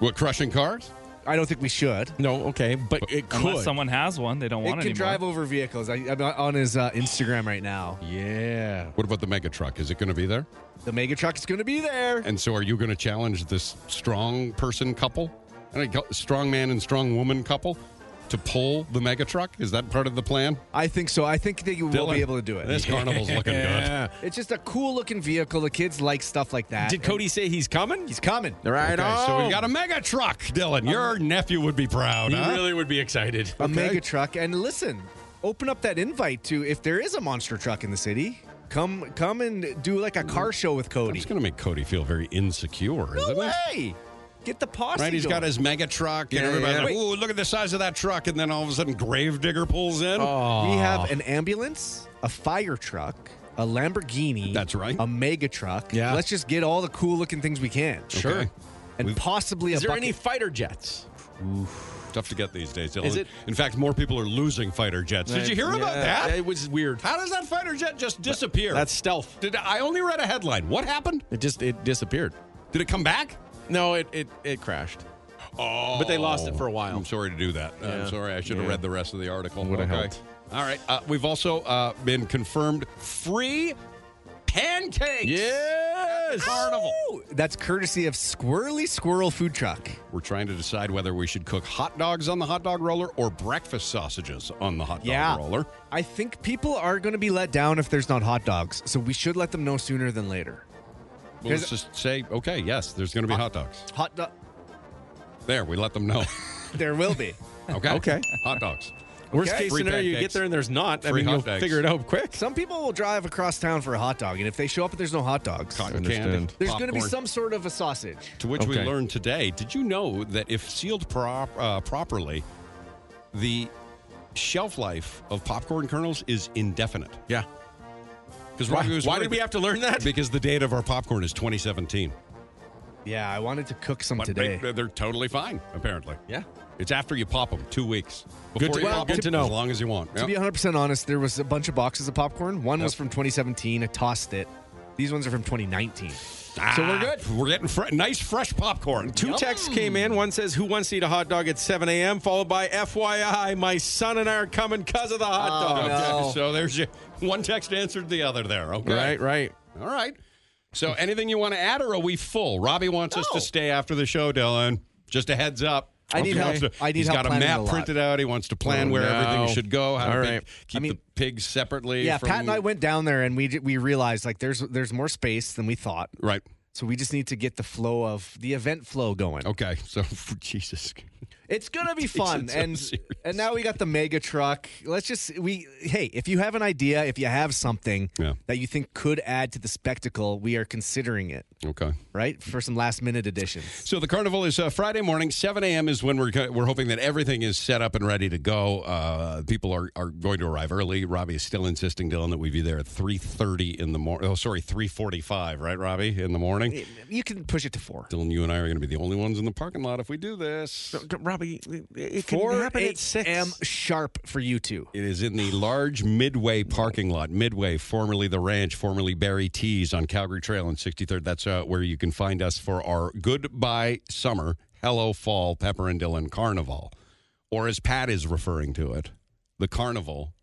Speaker 3: What crushing cars?
Speaker 2: I don't think we should.
Speaker 4: no, okay, but it could.
Speaker 5: Unless someone has one, they don't
Speaker 2: It
Speaker 5: want
Speaker 2: can
Speaker 5: it anymore.
Speaker 2: drive over vehicles. I, I'm on his uh, Instagram right now.
Speaker 4: yeah.
Speaker 3: What about the mega truck? Is it going to be there?
Speaker 2: The mega truck is going to be there.
Speaker 3: And so, are you going to challenge this strong person couple, and a cou- strong man and strong woman couple, to pull the mega truck? Is that part of the plan?
Speaker 2: I think so. I think they will
Speaker 3: Dylan,
Speaker 2: be able to do it.
Speaker 3: This carnival's looking good.
Speaker 4: Yeah.
Speaker 2: It's just a cool looking vehicle. The kids like stuff like that.
Speaker 4: Did Cody say he's coming?
Speaker 2: He's coming.
Speaker 4: right
Speaker 3: Okay, so
Speaker 4: on.
Speaker 3: we've got a mega truck, Dylan.
Speaker 2: Uh-huh.
Speaker 3: Your nephew would be proud.
Speaker 4: He
Speaker 3: huh?
Speaker 4: really would be excited.
Speaker 2: A mega truck. And listen, open up that invite to if there is a monster truck in the city, come come and do like a car show with Cody.
Speaker 3: It's going to make Cody feel very insecure,
Speaker 2: No
Speaker 3: isn't it?
Speaker 2: way. Get the posse.
Speaker 3: Right, he's
Speaker 2: going.
Speaker 3: got his mega truck, and
Speaker 4: Yeah,
Speaker 3: everybody's
Speaker 4: yeah.
Speaker 3: like, "Ooh, look at the size of that truck!" And then all of a sudden, Gravedigger pulls in.
Speaker 2: We have an ambulance, a fire truck, a Lamborghini.
Speaker 3: That's right.
Speaker 2: A mega truck.
Speaker 4: Yeah.
Speaker 2: Let's just get all the cool looking things we can.
Speaker 3: Sure. Okay.
Speaker 2: And possibly
Speaker 4: Is
Speaker 2: a
Speaker 4: there any
Speaker 2: bucket.
Speaker 4: fighter jets?
Speaker 3: Tough to get these days. Dylan.
Speaker 4: Is it-
Speaker 3: In fact, more people are losing fighter jets. Did you hear about
Speaker 4: Yeah,
Speaker 3: that?
Speaker 4: It was weird.
Speaker 3: How does that fighter jet just disappear?
Speaker 4: That's stealth.
Speaker 3: Did I only read a headline? What happened?
Speaker 4: It just it disappeared.
Speaker 3: Did it come back?
Speaker 4: No, it it, it crashed.
Speaker 3: Oh,
Speaker 4: But they lost it for a while.
Speaker 3: I'm sorry to do that. I'm
Speaker 4: Yeah.
Speaker 3: sorry. I should have
Speaker 4: Yeah.
Speaker 3: read the rest of the article.
Speaker 4: Would've helped.
Speaker 3: All right. Uh, we've also uh, been confirmed free pancakes.
Speaker 4: Yes.
Speaker 3: Carnival.
Speaker 2: Ooh, That's courtesy of Squirrely Squirrel Food Truck.
Speaker 3: We're trying to decide whether we should cook hot dogs on the hot dog roller or breakfast sausages on the hot dog roller.
Speaker 2: I think people are going to be let down if there's not hot dogs, so we should let them know sooner than later.
Speaker 3: Well, let's just say, okay, yes, there's going to be hot dogs.
Speaker 2: Hot dog.
Speaker 3: There, we let them know.
Speaker 2: There will be.
Speaker 3: Okay.
Speaker 4: Okay.
Speaker 3: Hot dogs.
Speaker 4: Worst
Speaker 2: Okay.
Speaker 4: case
Speaker 3: Free
Speaker 4: scenario, you get
Speaker 3: pancakes.
Speaker 4: there and there's not. I
Speaker 3: Free
Speaker 4: mean,
Speaker 3: hot
Speaker 4: you'll
Speaker 3: dogs.
Speaker 4: figure it out quick.
Speaker 2: Some people will drive across town for a hot dog, and if they show up and there's no hot dogs,
Speaker 3: Cotton
Speaker 4: Understand.
Speaker 3: candy.
Speaker 2: there's going to be
Speaker 3: popcorn.
Speaker 2: some sort of a sausage.
Speaker 3: To which we
Speaker 4: Okay.
Speaker 3: learned today. Did you know that if sealed prop, uh, properly, the shelf life of popcorn kernels is indefinite?
Speaker 4: Yeah.
Speaker 3: Because
Speaker 2: Why-
Speaker 3: Robbie was
Speaker 2: why
Speaker 3: worried-
Speaker 2: did we have to learn that?
Speaker 3: Because the date of our popcorn is 2017.
Speaker 2: Yeah, I wanted to cook some
Speaker 3: But
Speaker 2: today.
Speaker 3: They, are totally fine, apparently.
Speaker 2: Yeah.
Speaker 3: It's after you pop them, two weeks.
Speaker 2: Good
Speaker 3: Before
Speaker 2: to-
Speaker 3: you
Speaker 2: well,
Speaker 3: pop 'em,
Speaker 2: good to know.
Speaker 3: As long as you want.
Speaker 2: To be 100% honest, there was a bunch of boxes of popcorn. One was from 2017. I tossed it. These ones are from 2019.
Speaker 3: so we're good. Ah, We're getting fre- nice, fresh popcorn.
Speaker 4: Two texts came in. One says, Who wants to eat a hot dog at 7 a.m.? Followed by, FYI, my son and I are coming because of the
Speaker 3: Oh,
Speaker 4: hot
Speaker 2: Oh,
Speaker 4: dog.
Speaker 3: Okay, So there's your, one text answered the other there. Okay.
Speaker 4: Right, right.
Speaker 3: All right. So anything you want to add, or are we full? Robbie wants us to stay after the show, Dylan. Just a heads up.
Speaker 2: I need
Speaker 3: He
Speaker 2: help.
Speaker 3: wants To,
Speaker 2: I need
Speaker 3: he's
Speaker 2: help
Speaker 3: got a
Speaker 2: planning
Speaker 3: map
Speaker 2: a lot.
Speaker 3: printed out. He wants to plan
Speaker 4: Oh,
Speaker 3: where
Speaker 4: no.
Speaker 3: everything should go. How
Speaker 4: All
Speaker 3: to pig-
Speaker 4: right.
Speaker 3: keep the pigs separately.
Speaker 2: Yeah,
Speaker 3: from-
Speaker 2: Pat and I went down there and we ju- we realized like there's there's more space than we thought.
Speaker 3: Right.
Speaker 2: So we just need to get the flow of the event flow going.
Speaker 3: Okay. So Jesus.
Speaker 2: It's gonna be
Speaker 3: Takes
Speaker 2: fun,
Speaker 3: it so
Speaker 2: and and now we got the mega truck. Let's just we hey, if you have an idea, if you have something
Speaker 3: Yeah.
Speaker 2: that you think could add to the spectacle, we are considering it.
Speaker 3: Okay.
Speaker 2: Right for some last minute additions.
Speaker 3: So the carnival is uh, Friday morning, 7 a.m. is when we're co- we're hoping that everything is set up and ready to go. Uh, people are, are going to arrive early. Robbie is still insisting, Dylan, that we be there at 3:30 in the morning. Oh, sorry, 3:45, right, Robbie, in the morning.
Speaker 2: You can push it to four.
Speaker 3: Dylan, you and I are going to be the only ones in the parking lot if we do this.
Speaker 4: Robbie, it
Speaker 2: Four eight a.m. sharp for you two.
Speaker 3: It is in the large Midway parking lot. Midway, formerly the Ranch, formerly Barry T's on Calgary Trail and 63rd. That's uh, where you can find us for our Goodbye Summer, Hello Fall, Pepper and Dylan Carnival. Or as Pat is referring to it, the carnival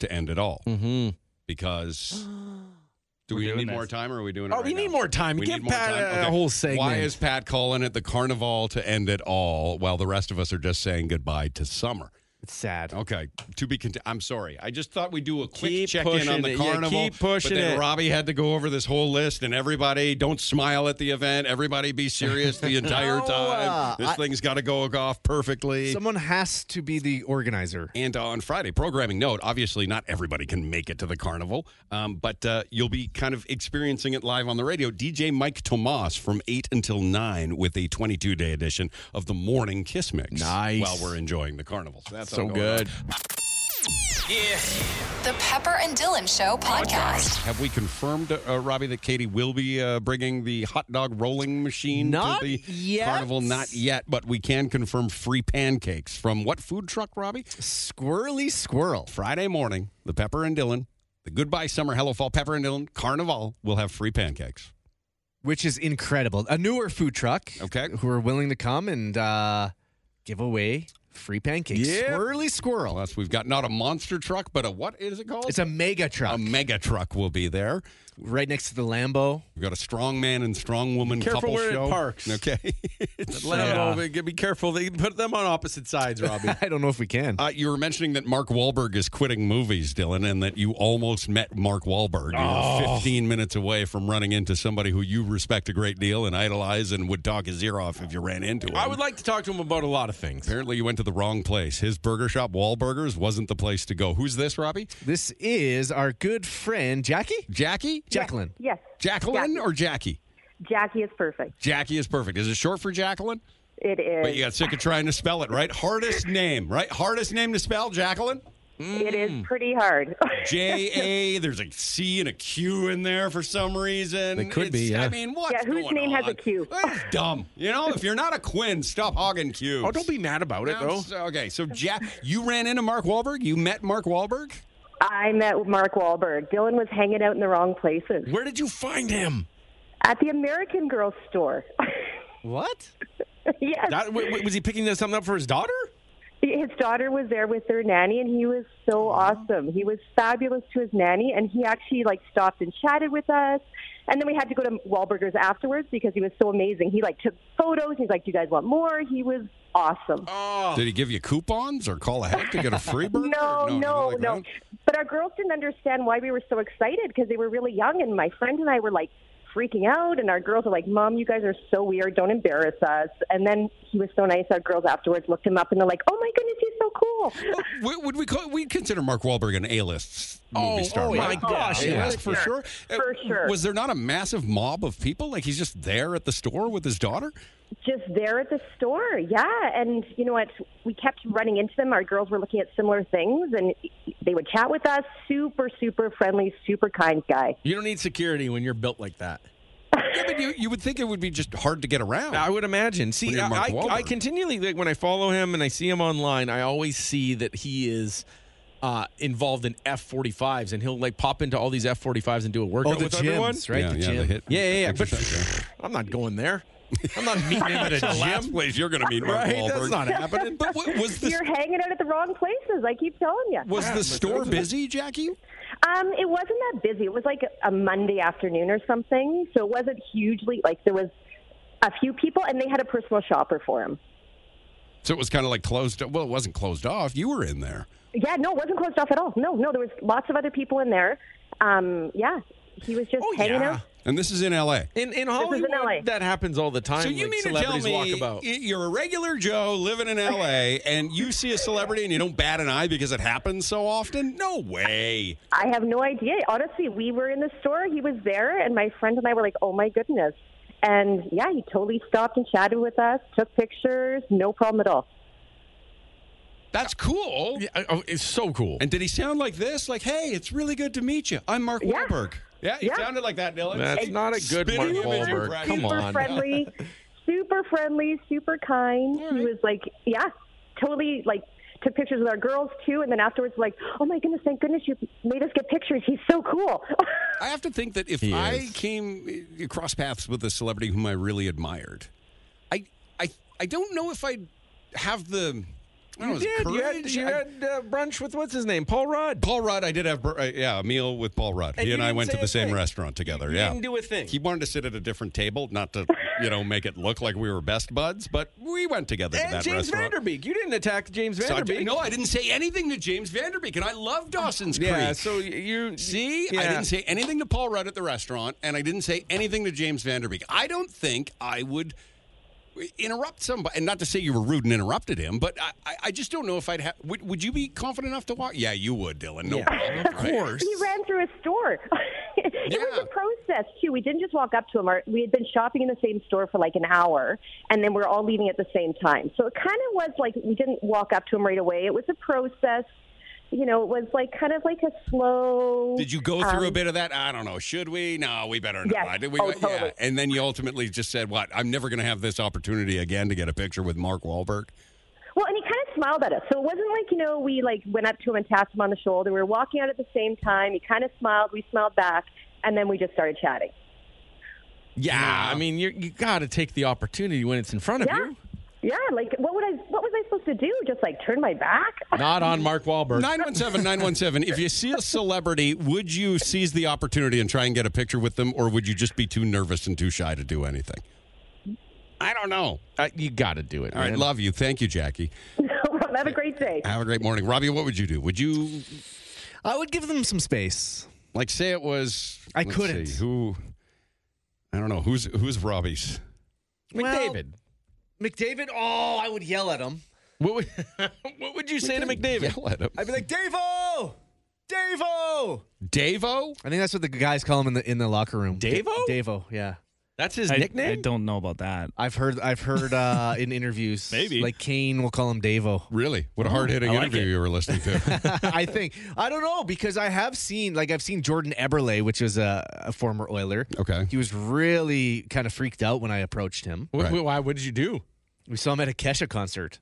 Speaker 3: to end it all.
Speaker 4: Mm-hmm.
Speaker 3: Because do we
Speaker 5: We're doing
Speaker 3: need
Speaker 5: this.
Speaker 3: more time or are we doing it
Speaker 4: Oh,
Speaker 3: right
Speaker 4: we need
Speaker 3: now?
Speaker 4: more time.
Speaker 3: We
Speaker 4: Give
Speaker 3: need more
Speaker 4: Pat
Speaker 3: time.
Speaker 4: a
Speaker 3: Okay.
Speaker 4: whole segment.
Speaker 3: Why is Pat calling it the carnival to end it all while the rest of us are just saying goodbye to summer?
Speaker 2: It's sad.
Speaker 3: Okay, to be cont- I'm sorry. I just thought we'd do a quick
Speaker 4: Keep
Speaker 3: check in on
Speaker 4: pushing
Speaker 3: the
Speaker 4: it. Yeah,
Speaker 3: carnival.
Speaker 4: keep pushing
Speaker 3: but then
Speaker 4: it.
Speaker 3: Robbie had to go over this whole list, and everybody don't smile at the event. Everybody be serious the entire
Speaker 2: No,
Speaker 3: time.
Speaker 2: uh,
Speaker 3: this
Speaker 2: I-
Speaker 3: thing's got to go off perfectly.
Speaker 2: Someone has to be the organizer.
Speaker 3: and on Friday, programming note: obviously, not everybody can make it to the carnival, um, but uh, you'll be kind of experiencing it live on the radio. DJ Mike Tomas from eight until nine with a 22-day edition of the Morning Kiss Mix.
Speaker 4: Nice.
Speaker 3: While we're enjoying the carnival, so that's all
Speaker 4: so
Speaker 3: going on.
Speaker 4: good.
Speaker 8: The Pepper and Dylan Show podcast.
Speaker 3: Have we confirmed, uh, Robbie, that Katie will be uh, bringing the hot dog rolling machine
Speaker 2: Not
Speaker 3: to the
Speaker 2: yet.
Speaker 3: carnival? Not yet, but we can confirm free pancakes from what food truck, Robbie?
Speaker 2: Squirrely squirrel.
Speaker 3: Friday morning, the Pepper and Dylan, the Goodbye Summer, Hello Fall, Pepper and Dylan Carnival will have free pancakes.
Speaker 2: which is incredible. A newer food truck,
Speaker 3: Okay.
Speaker 2: who are willing to come and uh, give away free pancakes.
Speaker 4: Yeah.
Speaker 2: Swirly squirrel.
Speaker 3: Plus, we've got not a monster truck, but a what is it called?
Speaker 2: It's a mega truck
Speaker 3: a mega truck will be there.
Speaker 2: right next to the Lambo.
Speaker 3: We've got a strong man and strong woman
Speaker 4: Careful
Speaker 3: couple
Speaker 4: where it
Speaker 3: show.
Speaker 4: parks.
Speaker 3: Okay.
Speaker 4: Let them know. Be careful. They put them on opposite sides, Robbie.
Speaker 2: I don't know if we can.
Speaker 3: Uh, you were mentioning that Mark Wahlberg is quitting movies, Dylan, and that you almost met Mark Wahlberg. You
Speaker 2: Oh.
Speaker 3: were 15 minutes away from running into somebody who you respect a great deal and idolize and would talk his ear off if you ran into him.
Speaker 4: I would like to talk to him about a lot of things.
Speaker 3: Apparently, you went to the wrong place. His burger shop, Wahlburgers, wasn't the place to go. Who's this, Robbie?
Speaker 2: This is our good friend Jackie,
Speaker 3: Jackie?
Speaker 2: Jacqueline.
Speaker 6: Yes,
Speaker 3: Jacqueline or Jackie?
Speaker 6: Jackie is perfect.
Speaker 3: Jackie is perfect. Is it short for Jacqueline?
Speaker 6: It is.
Speaker 3: But you got sick of trying to spell it, right? Hardest name, right? Hardest name to spell, Jacqueline? Mm.
Speaker 6: It is pretty hard.
Speaker 3: J A. There's a C and a Q in there for some reason.
Speaker 4: It could be,
Speaker 3: It's-
Speaker 4: yeah.
Speaker 3: I mean, what's
Speaker 6: Yeah, whose
Speaker 3: going
Speaker 6: name has a
Speaker 3: on?
Speaker 6: Q?
Speaker 3: That's dumb. You know, if you're not a Quinn, stop hogging Qs.
Speaker 4: Oh, don't be mad about it,
Speaker 3: I'm
Speaker 4: though.
Speaker 3: so- Okay, so Jack, you ran into Mark Wahlberg. You met Mark Wahlberg.
Speaker 6: I met Mark Wahlberg. Dylan was hanging out in the wrong places
Speaker 4: Where did you find him?
Speaker 6: at the American Girl store.
Speaker 2: What?
Speaker 6: yes,
Speaker 4: That, w- w- was he picking something up for his daughter?
Speaker 6: his daughter was there with their nanny, and he was so awesome. He was fabulous to his nanny, and he actually like stopped and chatted with us. And then we had to go to Wahlburgers afterwards because he was so amazing. He like took photos. He's like, "Do you guys want more?" He was awesome.
Speaker 4: Oh,
Speaker 3: Did he give you coupons or call ahead to get a free burger? Or
Speaker 6: Oh. No, Oh, no,
Speaker 3: nothing like
Speaker 6: no.
Speaker 3: that?
Speaker 6: But our girls didn't understand why we were so excited because they were really young, and my friend and I were like freaking out. And our girls are like, "Mom, you guys are so weird. Don't embarrass us." And then he was so nice. Our girls afterwards looked him up, and they're like, "Oh my goodness, he's so cool."
Speaker 3: Well, would- would we call, we consider Mark Wahlberg an A-list movie star?
Speaker 4: oh
Speaker 3: right?
Speaker 4: my gosh,
Speaker 3: A-list
Speaker 4: yeah.
Speaker 3: for sure.
Speaker 6: For
Speaker 3: Uh,
Speaker 6: sure.
Speaker 3: Was there not a massive mob of people? Like he's just there at the store with his daughter.
Speaker 6: Just there at the store, yeah. And you know what? We kept running into them. Our girls were looking at similar things, and they would chat with us. Super, super friendly, super kind guy.
Speaker 4: You don't need security when you're built like that.
Speaker 3: Yeah, but you, you would think it would be just hard to get around.
Speaker 4: I would imagine. See,
Speaker 3: you're
Speaker 4: I,
Speaker 3: Mark
Speaker 4: I,
Speaker 3: Wahlberg.
Speaker 4: I continually like when I follow him and I see him online, I always see that he is uh, involved in F45s, and he'll like pop into all these F45s and do a workout
Speaker 2: the
Speaker 4: with everyone.
Speaker 2: gyms, right?
Speaker 3: Oh, Yeah,
Speaker 2: the
Speaker 3: yeah,
Speaker 2: gym.
Speaker 3: the hit.
Speaker 4: Yeah, yeah, yeah.
Speaker 3: Exercise,
Speaker 4: But I'm not going there. I'm not meeting him at a
Speaker 3: The last
Speaker 4: gym.
Speaker 3: place you're going to meet Mark
Speaker 4: Right? That's
Speaker 3: Wahlberg.
Speaker 4: not happening.
Speaker 3: but wa- was the
Speaker 6: You're hanging out at the wrong places. I keep telling you.
Speaker 3: was the store busy, Jackie?
Speaker 6: Um, it wasn't that busy. It was like a Monday afternoon or something, so it wasn't hugely like there was a few people, and they had a personal shopper for him.
Speaker 3: So it was kind of like closed. Well, it wasn't closed off. You were in there.
Speaker 6: Yeah, no, it wasn't closed off at all. No, no, there was lots of other people in there. Um, yeah, he was just
Speaker 4: Oh,
Speaker 6: hanging
Speaker 4: yeah.
Speaker 6: out.
Speaker 3: And this is in L.A.
Speaker 4: In, in
Speaker 6: in
Speaker 4: Hollywood,
Speaker 6: LA.
Speaker 4: that happens all the time.
Speaker 3: So you
Speaker 4: like,
Speaker 3: mean to tell
Speaker 4: celebrities
Speaker 3: me
Speaker 4: walk about?
Speaker 3: y- you're a regular Joe living in L.A. and you see a celebrity and you don't bat an eye because it happens so often? No way.
Speaker 6: I have no idea. Honestly, we were in the store. He was there, and my friend and I were like, "Oh my goodness!" And yeah, he totally stopped and chatted with us, took pictures, no problem at all.
Speaker 3: That's cool.
Speaker 4: Yeah, oh, it's so cool.
Speaker 3: And did he sound like this? Like, hey, it's really good to meet you. I'm Mark
Speaker 6: Yeah.
Speaker 3: Wahlberg. Yeah, he
Speaker 6: Yeah.
Speaker 3: sounded like that, Dylan.
Speaker 4: That's not a good Mark
Speaker 3: Spitting image
Speaker 4: Wahlberg.
Speaker 3: impression.
Speaker 4: Come
Speaker 6: super
Speaker 4: on.
Speaker 6: friendly, super friendly, super kind. He was like, yeah, totally like took pictures with our girls too, and then afterwards like, oh my goodness, thank goodness you made us get pictures. He's so cool.
Speaker 3: I have to think that if
Speaker 4: He
Speaker 3: I
Speaker 4: is.
Speaker 3: came uh, cross paths with a celebrity whom I really admired, I I I don't know if I'd have the I don't know,
Speaker 4: You
Speaker 3: is it
Speaker 4: did. You had,
Speaker 3: courage?
Speaker 4: you
Speaker 3: I-
Speaker 4: had uh, brunch with what's his name? Paul Rudd.
Speaker 3: Paul Rudd, I did have bur- uh, yeah a meal with Paul Rudd.
Speaker 4: And
Speaker 3: he
Speaker 4: you
Speaker 3: and I
Speaker 4: didn't
Speaker 3: went to
Speaker 4: say
Speaker 3: the
Speaker 4: a
Speaker 3: same
Speaker 4: thing.
Speaker 3: restaurant together.
Speaker 4: You
Speaker 3: yeah,
Speaker 4: didn't do a thing.
Speaker 3: He wanted to sit at a different table, not to you know make it look like we were best buds, but we went together to
Speaker 4: and
Speaker 3: that
Speaker 4: James
Speaker 3: restaurant.
Speaker 4: Vanderbeek. You didn't attack James
Speaker 3: So I d-
Speaker 4: Vanderbeek.
Speaker 3: no, I didn't say anything to James Vanderbeek, and I love Dawson's Creek.
Speaker 4: Yeah, so you
Speaker 3: See, I
Speaker 4: Yeah.
Speaker 3: didn't say anything to Paul Rudd at the restaurant, and I didn't say anything to James Vanderbeek. I don't think I would interrupt somebody. And not to say you were rude and interrupted him, but I, I- I just don't know if I'd have. Would, would you be confident enough to walk? Yeah, you would, Dylan. No,
Speaker 4: Yeah.
Speaker 3: problem,
Speaker 4: Of
Speaker 3: right?
Speaker 4: course.
Speaker 6: he ran through a store. it was
Speaker 3: Yeah.
Speaker 6: a process too. We didn't just walk up to him. Our, we had been shopping in the same store for like an hour, and then we were all leaving at the same time. So it kind of was like we didn't walk up to him right away. It was a process. You know, it was like kind of like a slow.
Speaker 3: Did you go through a
Speaker 6: um,
Speaker 3: bit of that? I don't know. Should we? No, we better not.
Speaker 6: Yes.
Speaker 3: I did- we-
Speaker 6: Oh,
Speaker 3: yeah.
Speaker 6: totally.
Speaker 3: And then you ultimately just said, "What? I'm never going to have this opportunity again to get a picture with Mark Wahlberg."
Speaker 6: Well, and he kind of smiled at us. So it wasn't like, you know, we like went up to him and tapped him on the shoulder. We were walking out at the same time. He kind of smiled. We smiled back. And then we just started chatting.
Speaker 4: Yeah, I mean, you you got to take the opportunity when it's in front of
Speaker 6: Yeah.
Speaker 4: you.
Speaker 6: Yeah. Like, what would I, what was I supposed to do? Just like turn my back?
Speaker 4: Not on Mark Wahlberg.
Speaker 3: 917 917. If you see a celebrity, would you seize the opportunity and try and get a picture with them, or would you just be too nervous and too shy to do anything? I don't know.
Speaker 4: Uh, you got to do it.
Speaker 3: All right,
Speaker 4: man.
Speaker 3: love you. Thank you, Jackie.
Speaker 6: Have a great day.
Speaker 3: Have a great morning. Robbie, what would you do? Would you,
Speaker 2: I would give them some space.
Speaker 3: like, say it was.
Speaker 2: I
Speaker 3: let's
Speaker 2: couldn't.
Speaker 3: see, who? I don't know. Who's who's Robbie's?
Speaker 4: McDavid.
Speaker 2: McDavid, oh, I would yell at him.
Speaker 4: What would, what would you say to McDavid?
Speaker 3: Yell at him.
Speaker 2: I'd be like, Davo! Davo!
Speaker 3: Davo?
Speaker 2: I think that's what the guys call him in the in the locker room. Da-
Speaker 4: Davo?
Speaker 2: Davo, yeah.
Speaker 4: That's his
Speaker 5: I,
Speaker 4: nickname.
Speaker 5: I don't know about that.
Speaker 2: I've heard I've heard uh, in interviews
Speaker 5: Maybe.
Speaker 2: like Kane will call him Davo.
Speaker 3: Really? What a hard hitting
Speaker 5: I like
Speaker 3: interview
Speaker 5: it.
Speaker 3: you were listening to.
Speaker 2: I think I don't know because I have seen like I've seen Jordan Eberle, which is a, a former Oiler.
Speaker 3: Okay.
Speaker 2: he was really kind of freaked out when I approached him.
Speaker 4: Wh-
Speaker 3: Right.
Speaker 4: wh- Why? What did you do?
Speaker 2: We saw him at a Kesha concert,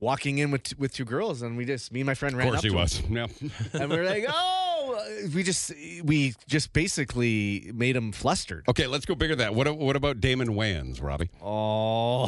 Speaker 2: walking in with with two girls, and we just me and my friend
Speaker 3: of
Speaker 2: ran
Speaker 3: course
Speaker 2: up
Speaker 3: he
Speaker 2: to
Speaker 3: was. Yeah.
Speaker 2: him, and we were like, oh, we just we just basically made him flustered.
Speaker 3: Okay, let's go bigger than that. What, a- what about Damon Wayans, Robbie?
Speaker 2: Oh,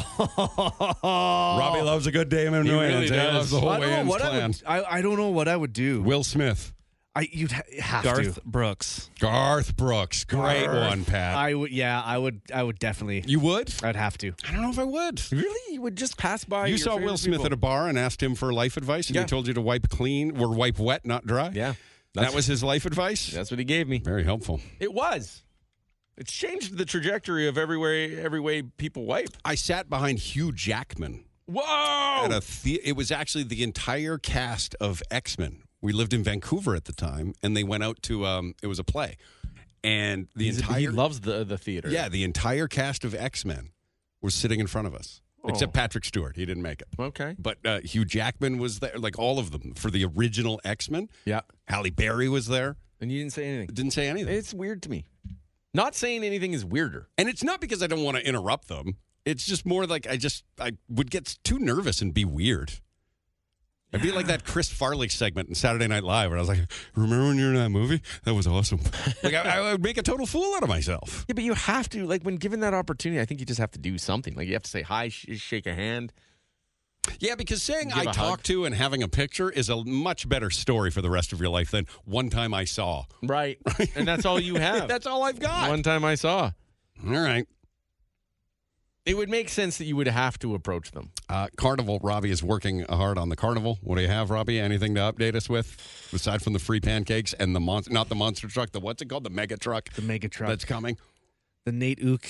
Speaker 3: Robbie loves a good Damon
Speaker 4: He
Speaker 3: Wayans.
Speaker 4: really
Speaker 3: He loves
Speaker 4: does.
Speaker 3: eh? the whole
Speaker 2: I don't
Speaker 3: Wayans
Speaker 2: know what I
Speaker 3: clan.
Speaker 2: would. I, I don't know what I would do.
Speaker 3: Will Smith,
Speaker 2: I you'd ha- have
Speaker 5: Garth
Speaker 2: to.
Speaker 5: Brooks.
Speaker 3: Garth Brooks, great
Speaker 2: Garth.
Speaker 3: one, Pat.
Speaker 2: I would. Yeah, I would. I would definitely.
Speaker 3: you would?
Speaker 2: I'd have to.
Speaker 3: I don't know if I would.
Speaker 4: Really? You would just pass by.
Speaker 3: you
Speaker 4: your
Speaker 3: saw Will
Speaker 4: favorite
Speaker 3: Smith
Speaker 4: people.
Speaker 3: at a bar and asked him for life advice, and
Speaker 4: Yeah.
Speaker 3: he told you to wipe clean or wipe wet, not dry.
Speaker 4: Yeah,
Speaker 3: that was his life advice.
Speaker 4: That's what he gave me.
Speaker 3: Very helpful.
Speaker 4: It was. It's changed the trajectory of every way, every way people wipe.
Speaker 3: I sat behind Hugh Jackman
Speaker 4: Whoa!
Speaker 3: at a the- it was actually the entire cast of X-Men. We lived in Vancouver at the time and they went out to um it was a play. And the
Speaker 4: He's-
Speaker 3: entire
Speaker 4: he loves the the theater.
Speaker 3: Yeah, the entire cast of X-Men were sitting in front of us. Except Patrick Stewart, he didn't make it.
Speaker 4: Oh. Okay,
Speaker 3: but uh, Hugh Jackman was there, like all of them for the original X Men.
Speaker 4: Yeah,
Speaker 3: Halle Berry was there,
Speaker 4: and you didn't say anything.
Speaker 3: Didn't say anything.
Speaker 4: It's weird to me. Not saying anything is weirder,
Speaker 3: and it's not because I don't want to interrupt them. It's just more like I just I would get too nervous and be weird. It'd be like that Chris Farley segment in Saturday Night Live, where I was like, "Remember when you were in that movie? That was awesome." like I, I would make a total fool out of myself.
Speaker 4: Yeah, but you have to like when given that opportunity, I think you just have to do something. Like you have to say hi, sh- shake a hand.
Speaker 3: Yeah, because saying
Speaker 4: Give
Speaker 3: I
Speaker 4: a
Speaker 3: talk
Speaker 4: hug.
Speaker 3: to and having a picture is a much better story for the rest of your life than one time I saw.
Speaker 4: Right. and that's all you have.
Speaker 3: That's all I've got.
Speaker 4: One time I saw.
Speaker 3: All right.
Speaker 4: It would make sense that you would have to approach them.
Speaker 3: Uh, carnival. Robbie is working hard on the carnival. What do you have, Robbie? Anything to update us with aside from the free pancakes and the monster? Not the monster truck. The what's it called? The mega truck
Speaker 2: The mega truck.
Speaker 3: that's coming.
Speaker 2: the Nate Ook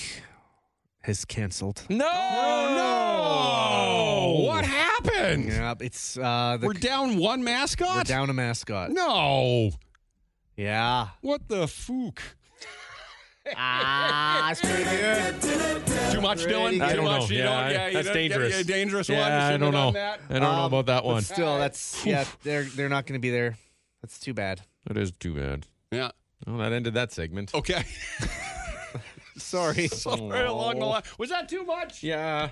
Speaker 2: has canceled.
Speaker 4: No.
Speaker 3: Oh, what happened?
Speaker 2: Yeah, it's uh, the,
Speaker 3: We're down one mascot.
Speaker 2: we're down a mascot.
Speaker 3: No.
Speaker 2: Yeah.
Speaker 3: What the fook?
Speaker 2: Ah, that's pretty good.
Speaker 3: Too much,
Speaker 2: Pretty
Speaker 3: Dylan.
Speaker 2: good.
Speaker 3: Too
Speaker 2: I don't
Speaker 3: much.
Speaker 4: know.
Speaker 3: You
Speaker 4: Yeah,
Speaker 3: don't, yeah, you
Speaker 4: that's
Speaker 3: don't get-
Speaker 4: dangerous.
Speaker 3: yeah, dangerous one. You
Speaker 4: Yeah, I
Speaker 3: shouldn't
Speaker 4: don't know.
Speaker 3: have done
Speaker 4: I don't know
Speaker 2: Um,
Speaker 4: about that
Speaker 2: but
Speaker 4: one.
Speaker 2: Still, that's yeah. They're they're not going to be there. That's too bad.
Speaker 4: That is too bad.
Speaker 3: that. Yeah.
Speaker 4: Well, that ended that segment.
Speaker 3: Okay.
Speaker 2: Sorry.
Speaker 3: Somewhere along the line. Was that too much?
Speaker 4: Yeah.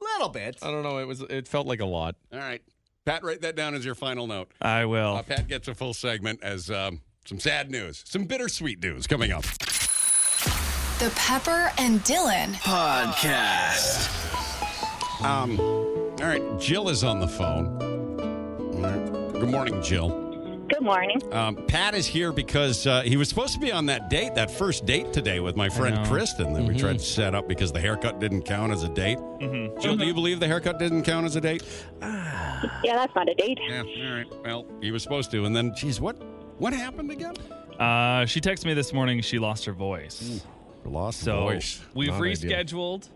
Speaker 2: little bit.
Speaker 4: I don't know. It was. It felt like a lot.
Speaker 3: All right. Pat, write that down as your final note.
Speaker 5: I will.
Speaker 3: Uh, Pat gets a full segment as um, some sad news, some bittersweet news coming up.
Speaker 8: The Pepper and Dylan
Speaker 1: Podcast.
Speaker 3: Um, all right. Jill is on the phone. All right. Good morning, Jill.
Speaker 10: Good morning.
Speaker 3: Um, Pat is here because uh, he was supposed to be on that date, that first date today with my friend
Speaker 5: know.
Speaker 3: Kristen that we tried to set up because the haircut didn't count as a date. Jill, do you believe the haircut didn't count as a date?
Speaker 10: Yeah, that's not a date.
Speaker 3: Yeah. All right. Well, he was supposed to, and then, geez, what what happened again?
Speaker 5: Uh, she texted me this morning. She lost her voice,
Speaker 3: Lost
Speaker 5: so
Speaker 3: voice.
Speaker 5: we've
Speaker 4: Not ideal.
Speaker 5: rescheduled,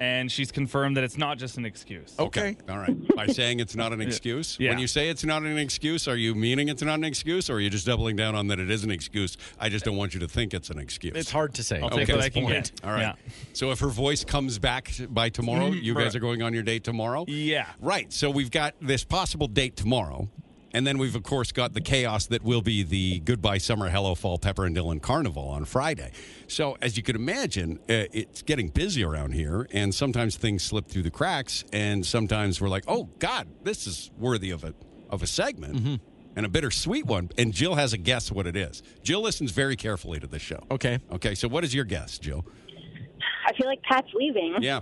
Speaker 5: and she's confirmed that it's not just an excuse.
Speaker 3: Okay. All right. By saying it's not an excuse?
Speaker 5: Yeah.
Speaker 3: When you say it's not an excuse, are you meaning it's not an excuse or are you just doubling down on that it is an excuse? I just don't want you to think it's an excuse.
Speaker 4: It's hard to say.
Speaker 5: I'll take
Speaker 3: Okay.
Speaker 5: what I can
Speaker 3: Point.
Speaker 5: get.
Speaker 3: All right.
Speaker 5: Yeah.
Speaker 3: So if her voice comes back by tomorrow, you
Speaker 5: Mm-hmm.
Speaker 3: guys
Speaker 5: right.
Speaker 3: are going on your date tomorrow?
Speaker 5: Yeah.
Speaker 3: Right. So we've got this possible date tomorrow. And then we've, of course, got the chaos that will be the Goodbye Summer, Hello Fall, Pepper and Dylan Carnival on Friday. So, as you can imagine, uh, it's getting busy around here, and sometimes things slip through the cracks, and sometimes we're like, oh, God, this is worthy of a, of a segment
Speaker 5: Mm-hmm.
Speaker 3: and a bittersweet one. And Jill has a guess what it is. Jill listens very carefully to this show.
Speaker 4: Okay.
Speaker 3: Okay, so what is your guess, Jill?
Speaker 10: I feel like Pat's leaving.
Speaker 3: Yeah.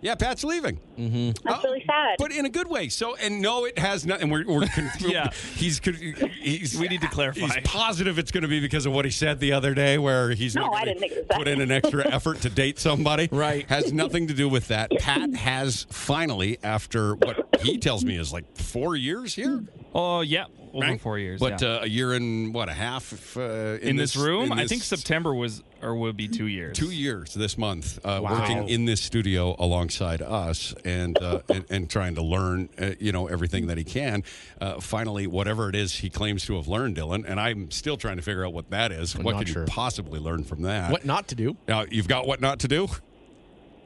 Speaker 3: Yeah, Pat's leaving.
Speaker 5: Mm-hmm.
Speaker 10: That's really sad.
Speaker 3: But in a good way. So, and no, it has not. And we're, we're con-
Speaker 5: Yeah.
Speaker 3: he's, con- he's,
Speaker 5: We need to clarify.
Speaker 3: He's positive it's going to be because of what he said the other day, where he's
Speaker 10: No,
Speaker 3: not
Speaker 10: I
Speaker 3: gonna
Speaker 10: didn't think it was that.
Speaker 3: put in an extra effort to date somebody.
Speaker 4: Right.
Speaker 3: Has nothing to do with that. Pat has finally, after what he tells me is like four years here,
Speaker 5: Oh yeah, over
Speaker 3: right?
Speaker 5: four years.
Speaker 3: But
Speaker 5: yeah.
Speaker 3: uh, a year and what, a half uh, in,
Speaker 5: in this, room,
Speaker 3: in
Speaker 5: I think
Speaker 3: this-
Speaker 5: September was or would be two years.
Speaker 3: Two years this month, uh, working in this studio alongside us, and uh, and, and trying to learn, uh, you know, everything that he can. Uh, finally, whatever it is he claims to have learned, Dylan, and I'm still trying to figure out what that is. what
Speaker 4: not
Speaker 3: could
Speaker 4: sure.
Speaker 3: you possibly learn from that?
Speaker 4: What not to do?
Speaker 3: Now, you've got what not to do.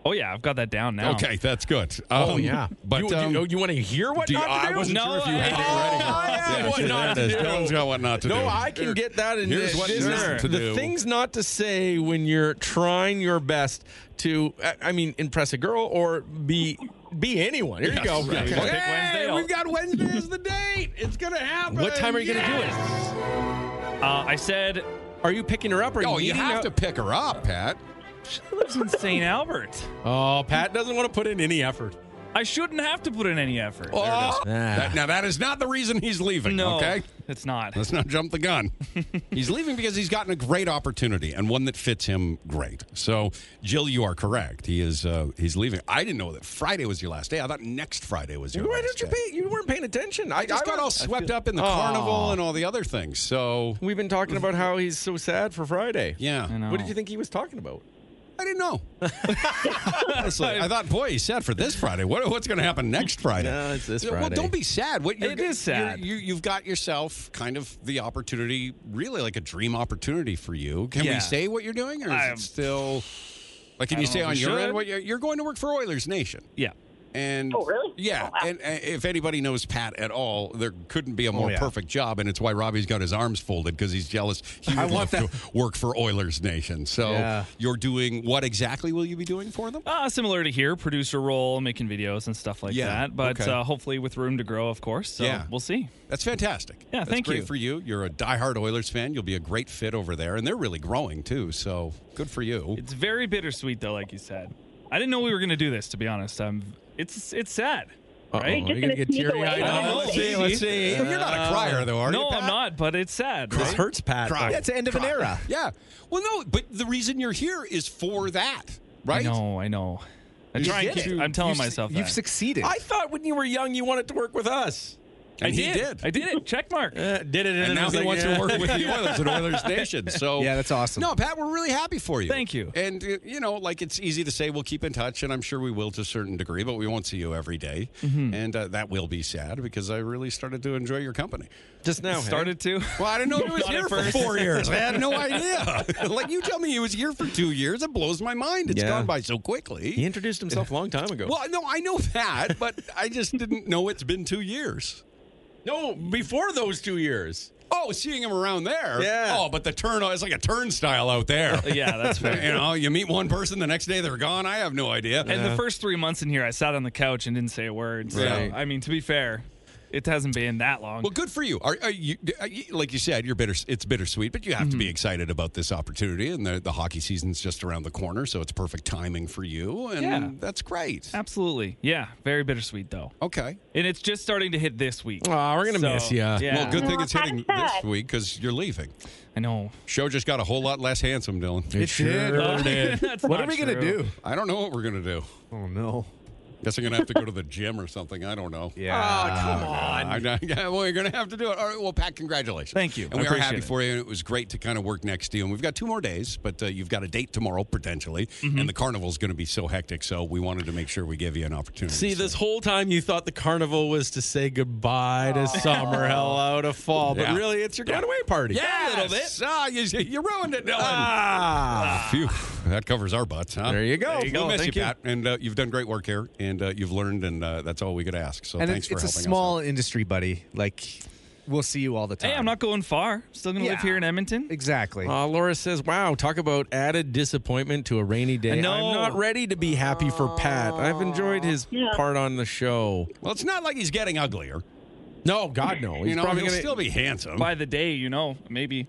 Speaker 5: Oh yeah, I've got that down now.
Speaker 3: Okay, that's good.
Speaker 4: Oh
Speaker 3: Um,
Speaker 4: yeah.
Speaker 3: but
Speaker 4: you, you-
Speaker 3: um,
Speaker 4: you, want to hear what
Speaker 3: do you-
Speaker 4: not to
Speaker 3: I
Speaker 4: do?
Speaker 3: wasn't
Speaker 5: No,
Speaker 3: sure if you
Speaker 5: I-
Speaker 3: had it ready.
Speaker 4: Oh, yeah,
Speaker 3: Yeah,
Speaker 4: what
Speaker 3: see,
Speaker 4: not
Speaker 3: there it
Speaker 4: to
Speaker 3: is.
Speaker 4: do.
Speaker 3: Dylan's got what not to do.
Speaker 4: No, I can get that. In
Speaker 3: Here's what
Speaker 4: this
Speaker 5: not
Speaker 4: is
Speaker 5: to
Speaker 4: the
Speaker 3: do.
Speaker 4: things not to say when you're trying your best to, I- I mean, impress a girl or be be anyone. Here you go.
Speaker 3: right.
Speaker 5: Pick Wednesday
Speaker 4: Hey,
Speaker 5: out.
Speaker 4: we've got Wednesday as the date. It's gonna happen.
Speaker 2: What time are you gonna do it?
Speaker 5: Uh, I said
Speaker 4: do it? Are you picking her up or are
Speaker 3: Oh, you
Speaker 4: meeting
Speaker 3: have
Speaker 4: up?
Speaker 3: to pick her up, Pat.
Speaker 5: she lives in St. Albert.
Speaker 4: Oh, Pat doesn't want to put in any effort.
Speaker 5: I shouldn't have to put in any effort.
Speaker 3: There it is.
Speaker 4: Ah.
Speaker 3: That- now that is not the reason he's leaving.
Speaker 5: no,
Speaker 3: Okay.
Speaker 5: it's not.
Speaker 3: Let's not jump the gun. he's leaving because he's gotten a great opportunity and one that fits him great. So, Jill, you are correct. He is uh, he's leaving. I didn't know that Friday was your last day. I thought next Friday was your
Speaker 4: Why
Speaker 3: last
Speaker 4: didn't you
Speaker 3: day.
Speaker 4: pay? You weren't paying attention.
Speaker 3: I just got all swept up in the carnival and all the other things. So,
Speaker 4: We've been talking about how he's so sad for Friday.
Speaker 3: yeah.
Speaker 5: I know.
Speaker 4: What did you think he was talking about?
Speaker 3: I didn't know. Honestly, I thought, boy, he's sad for this Friday. What, what's going to happen next Friday?
Speaker 4: No, it's this
Speaker 3: Well,
Speaker 4: Friday.
Speaker 3: don't be sad. What
Speaker 5: It is sad.
Speaker 3: You, you, have got yourself kind of the opportunity, really like a dream opportunity for you. Can
Speaker 5: Yeah.
Speaker 3: we say what you're doing, or is
Speaker 5: I'm-
Speaker 3: it still? Like, can
Speaker 5: I
Speaker 3: you
Speaker 5: don't
Speaker 3: say
Speaker 5: know if
Speaker 3: on
Speaker 5: we
Speaker 3: your
Speaker 5: should.
Speaker 3: end what you're, you're going to work for Oilers Nation?
Speaker 5: Yeah.
Speaker 3: And
Speaker 10: Oh, really?
Speaker 3: Yeah. And, and if anybody knows Pat at all, there couldn't
Speaker 5: Oh,
Speaker 3: be a more
Speaker 2: yeah.
Speaker 3: perfect job, and it's why Robbie's got his arms folded because he's jealous. He would love to work for Oilers Nation. So
Speaker 5: Yeah.
Speaker 3: you're doing what exactly will you be doing for them?
Speaker 5: Uh, similar to here, producer role, making videos and stuff like
Speaker 3: Yeah,
Speaker 5: that. But
Speaker 3: okay.
Speaker 5: uh, hopefully with room to grow, of course. So
Speaker 3: Yeah.
Speaker 5: we'll see.
Speaker 3: That's fantastic.
Speaker 5: Yeah,
Speaker 3: That's
Speaker 5: thank
Speaker 3: great
Speaker 5: you.
Speaker 3: for you. You're a diehard Oilers fan. You'll be a great fit over there, and they're really growing too. So good for you.
Speaker 5: It's very bittersweet, though, like you said. I didn't know we were going to do this, to be honest. Um, it's it's sad. Right?
Speaker 4: You're gonna get teary-eyed.
Speaker 5: I
Speaker 4: Oh,
Speaker 5: know,
Speaker 4: let's see, let's see.
Speaker 3: You're not a crier, though, are you,
Speaker 5: no,
Speaker 3: Pat?
Speaker 5: I'm not, but it's sad.
Speaker 4: This
Speaker 5: right?
Speaker 4: hurts, Pat.
Speaker 3: Cry.
Speaker 2: Yeah, it's the end of an
Speaker 3: Cry.
Speaker 2: era.
Speaker 3: Yeah. Well, no, but the reason you're here is for that,
Speaker 5: I
Speaker 3: right?
Speaker 5: know, I know. I
Speaker 3: You
Speaker 5: try and
Speaker 3: did.
Speaker 5: keep, I'm telling
Speaker 2: You've su-
Speaker 5: myself
Speaker 2: You've
Speaker 5: that.
Speaker 2: succeeded.
Speaker 4: I thought when you were young, you wanted to work with us.
Speaker 3: And
Speaker 5: I
Speaker 3: he
Speaker 5: did.
Speaker 3: did.
Speaker 5: I did it. Check mark.
Speaker 4: Uh, did it,
Speaker 3: and now he wants to work with the Oilers and Oilers Nation. So
Speaker 2: Yeah, that's awesome.
Speaker 3: No, Pat, we're really happy for you.
Speaker 5: Thank you.
Speaker 3: And uh, you know, like it's easy to say we'll keep in touch, and I'm sure we will to a certain degree, but we won't see you every day. and uh, that will be sad because I really started to enjoy your company.
Speaker 4: just now.
Speaker 5: Started to.
Speaker 3: Well, I didn't know he was
Speaker 5: Not at
Speaker 3: here for
Speaker 5: first.
Speaker 3: four years. I had no idea. like you tell me he was here for two years, it blows my mind. It's
Speaker 4: Yeah.
Speaker 3: gone by so quickly.
Speaker 4: He introduced himself a long time ago.
Speaker 3: Well, no, I know that, but I just didn't know it's been two years.
Speaker 4: no, before those two years.
Speaker 3: Oh, seeing him around there.
Speaker 4: Yeah.
Speaker 3: Oh, but the turn it's like a turnstile out there.
Speaker 5: yeah, that's fair.
Speaker 3: you know, you meet one person, the next day they're gone. I have no idea.
Speaker 5: And the first three months in here, I sat on the couch and didn't say a word. So,
Speaker 3: Right.
Speaker 5: I mean, to be fair, it hasn't been that long.
Speaker 3: well, good for you. Are, are you. are you- Like you said, you're bitter. It's bittersweet, but you have to be excited about this opportunity. And the, the hockey season's just around the corner, so it's perfect timing for you. And
Speaker 5: Yeah.
Speaker 3: that's great.
Speaker 5: Absolutely. Yeah. Very bittersweet, though.
Speaker 3: Okay.
Speaker 5: And it's just starting to hit this week.
Speaker 4: Aw, we're gonna
Speaker 5: So,
Speaker 4: miss ya.
Speaker 5: Yeah.
Speaker 3: Well, good thing it's
Speaker 10: Aw,
Speaker 3: hitting
Speaker 10: sad.
Speaker 3: this week because you're leaving.
Speaker 5: I know.
Speaker 3: Show just got a whole lot less handsome, Dylan.
Speaker 2: it did.
Speaker 5: That's
Speaker 2: what are
Speaker 5: not
Speaker 2: we gonna
Speaker 5: true.
Speaker 2: do?
Speaker 3: I don't know what we're gonna do.
Speaker 2: Oh no.
Speaker 3: Guess I'm gonna have to go to the gym or something. I don't know.
Speaker 2: Yeah.
Speaker 3: Oh, Come on. well, you're going to have to do it. All right. Well, Pat, congratulations.
Speaker 5: Thank you.
Speaker 3: And we
Speaker 5: I
Speaker 3: are
Speaker 5: appreciate
Speaker 3: happy
Speaker 5: it.
Speaker 3: for you. And it was great to kind of work next to you. And we've got two more days, but uh, you've got a date tomorrow, potentially.
Speaker 5: Mm-hmm.
Speaker 3: And the carnival's going to be so hectic. So we wanted to make sure we give you an opportunity.
Speaker 4: See, this
Speaker 3: So-
Speaker 4: whole time you thought the carnival was to say goodbye to summer, hello to fall,
Speaker 3: Yeah.
Speaker 4: but really it's your going away party.
Speaker 3: Yes! Ah, you, you ruined it, Dylan. Ah. Phew. That covers our butts, huh?
Speaker 4: There you go.
Speaker 3: There you go.
Speaker 4: We'll
Speaker 3: miss
Speaker 4: thank
Speaker 3: you,
Speaker 4: you.
Speaker 3: Pat. And uh, you've done great work here, and uh, you've learned, and uh, that's all we could ask. So
Speaker 2: And
Speaker 3: thanks
Speaker 2: it's,
Speaker 3: for
Speaker 2: it's a
Speaker 3: helping
Speaker 2: small
Speaker 3: us.
Speaker 2: industry, buddy. Like we'll see you all the time.
Speaker 5: Hey, I'm not going far. Still going to live
Speaker 2: Yeah.
Speaker 5: here in Edmonton.
Speaker 2: exactly.
Speaker 4: Uh, Laura says, "Wow, talk about added disappointment to a rainy day.
Speaker 5: know.
Speaker 4: I'm not ready to be happy for Pat. I've enjoyed his part on the show.
Speaker 3: Well, it's not like he's getting uglier.
Speaker 4: No, God no. He's
Speaker 3: you know, he'll
Speaker 4: probably gonna
Speaker 3: still be handsome.
Speaker 5: By the day, you know, maybe.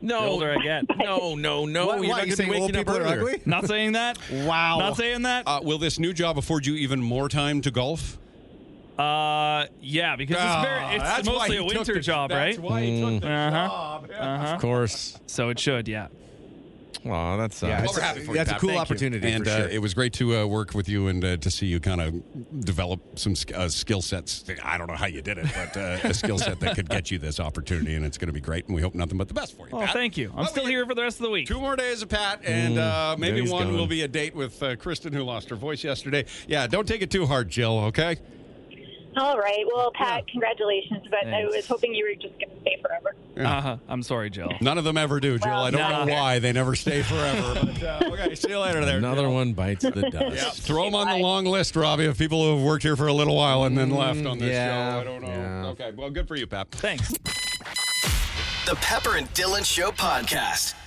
Speaker 4: no.
Speaker 5: The older I get.
Speaker 4: No, no, no.
Speaker 2: Why-
Speaker 4: You're
Speaker 2: why,
Speaker 4: not
Speaker 2: you
Speaker 4: gonna be
Speaker 2: saying old
Speaker 4: waking up
Speaker 2: people are
Speaker 4: earlier.
Speaker 2: ugly?
Speaker 5: Not saying that.
Speaker 2: Wow.
Speaker 5: Not saying that.
Speaker 3: Uh, will this new job afford you even more time to golf? Ah,
Speaker 5: Uh, yeah, because it's, very, it's mostly a winter job, right?
Speaker 3: why he took the
Speaker 5: Uh-huh.
Speaker 3: job.
Speaker 4: Of course.
Speaker 5: So it should, yeah.
Speaker 4: Aw, that sucks.
Speaker 2: Yeah,
Speaker 3: Well,
Speaker 2: it's-
Speaker 3: we're happy for you,
Speaker 2: that's a
Speaker 3: Pat.
Speaker 2: cool
Speaker 3: Thank you.
Speaker 2: opportunity
Speaker 3: And
Speaker 2: for
Speaker 3: uh,
Speaker 2: sure.
Speaker 3: it was great to uh, work with you and uh, to see you kind of develop some sk- uh, skill sets. I don't know how you did it, but uh, a skill set that could get you this opportunity, and it's going to be great. And we hope nothing but the best for you.
Speaker 5: Oh,
Speaker 3: Pat.
Speaker 5: thank you. I'm
Speaker 3: Love
Speaker 5: still
Speaker 3: you.
Speaker 5: here for the rest of the week.
Speaker 3: Two more days of Pat, and uh, maybe
Speaker 4: he's
Speaker 3: one
Speaker 4: gone.
Speaker 3: will be a date with uh, Kristen, who lost her voice yesterday. Yeah, don't take it too hard, Jill. Okay.
Speaker 10: All right. Well, Pat, congratulations. But I was hoping you were just going to stay forever.
Speaker 5: Uh-huh. I'm sorry, Jill.
Speaker 3: None of them ever do, Jill. I don't
Speaker 5: Nah.
Speaker 3: know why they never stay forever. But uh, okay, see you later. There.
Speaker 4: Another one bites the dust.
Speaker 3: Yeah, throw them on the long list, Robbie, of people who have worked here for a little while and then left on this
Speaker 2: Mm, yeah,
Speaker 3: show. I don't know. Okay, well, good for you, Pap.
Speaker 5: Thanks.
Speaker 1: The Pepper and Dylan Show Podcast.